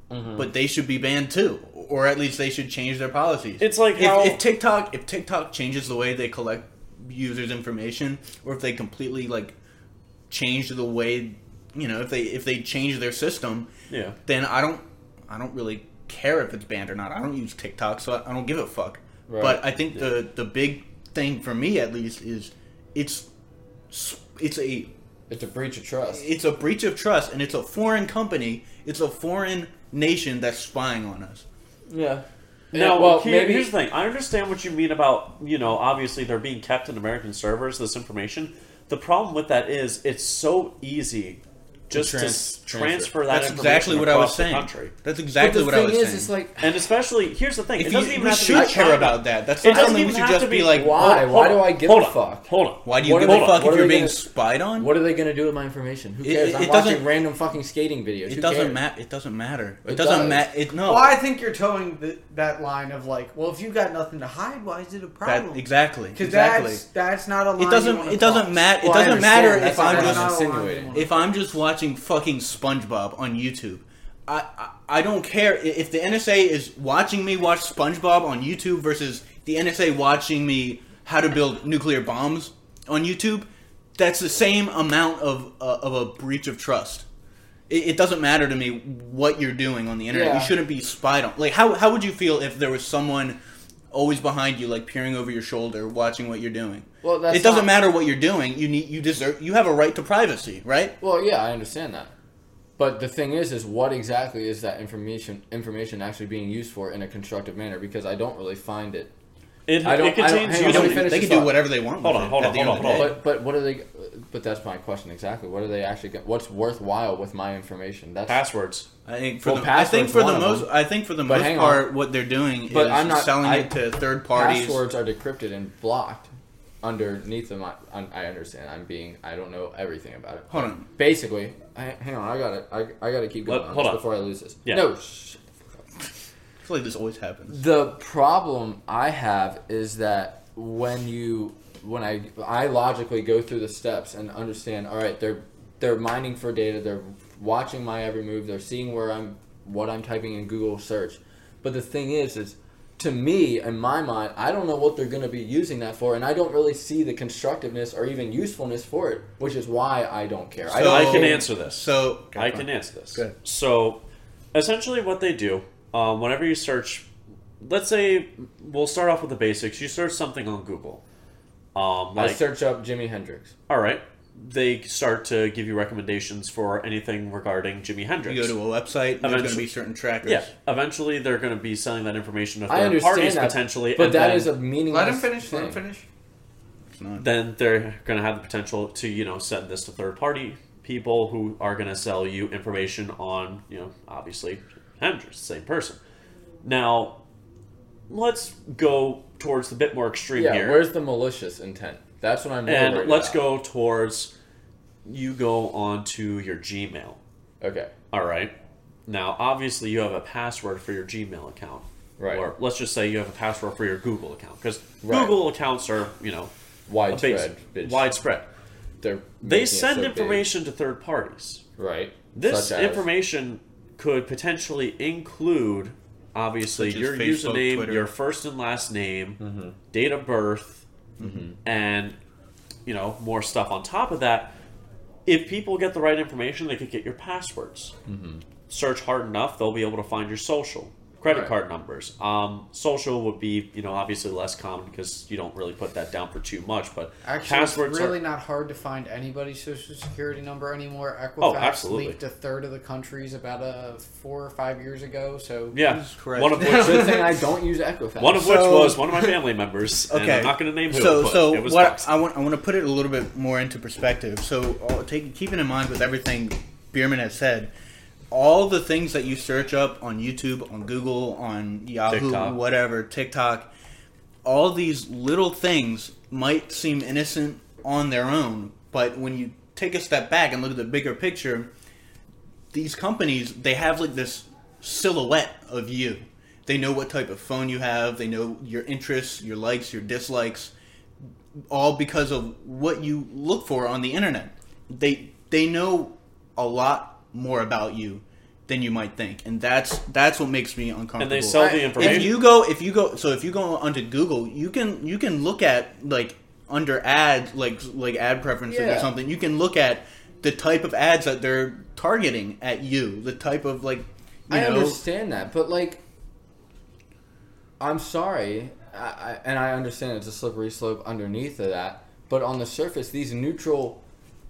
[SPEAKER 3] but they should be banned too, or at least they should change their policies.
[SPEAKER 1] It's like
[SPEAKER 3] if,
[SPEAKER 1] how-
[SPEAKER 3] if TikTok if TikTok changes the way they collect users' information, or if they completely like change the way you know if they if they change their system
[SPEAKER 1] Yeah.
[SPEAKER 3] then i don't i don't really care if it's banned or not i don't use tiktok so i, I don't give a fuck
[SPEAKER 4] Right.
[SPEAKER 3] but i think the the big thing for me at least is it's s- it's a
[SPEAKER 4] it's a breach of trust.
[SPEAKER 3] it's a breach of trust and it's a foreign company it's a foreign nation that's spying on us
[SPEAKER 4] Yeah.
[SPEAKER 1] Now,
[SPEAKER 4] well,
[SPEAKER 1] here-
[SPEAKER 4] maybe
[SPEAKER 1] here's the thing. I understand what you mean about, you know, obviously they're being kept in American servers, this information. The problem with that is it's so easy just
[SPEAKER 4] To
[SPEAKER 1] to
[SPEAKER 4] trans-
[SPEAKER 1] s-
[SPEAKER 4] transfer.
[SPEAKER 1] transfer, that
[SPEAKER 3] that's
[SPEAKER 1] information
[SPEAKER 3] exactly what i was
[SPEAKER 1] across the
[SPEAKER 3] saying
[SPEAKER 1] country.
[SPEAKER 3] that's
[SPEAKER 4] But
[SPEAKER 3] exactly
[SPEAKER 4] the
[SPEAKER 3] what i
[SPEAKER 4] thing
[SPEAKER 3] was
[SPEAKER 4] is,
[SPEAKER 3] saying
[SPEAKER 4] it's like
[SPEAKER 1] And especially, here's the thing.
[SPEAKER 3] if
[SPEAKER 1] it
[SPEAKER 3] you,
[SPEAKER 1] doesn't even
[SPEAKER 3] we
[SPEAKER 1] have to be
[SPEAKER 3] should care
[SPEAKER 1] China.
[SPEAKER 3] about that that's
[SPEAKER 1] It
[SPEAKER 3] not
[SPEAKER 1] doesn't
[SPEAKER 3] something we
[SPEAKER 1] even
[SPEAKER 3] should
[SPEAKER 1] have
[SPEAKER 3] just
[SPEAKER 1] to
[SPEAKER 3] be
[SPEAKER 1] be-
[SPEAKER 3] like
[SPEAKER 4] why?
[SPEAKER 1] Why? hold
[SPEAKER 4] Why do
[SPEAKER 1] on,
[SPEAKER 4] I give
[SPEAKER 1] hold
[SPEAKER 4] a
[SPEAKER 1] on,
[SPEAKER 4] fuck?
[SPEAKER 1] Hold on.
[SPEAKER 3] why do you
[SPEAKER 4] What
[SPEAKER 3] give
[SPEAKER 4] are
[SPEAKER 3] a
[SPEAKER 4] they-
[SPEAKER 3] fuck
[SPEAKER 4] what
[SPEAKER 3] if
[SPEAKER 4] are
[SPEAKER 3] you're
[SPEAKER 4] they
[SPEAKER 3] being
[SPEAKER 4] gonna-
[SPEAKER 3] spied on
[SPEAKER 4] What are they going to do with my information? Who
[SPEAKER 3] It-
[SPEAKER 4] cares?
[SPEAKER 3] it-
[SPEAKER 4] I'm
[SPEAKER 3] it
[SPEAKER 4] watching
[SPEAKER 3] doesn't-
[SPEAKER 4] random fucking skating videos.
[SPEAKER 3] It
[SPEAKER 4] Who
[SPEAKER 3] doesn't
[SPEAKER 4] cares?
[SPEAKER 3] matter. It doesn't matter. It,
[SPEAKER 4] It
[SPEAKER 3] doesn't
[SPEAKER 4] does.
[SPEAKER 3] matter. It no.
[SPEAKER 2] well, I think you're towing the, that line of like, well, if you got nothing to hide, why is it a problem?
[SPEAKER 3] That, exactly.
[SPEAKER 2] Because
[SPEAKER 3] Exactly.
[SPEAKER 2] that's that's not a line.
[SPEAKER 3] It doesn't-
[SPEAKER 2] you wanna
[SPEAKER 3] it doesn't
[SPEAKER 2] cross.
[SPEAKER 3] mat- it
[SPEAKER 4] Well, I
[SPEAKER 3] doesn't matter
[SPEAKER 4] understand.
[SPEAKER 3] if
[SPEAKER 4] That's
[SPEAKER 3] I'm
[SPEAKER 4] what
[SPEAKER 3] just-
[SPEAKER 4] I'm
[SPEAKER 2] That's not what I'm
[SPEAKER 4] insinuating.
[SPEAKER 2] doing.
[SPEAKER 3] if I'm just watching fucking SpongeBob on YouTube, I, I I don't care I- if the NSA is watching me watch SpongeBob on YouTube versus the NSA watching me how to build nuclear bombs on YouTube. That's the same amount of uh, of a breach of trust. It, it doesn't matter to me what you're doing on the internet.
[SPEAKER 4] Yeah.
[SPEAKER 3] You shouldn't be spied on. Like how how would you feel if there was someone always behind you, like peering over your shoulder, watching what you're doing?
[SPEAKER 4] Well, that's
[SPEAKER 3] it doesn't
[SPEAKER 4] not-
[SPEAKER 3] matter what you're doing. You need you deserve you have a right to privacy, right?
[SPEAKER 4] Well, yeah, I understand that. But the thing is, is what exactly is that information information actually being used for in a constructive manner? Because I don't really find it.
[SPEAKER 1] It,
[SPEAKER 4] I don't-
[SPEAKER 1] it
[SPEAKER 4] I don't-
[SPEAKER 1] contains
[SPEAKER 4] hang
[SPEAKER 3] You
[SPEAKER 4] on,
[SPEAKER 1] user
[SPEAKER 4] let
[SPEAKER 3] don't,
[SPEAKER 4] me finish
[SPEAKER 3] they
[SPEAKER 4] this
[SPEAKER 3] can do
[SPEAKER 4] thought.
[SPEAKER 3] whatever they want.
[SPEAKER 1] Hold
[SPEAKER 3] with
[SPEAKER 1] on,
[SPEAKER 3] it
[SPEAKER 1] hold
[SPEAKER 3] at
[SPEAKER 1] on,
[SPEAKER 3] the end
[SPEAKER 1] hold
[SPEAKER 3] of
[SPEAKER 1] on,
[SPEAKER 3] the
[SPEAKER 1] hold
[SPEAKER 3] day.
[SPEAKER 4] But but what are they? But that's my question exactly. What are they actually? get- What's worthwhile with my information? That's
[SPEAKER 1] passwords.
[SPEAKER 3] I think for
[SPEAKER 4] Well,
[SPEAKER 3] the, I think
[SPEAKER 4] password's
[SPEAKER 3] for
[SPEAKER 4] one
[SPEAKER 3] the
[SPEAKER 4] of
[SPEAKER 3] most
[SPEAKER 4] them.
[SPEAKER 3] I think for the
[SPEAKER 4] But
[SPEAKER 3] most
[SPEAKER 4] hang on.
[SPEAKER 3] part what they're doing is
[SPEAKER 4] But I'm not-
[SPEAKER 3] selling
[SPEAKER 4] I-
[SPEAKER 3] it to third parties.
[SPEAKER 4] passwords are decrypted and blocked underneath them. I, I I understand. I'm being. I don't know everything about it.
[SPEAKER 3] Hold on.
[SPEAKER 4] Basically, I, hang on. I got it. I, I got to keep going
[SPEAKER 1] Let-
[SPEAKER 4] on
[SPEAKER 1] hold
[SPEAKER 4] this
[SPEAKER 1] on.
[SPEAKER 4] before I lose this.
[SPEAKER 1] Yeah.
[SPEAKER 4] No. Shh.
[SPEAKER 3] I feel like this always happens.
[SPEAKER 4] The problem I have is that when you when I I logically go through the steps and understand, all right, they're they're mining for data, they're watching my every move, they're seeing where I'm what I'm typing in Google search. But the thing is is to me in my mind, I don't know what they're going to be using that for and I don't really see the constructiveness or even usefulness for it, which is why I don't care. I,
[SPEAKER 3] So-
[SPEAKER 4] don't
[SPEAKER 1] I can
[SPEAKER 4] care.
[SPEAKER 1] answer this.
[SPEAKER 3] So
[SPEAKER 1] I can answer this.
[SPEAKER 3] Good.
[SPEAKER 1] So, essentially, what they do, um, whenever you search, let's say we'll start off with the basics. You search something on Google. Um,
[SPEAKER 4] I
[SPEAKER 1] like,
[SPEAKER 4] search up Jimi Hendrix.
[SPEAKER 1] all right, they start to give you recommendations for anything regarding Jimi Hendrix.
[SPEAKER 3] You go to a website. And there's going to
[SPEAKER 1] Eventually-
[SPEAKER 3] be certain trackers.
[SPEAKER 1] yeah, eventually they're going to be selling that information to
[SPEAKER 4] I
[SPEAKER 1] third
[SPEAKER 4] understand
[SPEAKER 1] parties
[SPEAKER 4] that,
[SPEAKER 1] potentially,
[SPEAKER 4] but
[SPEAKER 1] and
[SPEAKER 4] that
[SPEAKER 1] then,
[SPEAKER 4] is a meaningless.
[SPEAKER 2] Let him finish. Let him
[SPEAKER 4] thing.
[SPEAKER 2] finish.
[SPEAKER 3] It's not-
[SPEAKER 1] then they're going to have the potential to you know send this to third party people who are going to sell you information on you know obviously Hendrix, same person. Now, let's go towards the bit more extreme
[SPEAKER 4] Yeah,
[SPEAKER 1] here,
[SPEAKER 4] where's the malicious intent? That's what I'm. more
[SPEAKER 1] and
[SPEAKER 4] worried
[SPEAKER 1] let's
[SPEAKER 4] about.
[SPEAKER 1] go towards you go onto your Gmail.
[SPEAKER 4] Okay.
[SPEAKER 1] All right. Now, obviously, you have a password for your Gmail account.
[SPEAKER 4] Right.
[SPEAKER 1] Or let's just say you have a password for your Google account because
[SPEAKER 4] Right.
[SPEAKER 1] Google accounts are, you know, a base-
[SPEAKER 4] Widespread. bitch.
[SPEAKER 1] widespread.
[SPEAKER 4] they're making
[SPEAKER 1] They
[SPEAKER 4] it
[SPEAKER 1] send
[SPEAKER 4] so big.
[SPEAKER 1] information to third parties.
[SPEAKER 4] right?
[SPEAKER 1] This
[SPEAKER 4] Such as-
[SPEAKER 1] information could potentially include, obviously,
[SPEAKER 3] Such as
[SPEAKER 1] your
[SPEAKER 3] Facebook,
[SPEAKER 1] username,
[SPEAKER 3] Twitter.
[SPEAKER 1] your first and last name,
[SPEAKER 4] Mm-hmm.
[SPEAKER 1] date of birth, and you know more stuff on top of that. If people get the right information, they could get your passwords.
[SPEAKER 4] Mm-hmm.
[SPEAKER 1] Search hard enough, they'll be able to find your social, credit
[SPEAKER 4] Right.
[SPEAKER 1] card numbers. Um, social would be, you know, obviously less common because you don't really put that down for too much. But
[SPEAKER 6] Actually,
[SPEAKER 1] passwords
[SPEAKER 6] it's
[SPEAKER 1] are-
[SPEAKER 6] really not hard to find anybody's social security number anymore. Equifax
[SPEAKER 1] Oh, absolutely.
[SPEAKER 6] leaked a third of the countries about uh, four or five years ago. So
[SPEAKER 1] yeah,
[SPEAKER 3] Jesus Christ.
[SPEAKER 1] one of which
[SPEAKER 4] Good thing I don't use Equifax.
[SPEAKER 1] One of which
[SPEAKER 3] So-
[SPEAKER 1] was one of my family members. And
[SPEAKER 3] Okay.
[SPEAKER 1] I'm not going to name who.
[SPEAKER 3] So,
[SPEAKER 1] but
[SPEAKER 3] so
[SPEAKER 1] it was
[SPEAKER 3] what
[SPEAKER 1] Fox.
[SPEAKER 3] I want, I want to put it a little bit more into perspective. So, all, take, keeping in mind with everything Bierman has said, all the things that you search up on YouTube, on Google, on Yahoo,
[SPEAKER 1] TikTok.
[SPEAKER 3] whatever, TikTok, all these little things might seem innocent on their own, but when you take a step back and look at the bigger picture, these companies they have like this silhouette of you. They know what type of phone you have. They know your interests, your likes, your dislikes, all because of what you look for on the internet. They they know a lot more about you than you might think, and that's that's what makes me uncomfortable.
[SPEAKER 1] and they sell the information.
[SPEAKER 3] If you go, if you go, so if you go onto Google, you can you can look at like under ads, like like ad preferences
[SPEAKER 4] Yeah.
[SPEAKER 3] or something. You can look at the type of ads that they're targeting at you, the type of like you
[SPEAKER 4] I
[SPEAKER 3] know.
[SPEAKER 4] understand that, but like, I'm sorry, I, I, and I understand it's a slippery slope underneath of that. But on the surface, these neutral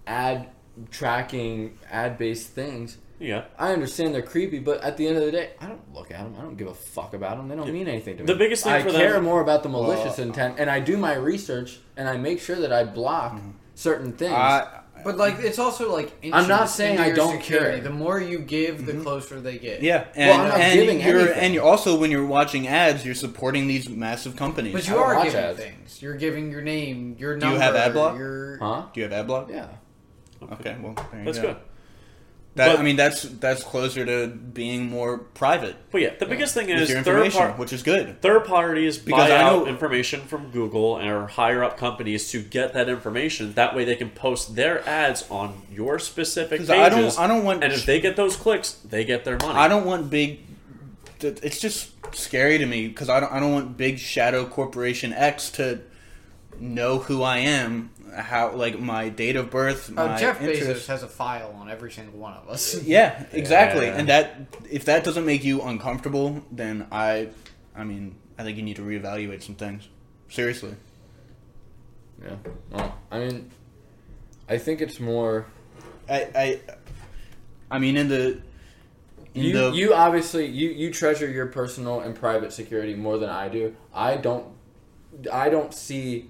[SPEAKER 4] ad tracking, ad based things,
[SPEAKER 1] yeah.
[SPEAKER 4] I understand they're creepy. But at the end of the day, I don't look at them. I don't give a fuck about them. They don't mean anything to me.
[SPEAKER 1] The biggest thing
[SPEAKER 4] I
[SPEAKER 1] for them- uh,
[SPEAKER 4] care more about the malicious
[SPEAKER 3] Well,
[SPEAKER 4] intent, and I do my research, and I make sure that I block certain things.
[SPEAKER 3] Mm-hmm. I,
[SPEAKER 6] But like, it's also like
[SPEAKER 4] I'm not
[SPEAKER 6] inches
[SPEAKER 4] saying
[SPEAKER 6] into
[SPEAKER 4] I
[SPEAKER 6] your
[SPEAKER 4] don't
[SPEAKER 6] security.
[SPEAKER 4] care.
[SPEAKER 6] The more you give, the closer they get.
[SPEAKER 3] yeah, and
[SPEAKER 4] I'm not
[SPEAKER 3] and
[SPEAKER 4] giving
[SPEAKER 3] you're
[SPEAKER 4] anything.
[SPEAKER 3] and you're also when you're watching ads, you're supporting these massive companies.
[SPEAKER 6] But
[SPEAKER 4] I
[SPEAKER 6] you
[SPEAKER 4] don't
[SPEAKER 6] are
[SPEAKER 4] watch
[SPEAKER 6] giving
[SPEAKER 4] ads.
[SPEAKER 6] things. You're giving your name, your
[SPEAKER 3] Do
[SPEAKER 6] number.
[SPEAKER 3] you have ad block?
[SPEAKER 6] Your...
[SPEAKER 4] huh?
[SPEAKER 3] Do you have ad block?
[SPEAKER 4] Yeah.
[SPEAKER 3] Okay. Well, there you
[SPEAKER 1] That's
[SPEAKER 3] go.
[SPEAKER 1] good.
[SPEAKER 3] That,
[SPEAKER 1] But-
[SPEAKER 3] I mean, that's that's closer to being more private
[SPEAKER 1] But yeah, the biggest thing
[SPEAKER 3] with
[SPEAKER 1] is
[SPEAKER 3] your
[SPEAKER 1] third,
[SPEAKER 3] information,
[SPEAKER 1] par-
[SPEAKER 3] which is good.
[SPEAKER 1] third parties
[SPEAKER 3] Because
[SPEAKER 1] buy
[SPEAKER 3] I
[SPEAKER 1] out
[SPEAKER 3] know-
[SPEAKER 1] information from Google and or higher up companies to get that information. That way, they can post their ads on your specific pages.
[SPEAKER 3] 'Cause I don't- I don't want-
[SPEAKER 1] And if they get those clicks, they get their money.
[SPEAKER 3] I don't want big. th- It's just scary to me because I don't. I don't want big shadow corporation X to know who I am, how like my date of birth,
[SPEAKER 6] Uh,
[SPEAKER 3] my
[SPEAKER 6] Jeff Bezos
[SPEAKER 3] interests.
[SPEAKER 6] has a file on every single one of us.
[SPEAKER 3] Yeah, exactly.
[SPEAKER 1] Yeah.
[SPEAKER 3] And that if that doesn't make you uncomfortable, then I, I mean, I think you need to reevaluate some things. Seriously.
[SPEAKER 4] Yeah. Well, I mean, I think it's more.
[SPEAKER 3] I, I, I mean, in the, in
[SPEAKER 4] you,
[SPEAKER 3] the
[SPEAKER 4] you obviously you, you treasure your personal and private security more than I do. I don't I don't see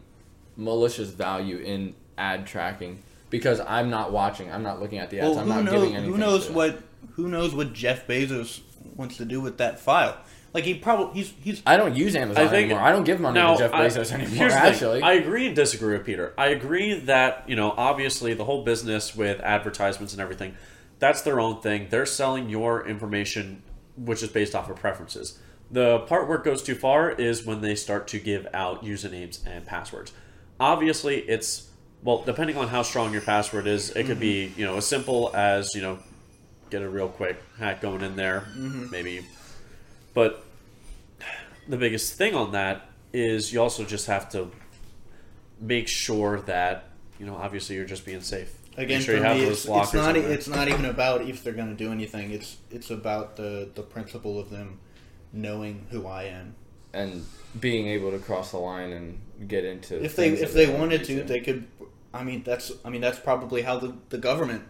[SPEAKER 4] malicious value in ad tracking because I'm not watching. I'm not looking at the ads.
[SPEAKER 3] well,
[SPEAKER 4] I'm
[SPEAKER 3] who
[SPEAKER 4] not
[SPEAKER 3] knows?
[SPEAKER 4] giving anything.
[SPEAKER 3] Who knows
[SPEAKER 4] to it.
[SPEAKER 3] what? Who knows what Jeff Bezos wants to do with that file? Like he probably he's he's
[SPEAKER 4] I don't use Amazon
[SPEAKER 1] I think-
[SPEAKER 4] anymore. I don't give money
[SPEAKER 1] Now,
[SPEAKER 4] to Jeff
[SPEAKER 1] I-
[SPEAKER 4] Bezos anymore.
[SPEAKER 1] here's the thing.
[SPEAKER 4] Actually,
[SPEAKER 1] I agree and disagree with Peter. I agree that you know, obviously, the whole business with advertisements and everything, that's their own thing. They're selling your information, which is based off of preferences. The part where it goes too far is when they start to give out usernames and passwords. Obviously, it's well, depending on how strong your password is, it
[SPEAKER 4] Mm-hmm.
[SPEAKER 1] could be you know as simple as you know, get a real quick hack going in there,
[SPEAKER 4] Mm-hmm.
[SPEAKER 1] maybe, but the biggest thing on that is you also just have to make sure that you know obviously you're just being safe.
[SPEAKER 3] again
[SPEAKER 1] make sure you
[SPEAKER 3] for
[SPEAKER 1] have
[SPEAKER 3] me.
[SPEAKER 1] those
[SPEAKER 3] It's, it's
[SPEAKER 1] blockers
[SPEAKER 3] not e,
[SPEAKER 1] on there.
[SPEAKER 3] it's not even about if they're gonna do anything. It's it's about the the principle of them knowing who I am.
[SPEAKER 4] and being able to cross the line and get into
[SPEAKER 3] If they
[SPEAKER 4] things that
[SPEAKER 3] if they
[SPEAKER 4] don't
[SPEAKER 3] wanted
[SPEAKER 4] need
[SPEAKER 3] to, they could. I mean that's I mean that's probably how the, the government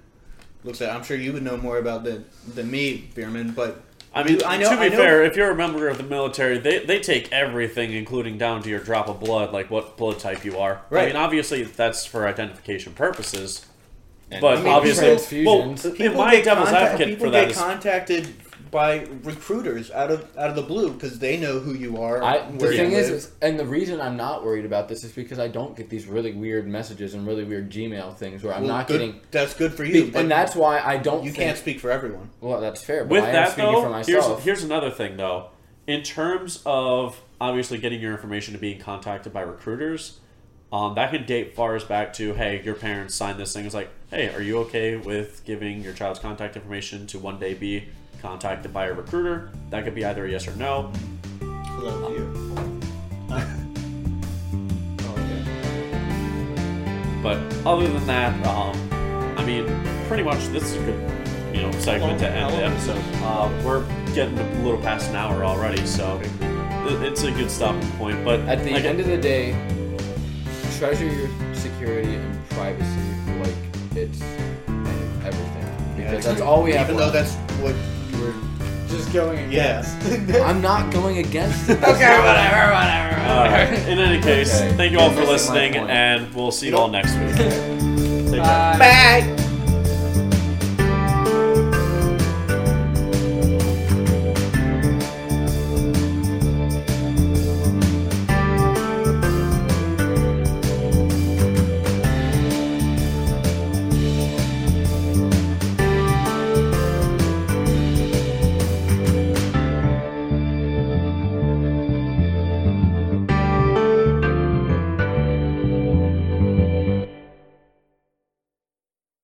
[SPEAKER 3] looks at. it. I'm sure you would know more about that than me, Bierman. But
[SPEAKER 1] I mean,
[SPEAKER 3] you- I know-
[SPEAKER 1] to be
[SPEAKER 3] I know-
[SPEAKER 1] fair, if you're a member of the military, they, they take everything, including down to your drop of blood, like what blood type you are. I
[SPEAKER 3] Right.
[SPEAKER 1] mean, obviously that's for identification purposes,
[SPEAKER 4] And
[SPEAKER 1] but
[SPEAKER 4] I mean,
[SPEAKER 1] obviously, well,
[SPEAKER 4] transfusions.
[SPEAKER 1] in my devil's
[SPEAKER 3] contact-
[SPEAKER 1] advocate
[SPEAKER 3] people
[SPEAKER 1] for that
[SPEAKER 3] get
[SPEAKER 1] is
[SPEAKER 3] contacted by recruiters out of out of the blue because they know who you are.
[SPEAKER 4] I, the
[SPEAKER 3] where you
[SPEAKER 4] thing is,
[SPEAKER 3] live.
[SPEAKER 4] is, and the reason I'm not worried about this is because I don't get these really weird messages and really weird Gmail things where I'm
[SPEAKER 3] Well,
[SPEAKER 4] not
[SPEAKER 3] good-
[SPEAKER 4] getting.
[SPEAKER 3] That's good for you, but
[SPEAKER 4] and that's why I don't.
[SPEAKER 3] you
[SPEAKER 4] think-
[SPEAKER 3] can't speak for everyone.
[SPEAKER 4] Well, that's fair. But
[SPEAKER 1] With
[SPEAKER 4] I am
[SPEAKER 1] that
[SPEAKER 4] speaking for
[SPEAKER 1] though,
[SPEAKER 4] myself.
[SPEAKER 1] here's here's another thing though. In terms of obviously getting your information to being contacted by recruiters, Um, that could date far as back to hey, your parents signed this thing. It's like, hey, are you okay with giving your child's contact information to one day be contacted by a recruiter? That could be either a yes or no.
[SPEAKER 3] Hello, you.
[SPEAKER 1] But other than that, um, I mean, pretty much this is a good, you know, segment to end the episode. Uh, we're getting a little past an hour already, so it- it's a good stopping point. But
[SPEAKER 4] At the
[SPEAKER 1] like,
[SPEAKER 4] end of the day, treasure your security and privacy like it's everything. Because that's all we have.
[SPEAKER 3] Even though
[SPEAKER 4] left.
[SPEAKER 3] that's what you were.
[SPEAKER 2] Just going
[SPEAKER 3] Yeah.
[SPEAKER 2] against.
[SPEAKER 4] I'm not going against it.
[SPEAKER 2] whatever, whatever.
[SPEAKER 1] all right. uh, In any case,
[SPEAKER 4] Okay.
[SPEAKER 1] thank you all for
[SPEAKER 4] You're missing my
[SPEAKER 1] listening,
[SPEAKER 4] point.
[SPEAKER 1] and we'll see you all next week. Take care.
[SPEAKER 2] Bye.
[SPEAKER 3] Bye.